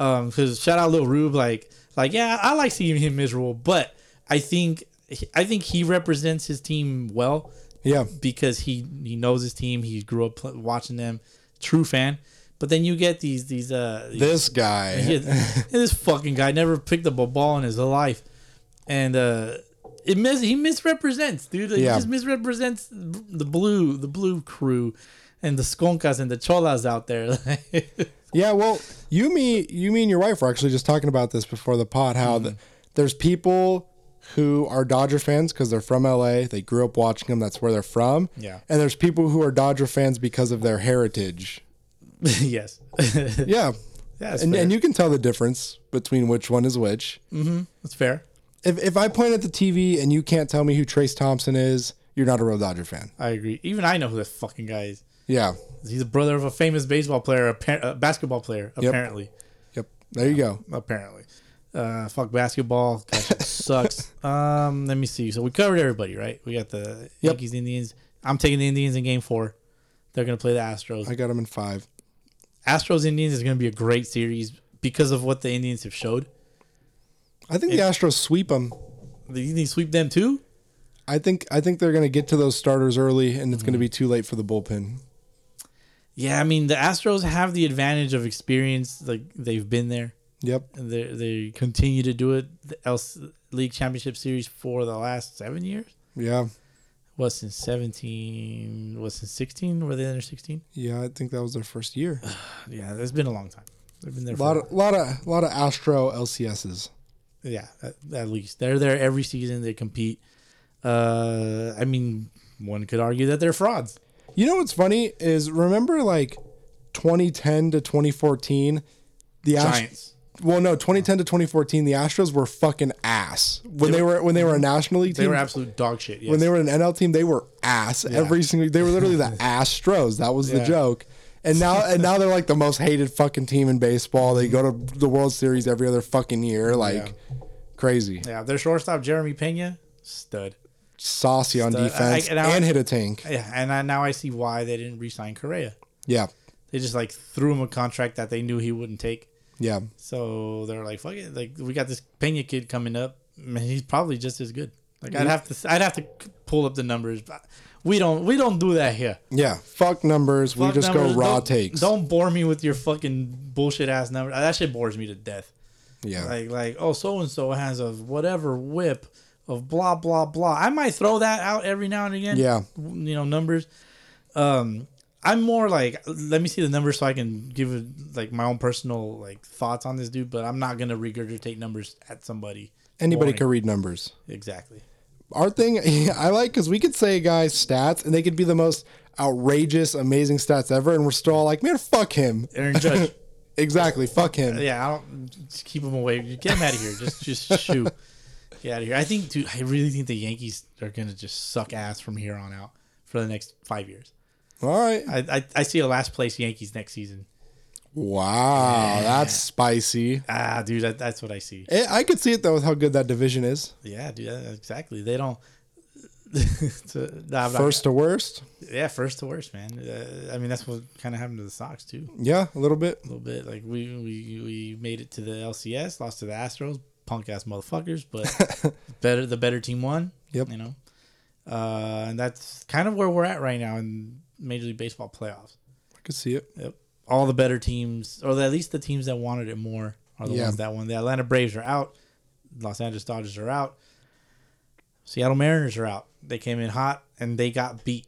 Speaker 2: Um, because shout out Lil Rube, like like yeah, I like seeing him miserable, but I think I think he represents his team well
Speaker 3: Yeah.
Speaker 2: because he he knows his team. He grew up pl- watching them, true fan. But then you get these these uh these-
Speaker 3: This guy.
Speaker 2: yeah, this fucking guy never picked up a ball in his life, and uh, it mis- he misrepresents, dude. He
Speaker 3: Yeah.
Speaker 2: just misrepresents the blue, the blue crew, and the skonkas and the cholas out there.
Speaker 3: Yeah, well, you me you me and your wife were actually just talking about this before the pod how the, there's people who are Dodger fans cuz they're from LA, they grew up watching them, that's where they're from.
Speaker 2: Yeah.
Speaker 3: And there's people who are Dodger fans because of their heritage.
Speaker 2: yes, yeah,
Speaker 3: Yeah.
Speaker 2: that's
Speaker 3: And,
Speaker 2: fair.
Speaker 3: and you can tell the difference between which one is which.
Speaker 2: that's fair.
Speaker 3: If, if I point at the TV and you can't tell me who Trace Thompson is, you're not a real Dodger fan.
Speaker 2: I agree. Even I know who this fucking guy is.
Speaker 3: Yeah.
Speaker 2: He's the brother of a famous baseball player, appar- uh, basketball player, apparently.
Speaker 3: Yep. There you go.
Speaker 2: apparently. Uh, fuck basketball. Gosh, it sucks. Um, let me see. So we covered everybody, right? We got the
Speaker 3: Yep.
Speaker 2: Yankees, Indians. I'm taking the Indians in game four. They're gonna play the Astros.
Speaker 3: I got him in five.
Speaker 2: Astros Indians is gonna be a great series because of what the Indians have showed.
Speaker 3: I think the Astros sweep them.
Speaker 2: The Indians sweep them too.
Speaker 3: I think I think they're going to get to those starters early, and it's going to
Speaker 2: Mm-hmm.
Speaker 3: be too late for the bullpen.
Speaker 2: Yeah, I mean the Astros have the advantage of experience. Like they've been there.
Speaker 3: Yep.
Speaker 2: And They they continue to do it. The L- League Championship Series for the last seven years.
Speaker 3: Yeah.
Speaker 2: What since seventeen? What since sixteen? Were they under sixteen?
Speaker 3: Yeah. I think that was their first year.
Speaker 2: Yeah, it's been a long time. They've been there
Speaker 3: A lot
Speaker 2: for
Speaker 3: of lot of lot of Astro LCSs.
Speaker 2: yeah, at, at least they're there every season. They compete. Uh, I mean, one could argue that they're frauds.
Speaker 3: You know what's funny is remember like 2010 to 2014, the Ast-
Speaker 2: Giants.
Speaker 3: Well, no, 2010 to 2014, the Astros were fucking ass when they, were when they were a National League
Speaker 2: Mm-hmm.
Speaker 3: team.
Speaker 2: They were absolute dog shit. Yes.
Speaker 3: when they were an NL team, they were ass every single. They were literally the Astros. That was the
Speaker 2: Yeah.
Speaker 3: joke. And now, and now they're like the most hated fucking team in baseball. They go to the World Series every other fucking year, like crazy.
Speaker 2: yeah, their shortstop Jeremy Pena, stud.
Speaker 3: Saucy on
Speaker 2: So, I- I-
Speaker 3: defense
Speaker 2: and
Speaker 3: and,
Speaker 2: I-
Speaker 3: hit a tank.
Speaker 2: Yeah, and I, now I see why they didn't re-sign Correa.
Speaker 3: Yeah,
Speaker 2: They just like threw him a contract that they knew he wouldn't take.
Speaker 3: yeah,
Speaker 2: So they're like, "Fuck it!" Like we got this Pena kid coming up. Man, he's probably just as good. Like I'd have to, I'd have to c- pull up the numbers. but We don't, we don't do that here.
Speaker 3: yeah. Fuck numbers.
Speaker 2: Fuck
Speaker 3: we just
Speaker 2: numbers.
Speaker 3: go raw
Speaker 2: Don't-
Speaker 3: takes.
Speaker 2: Don't bore me with your fucking bullshit ass number. That shit bores me to death.
Speaker 3: yeah,
Speaker 2: Like, like, oh, so and so has a whatever whip of blah blah blah. I might throw that out every now and again.
Speaker 3: Yeah.
Speaker 2: you know numbers. Um, I'm more like, let me see the numbers so I can give it, like my own personal like thoughts on this dude. But I'm not gonna regurgitate numbers at somebody.
Speaker 3: anybody
Speaker 2: Boring.
Speaker 3: can read numbers.
Speaker 2: exactly.
Speaker 3: our thing I like because we could say guys stats and they could be the most outrageous, amazing stats ever, and we're still all like, man, fuck him.
Speaker 2: Aaron Judge.
Speaker 3: Exactly, fuck him.
Speaker 2: Yeah, I don't just keep him away. You Get him out of here. Just just shoot. Get out of here. I think, dude. I really think the Yankees are gonna just suck ass from here on out for the next five years.
Speaker 3: All right.
Speaker 2: I I, I see a last place Yankees next season.
Speaker 3: Wow, that's spicy.
Speaker 2: Ah, dude, that, that's what I see.
Speaker 3: Eh, I could see it though with how good that division is.
Speaker 2: Yeah, dude, that- exactly. They don't. It's a- nah, I'm not-
Speaker 3: First to worst.
Speaker 2: yeah, first to worst, man. Uh, I mean, that's what kind of happened to the Sox too,
Speaker 3: Yeah, a little bit.
Speaker 2: a little bit. Like we we we made it to the LCS, lost to the Astros, punk ass motherfuckers, but better the better team won.
Speaker 3: Yep.
Speaker 2: You know, uh, and that's kind of where we're at right now in Major League Baseball playoffs.
Speaker 3: I could see it.
Speaker 2: Yep. All the better teams, or at least the teams that wanted it more, are the
Speaker 3: Yeah.
Speaker 2: ones that won. The Atlanta Braves are out. Los Angeles Dodgers are out. Seattle Mariners are out. They came in hot and they got beat.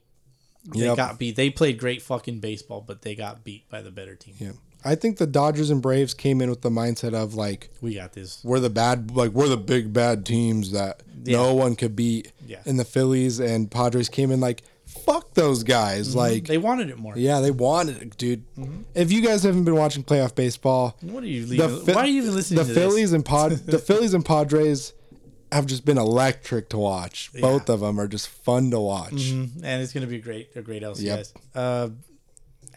Speaker 2: They
Speaker 3: Yep.
Speaker 2: got beat. They played great fucking baseball, but they got beat by the better team.
Speaker 3: Yeah. I think the Dodgers and Braves came in with the mindset of like
Speaker 2: We got this.
Speaker 3: we're the bad like we're the big bad teams that
Speaker 2: Yeah.
Speaker 3: no one could beat.
Speaker 2: Yeah.
Speaker 3: And the Phillies and Padres came in like fuck those guys.
Speaker 2: Mm-hmm.
Speaker 3: Like
Speaker 2: They wanted it more.
Speaker 3: Yeah, they wanted it, dude.
Speaker 2: Mm-hmm.
Speaker 3: If you guys haven't been watching playoff baseball,
Speaker 2: What are you leaving?
Speaker 3: Phil-
Speaker 2: Why are you even listening
Speaker 3: The
Speaker 2: to this?
Speaker 3: Phillies and Pod, the Phillies and Padres have just been electric to watch. Both of them are just fun to watch.
Speaker 2: And it's going to be great. A great LCS. Uh,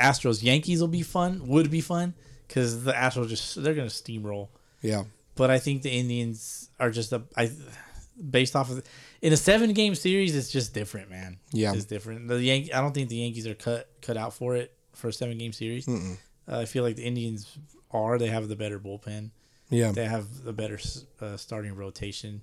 Speaker 2: Astros Yankees will be fun. Would be fun because the Astros just they're going to steamroll.
Speaker 3: Yeah,
Speaker 2: but I think the Indians are just a I based off of in a seven game series it's just different, man.
Speaker 3: Yeah.
Speaker 2: it's different. The Yan- I don't think the Yankees are cut cut out for it for a seven game series. Uh, I feel like the Indians are. They have the better bullpen.
Speaker 3: yeah,
Speaker 2: They have the better s- uh, starting rotation.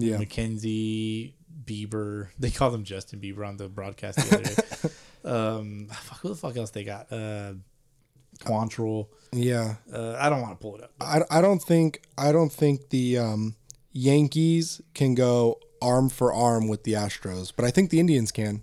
Speaker 3: yeah.
Speaker 2: McKenzie, Bieber. They called him Justin Bieber on the broadcast the other day. um, fuck, who the fuck else they got? Uh, Quantrill.
Speaker 3: yeah.
Speaker 2: Uh, I don't want to pull it up.
Speaker 3: I, I don't think I don't think the um, Yankees can go arm for arm with the Astros, but I think the Indians can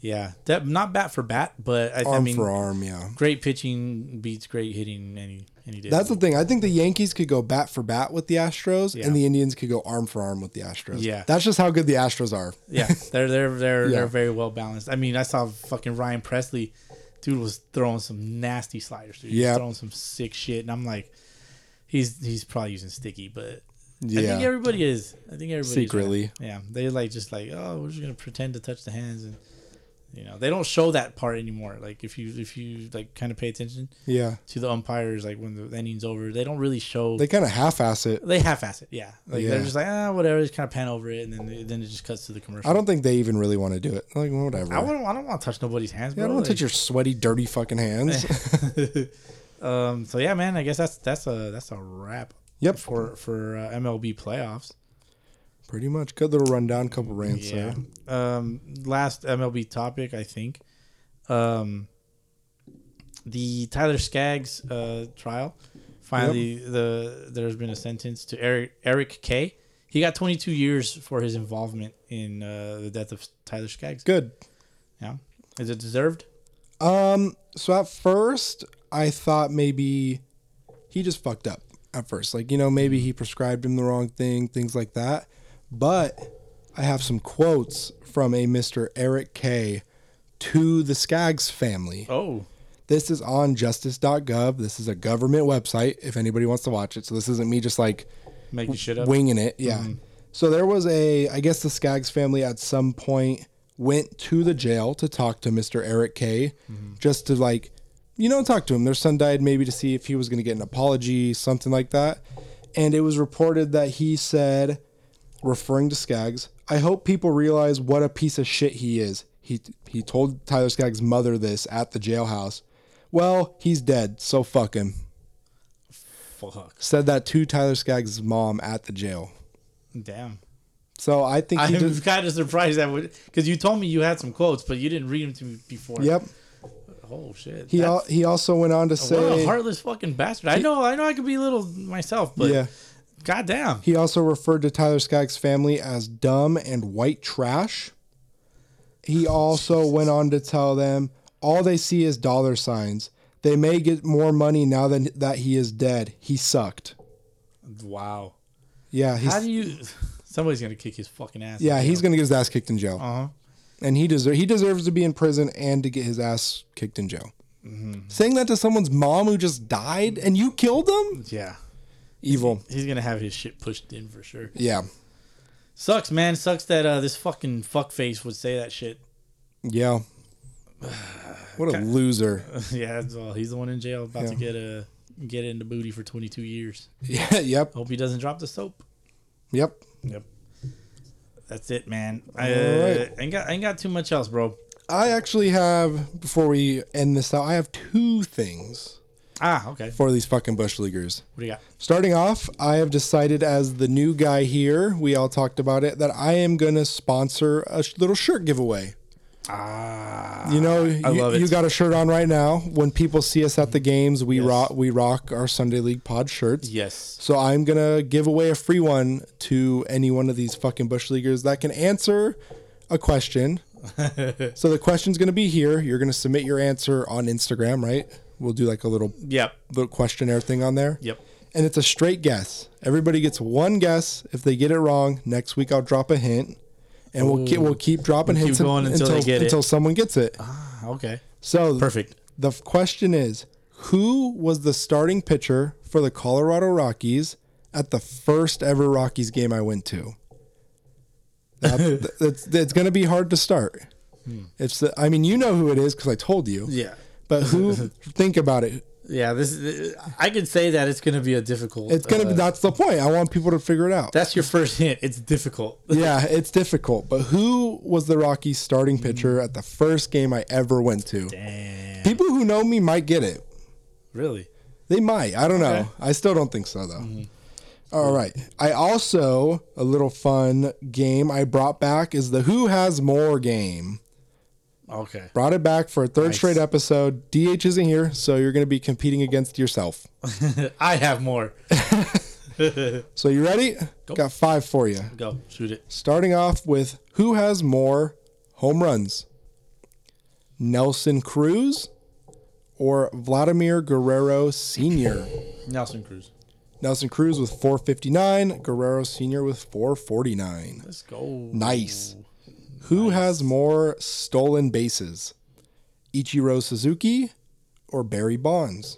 Speaker 2: Yeah, that not bat for bat, but I,
Speaker 3: arm
Speaker 2: I mean,
Speaker 3: for arm. Yeah,
Speaker 2: great pitching beats great hitting any any day.
Speaker 3: that's the thing. I think the Yankees could go bat for bat with the Astros,
Speaker 2: Yeah.
Speaker 3: and the Indians could go arm for arm with the Astros.
Speaker 2: Yeah.
Speaker 3: that's just how good the Astros are.
Speaker 2: yeah, they're they're they're
Speaker 3: Yeah.
Speaker 2: they're very well balanced. I mean, I saw fucking Ryan Presley, dude was throwing some nasty sliders. Dude. He was
Speaker 3: Yeah.
Speaker 2: throwing some sick shit, and I'm like, he's he's probably using sticky, but. I
Speaker 3: Yeah.
Speaker 2: think everybody is. I think everybody
Speaker 3: Secretly.
Speaker 2: Yeah, they like just like oh, we're just gonna pretend to touch the hands, and you know they don't show that part anymore. Like if you if you like kind of pay attention
Speaker 3: Yeah.
Speaker 2: to the umpires, like when the inning's over, they don't really show
Speaker 3: They kind of half ass it.
Speaker 2: They half-ass it, yeah. Like they're
Speaker 3: Yeah.
Speaker 2: just like ah, whatever. Just kind of pan over it, and then then it just cuts to the commercial.
Speaker 3: I don't think they even really want to do it. Like whatever.
Speaker 2: I don't. I don't want to touch nobody's hands.
Speaker 3: yeah, I
Speaker 2: bro.
Speaker 3: don't want to touch
Speaker 2: Like,
Speaker 3: your sweaty, dirty fucking hands.
Speaker 2: um. So yeah, man. I guess that's that's a that's a wrap.
Speaker 3: Yep.
Speaker 2: For for uh, MLB playoffs.
Speaker 3: Pretty much. Good little rundown. Couple rants
Speaker 2: Yeah.
Speaker 3: there.
Speaker 2: Um, last MLB topic, I think. Um, the Tyler Skaggs uh, trial. Finally, the there's been a sentence to Eric Eric K. He got 22 years for his involvement in uh, the death of Tyler Skaggs.
Speaker 3: Good.
Speaker 2: Yeah, is it deserved?
Speaker 3: Um. So at first, I thought maybe he just fucked up. At first, like you know, maybe he prescribed him the wrong thing, things like that. But I have some quotes from a Mr. Eric K. to the Skaggs family.
Speaker 2: Oh,
Speaker 3: This is on justice.gov. This is a government website. If anybody wants to watch it, so this isn't me just like
Speaker 2: making shit up.
Speaker 3: winging it. Yeah. So there was a, I guess the Skaggs family at some point went to the jail to talk to Mr. Eric K. Just to like, you know, talk to him. Their son died, maybe to see if he was going to get an apology, something like that. And it was reported that he said, referring to Skaggs, I hope people realize what a piece of shit he is. He he told Tyler Skaggs' mother this at the jailhouse. Well, he's dead, so fuck him.
Speaker 2: Fuck.
Speaker 3: Said that to Tyler Skaggs' mom at the jail.
Speaker 2: Damn.
Speaker 3: So I think he
Speaker 2: I'm
Speaker 3: just
Speaker 2: kind of surprised that would because you told me you had some quotes, but you didn't read them to me before.
Speaker 3: Yep.
Speaker 2: Oh shit.
Speaker 3: He al-
Speaker 2: That's- Oh,
Speaker 3: he also went on to
Speaker 2: what a
Speaker 3: say
Speaker 2: heartless fucking bastard. I know. I know. I could be a little myself, but
Speaker 3: Yeah.
Speaker 2: goddamn.
Speaker 3: he also referred to Tyler Skaggs' family as dumb and white trash. He also went on to tell them all they see is dollar signs. They may get more money now than that he is dead. He sucked.
Speaker 2: Wow.
Speaker 3: Yeah,
Speaker 2: How
Speaker 3: he's
Speaker 2: do you? Somebody's gonna kick his fucking ass.
Speaker 3: yeah, he's gonna get his ass kicked in jail,
Speaker 2: Uh huh.
Speaker 3: and he deserves he deserves to be in prison and to get his ass kicked in jail.
Speaker 2: Mm-hmm.
Speaker 3: Saying that to someone's mom who just died and you killed them,
Speaker 2: Yeah.
Speaker 3: evil.
Speaker 2: He's gonna have his shit pushed in for sure.
Speaker 3: Yeah,
Speaker 2: Sucks, man. Sucks that uh, this fucking fuckface would say that shit.
Speaker 3: yeah. What a loser.
Speaker 2: yeah, that's all. He's the one in jail about to get a get in the booty for 22 years.
Speaker 3: Yeah. Yep.
Speaker 2: Hope he doesn't drop the soap.
Speaker 3: Yep.
Speaker 2: Yep. That's it, man. I uh,
Speaker 3: Alright.
Speaker 2: ain't got I ain't got too much else, bro.
Speaker 3: I actually have before we end this out. I have two things
Speaker 2: Ah, okay.
Speaker 3: for these fucking bush leaguers.
Speaker 2: What do you got?
Speaker 3: Starting off, I have decided as the new guy here, we all talked about it, that I am gonna sponsor a sh- little shirt giveaway.
Speaker 2: Ah,
Speaker 3: You know,
Speaker 2: I
Speaker 3: you,
Speaker 2: love it.
Speaker 3: you got a shirt on right now. When people see us at the games, we rock we rock our Sunday League Pod shirts.
Speaker 2: yes.
Speaker 3: So I'm gonna give away a free one to any one of these fucking bush leaguers that can answer a question. so the question's gonna be here. You're gonna submit your answer on Instagram, right? We'll do like a little
Speaker 2: Yep.
Speaker 3: little questionnaire thing on there.
Speaker 2: Yep.
Speaker 3: And it's a straight guess. Everybody gets one guess. If they get it wrong, next week I'll drop a hint, and we'll keep we'll keep dropping
Speaker 2: We'll keep
Speaker 3: hints
Speaker 2: going until they get it.
Speaker 3: until someone gets it.
Speaker 2: Ah, okay.
Speaker 3: So
Speaker 2: Perfect.
Speaker 3: the f- question is who was the starting pitcher for the Colorado Rockies at the first ever Rockies game I went to? That's, that's, that's going to be hard to start. It's the, I mean, you know who it is because I told you.
Speaker 2: Hmm. Yeah.
Speaker 3: But who? think about it.
Speaker 2: Yeah, this is, I can say that it's going to be a difficult.
Speaker 3: It's gonna.
Speaker 2: uh,
Speaker 3: be that's the point. I want people to figure it out.
Speaker 2: That's your first hint. It's difficult.
Speaker 3: yeah, it's difficult. But who was the Rockies starting pitcher at the first game I ever went to?
Speaker 2: Hmm. Damn.
Speaker 3: People who know me might get it.
Speaker 2: Really?
Speaker 3: They might. I don't know.
Speaker 2: Okay. Mm-hmm.
Speaker 3: I still don't think so, though. All right. I also, a little fun game I brought back is the Who Has More game.
Speaker 2: Okay.
Speaker 3: Brought it back for a third
Speaker 2: Nice.
Speaker 3: straight episode. DH isn't here, so you're going to be competing against yourself.
Speaker 2: I have more.
Speaker 3: So, you ready? Got five for you.
Speaker 2: Go shoot it.
Speaker 3: Starting off with Who Has More Home Runs? Nelson Cruz or Vladimir Guerrero Sr.?
Speaker 2: Nelson Cruz.
Speaker 3: Nelson Cruz with 459, Guerrero Sr. with 449.
Speaker 2: Let's go.
Speaker 3: Nice. Who has more stolen bases? Ichiro Suzuki or Barry Bonds?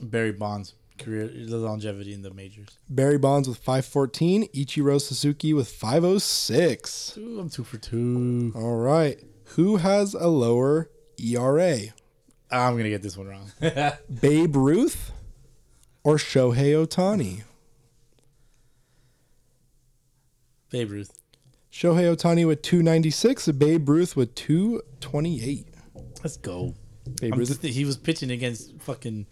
Speaker 2: Barry Bonds career the longevity in the majors.
Speaker 3: Barry Bonds with 514, Ichiro Suzuki with 506.
Speaker 2: Two. I'm two for two.
Speaker 3: All right. Who has a lower E ERA?
Speaker 2: I'm gonna get this one wrong.
Speaker 3: Babe Ruth or Shohei Otani?
Speaker 2: Babe Ruth.
Speaker 3: Shohei Otani with 296, Babe Ruth with 228.
Speaker 2: Let's go.
Speaker 3: Babe
Speaker 2: I'm
Speaker 3: Ruth
Speaker 2: just- he was pitching against fucking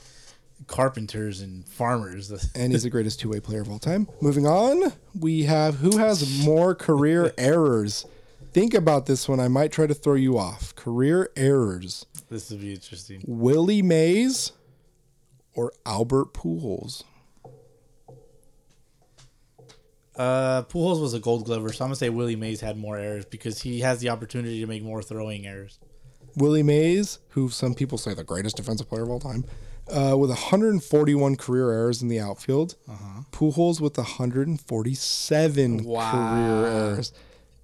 Speaker 2: carpenters and farmers.
Speaker 3: and he's the greatest two-way player of all time. Moving on, we have who has more career errors. Think about this one. I might try to throw you off. Career errors:
Speaker 2: this would be interesting.
Speaker 3: Willie Mays or Albert Pujols.
Speaker 2: Uh, Pujols was a Gold Glover, so I'm gonna say Willie Mays had more errors because he has the opportunity to make more throwing errors.
Speaker 3: Willie Mays, who some people say the greatest defensive player of all time, uh, with 141 career errors in the outfield.
Speaker 2: Uh-huh.
Speaker 3: Pujols with 147 career errors,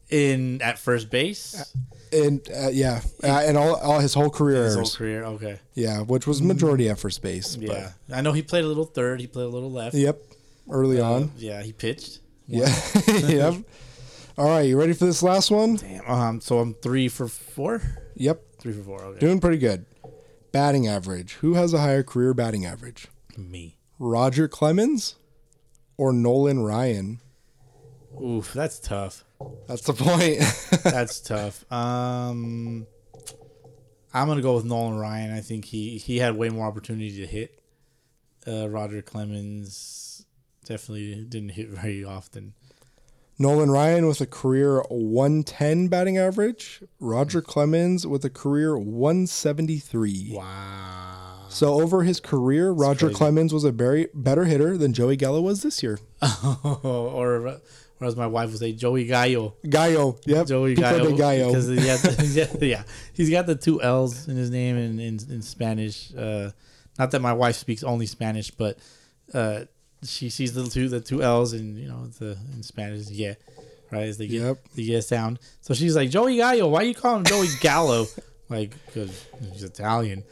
Speaker 2: In at first base,
Speaker 3: and uh, yeah, uh, and all, all his whole career
Speaker 2: his whole
Speaker 3: errors.
Speaker 2: career. Okay,
Speaker 3: Yeah, which was majority at first base. but-
Speaker 2: yeah, I know he played a little third. He played a little left.
Speaker 3: Yep. Early on.
Speaker 2: Yeah, he pitched.
Speaker 3: Yeah. yep. All right, you ready for this last one?
Speaker 2: Damn. Um, so I'm three for four.
Speaker 3: Yep.
Speaker 2: Three for four. Okay.
Speaker 3: Doing pretty good. Batting average. Who has a higher career batting average?
Speaker 2: Me.
Speaker 3: Roger Clemens or Nolan Ryan?
Speaker 2: Oof, that's tough.
Speaker 3: That's the point.
Speaker 2: That's tough. Um, I'm gonna go with Nolan Ryan. I think he he had way more opportunity to hit. Uh, Roger Clemens definitely didn't hit very often.
Speaker 3: Nolan Ryan with a career 110 batting average. Roger Clemens with a career 173.
Speaker 2: Wow.
Speaker 3: So over his career, Roger
Speaker 2: crazy.
Speaker 3: Clemens was a very better hitter than Joey Gallo was this year.
Speaker 2: or, or as my wife would say, Joey Gallo.
Speaker 3: Gallo. Yep.
Speaker 2: Joey
Speaker 3: Pico de
Speaker 2: Gallo.
Speaker 3: Gallo.
Speaker 2: Because he had the- yeah, he's got the two L's in his name in, in, in Spanish. Uh, not that my wife speaks only Spanish, but uh, she sees the two the two L's and you know the in Spanish yeah, right? Is the yeah,
Speaker 3: Yep.
Speaker 2: the yeah sound. So she's like Joey Gallo. Why you call him Joey Gallo? like because he's Italian.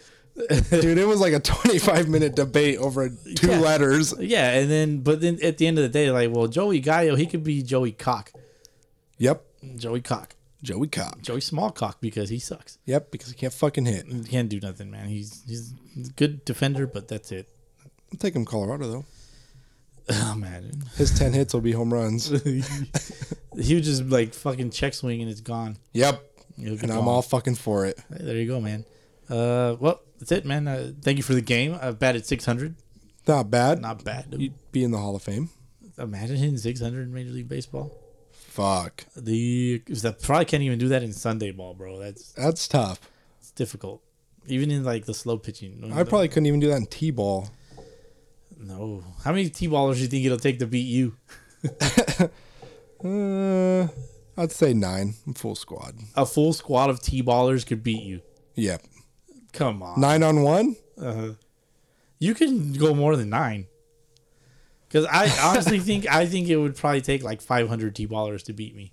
Speaker 3: Dude, it was like a 25 minute debate over two
Speaker 2: Yeah.
Speaker 3: letters.
Speaker 2: Yeah, and then but then at the end of the day, like well, Joey Gallo, he could be Joey Cock,
Speaker 3: Yep.
Speaker 2: Joey Cock,
Speaker 3: Joey Cobb.
Speaker 2: Joey Smallcock because he sucks.
Speaker 3: Yep, because he can't fucking hit.
Speaker 2: He can't do nothing, man. He's he's a good defender, but that's it.
Speaker 3: I'll take him Colorado, though.
Speaker 2: Oh man,
Speaker 3: His 10 hits will be home runs.
Speaker 2: he would just like fucking check swing and it's gone.
Speaker 3: Yep.
Speaker 2: It'll be
Speaker 3: And I'm
Speaker 2: gone.
Speaker 3: all fucking for it.
Speaker 2: Hey, there you go, man. Uh, well, that's it, man. Uh, thank you for the game. I've batted six hundred.
Speaker 3: Not bad.
Speaker 2: Not bad. dude.
Speaker 3: Be in the Hall of Fame.
Speaker 2: Imagine hitting six hundred in Major League Baseball.
Speaker 3: Fuck.
Speaker 2: The 'cause that probably can't even do that in Sunday ball, bro. That's
Speaker 3: That's tough.
Speaker 2: it's difficult. Even in like the slow pitching.
Speaker 3: I probably couldn't even do that in T ball.
Speaker 2: no. How many T ballers do you think it'll take to beat you?
Speaker 3: Uh, I'd say nine. I'm full squad.
Speaker 2: A full squad of T ballers could beat you.
Speaker 3: Yep.
Speaker 2: Come on.
Speaker 3: Nine on one?
Speaker 2: You can go more than nine. Because I honestly think I think it would probably take like 500 T ballers to beat me.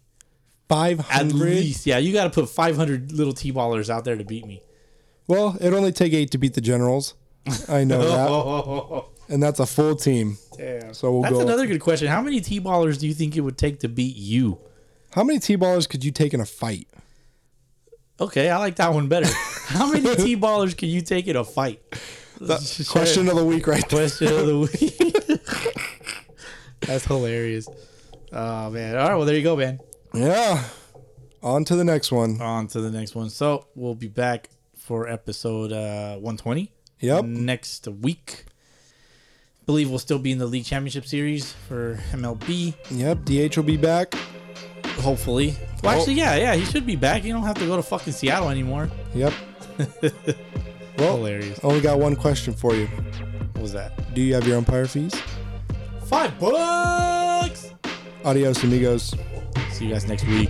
Speaker 3: 500.
Speaker 2: At least, yeah, you got to put 500 little T ballers out there to beat me.
Speaker 3: Well, it'd only take eight to beat the Generals. I know that. And that's a full team.
Speaker 2: Damn.
Speaker 3: So we'll
Speaker 2: That's
Speaker 3: go.
Speaker 2: another good question. How many T ballers do you think it would take to beat you?
Speaker 3: How many T ballers could you take in a fight?
Speaker 2: Okay, I like that one better. How many T ballers can you take in a fight?
Speaker 3: Question of the week, right there.
Speaker 2: Question of the week. That's hilarious. Oh man. All right, well there you go, man.
Speaker 3: Yeah. On to the next one.
Speaker 2: on to the next one. So we'll be back for episode uh, 120.
Speaker 3: Yep.
Speaker 2: Next week. Believe we'll still be in the league championship series for MLB.
Speaker 3: Yep. DH will be back.
Speaker 2: Hopefully. Well, actually, yeah, yeah, he should be back. You don't have to go to fucking Seattle anymore.
Speaker 3: Yep. well,
Speaker 2: Hilarious.
Speaker 3: only got one question for you.
Speaker 2: What was that?
Speaker 3: Do you have your umpire fees?
Speaker 2: Five bucks.
Speaker 3: Adios, amigos.
Speaker 2: See you guys next week.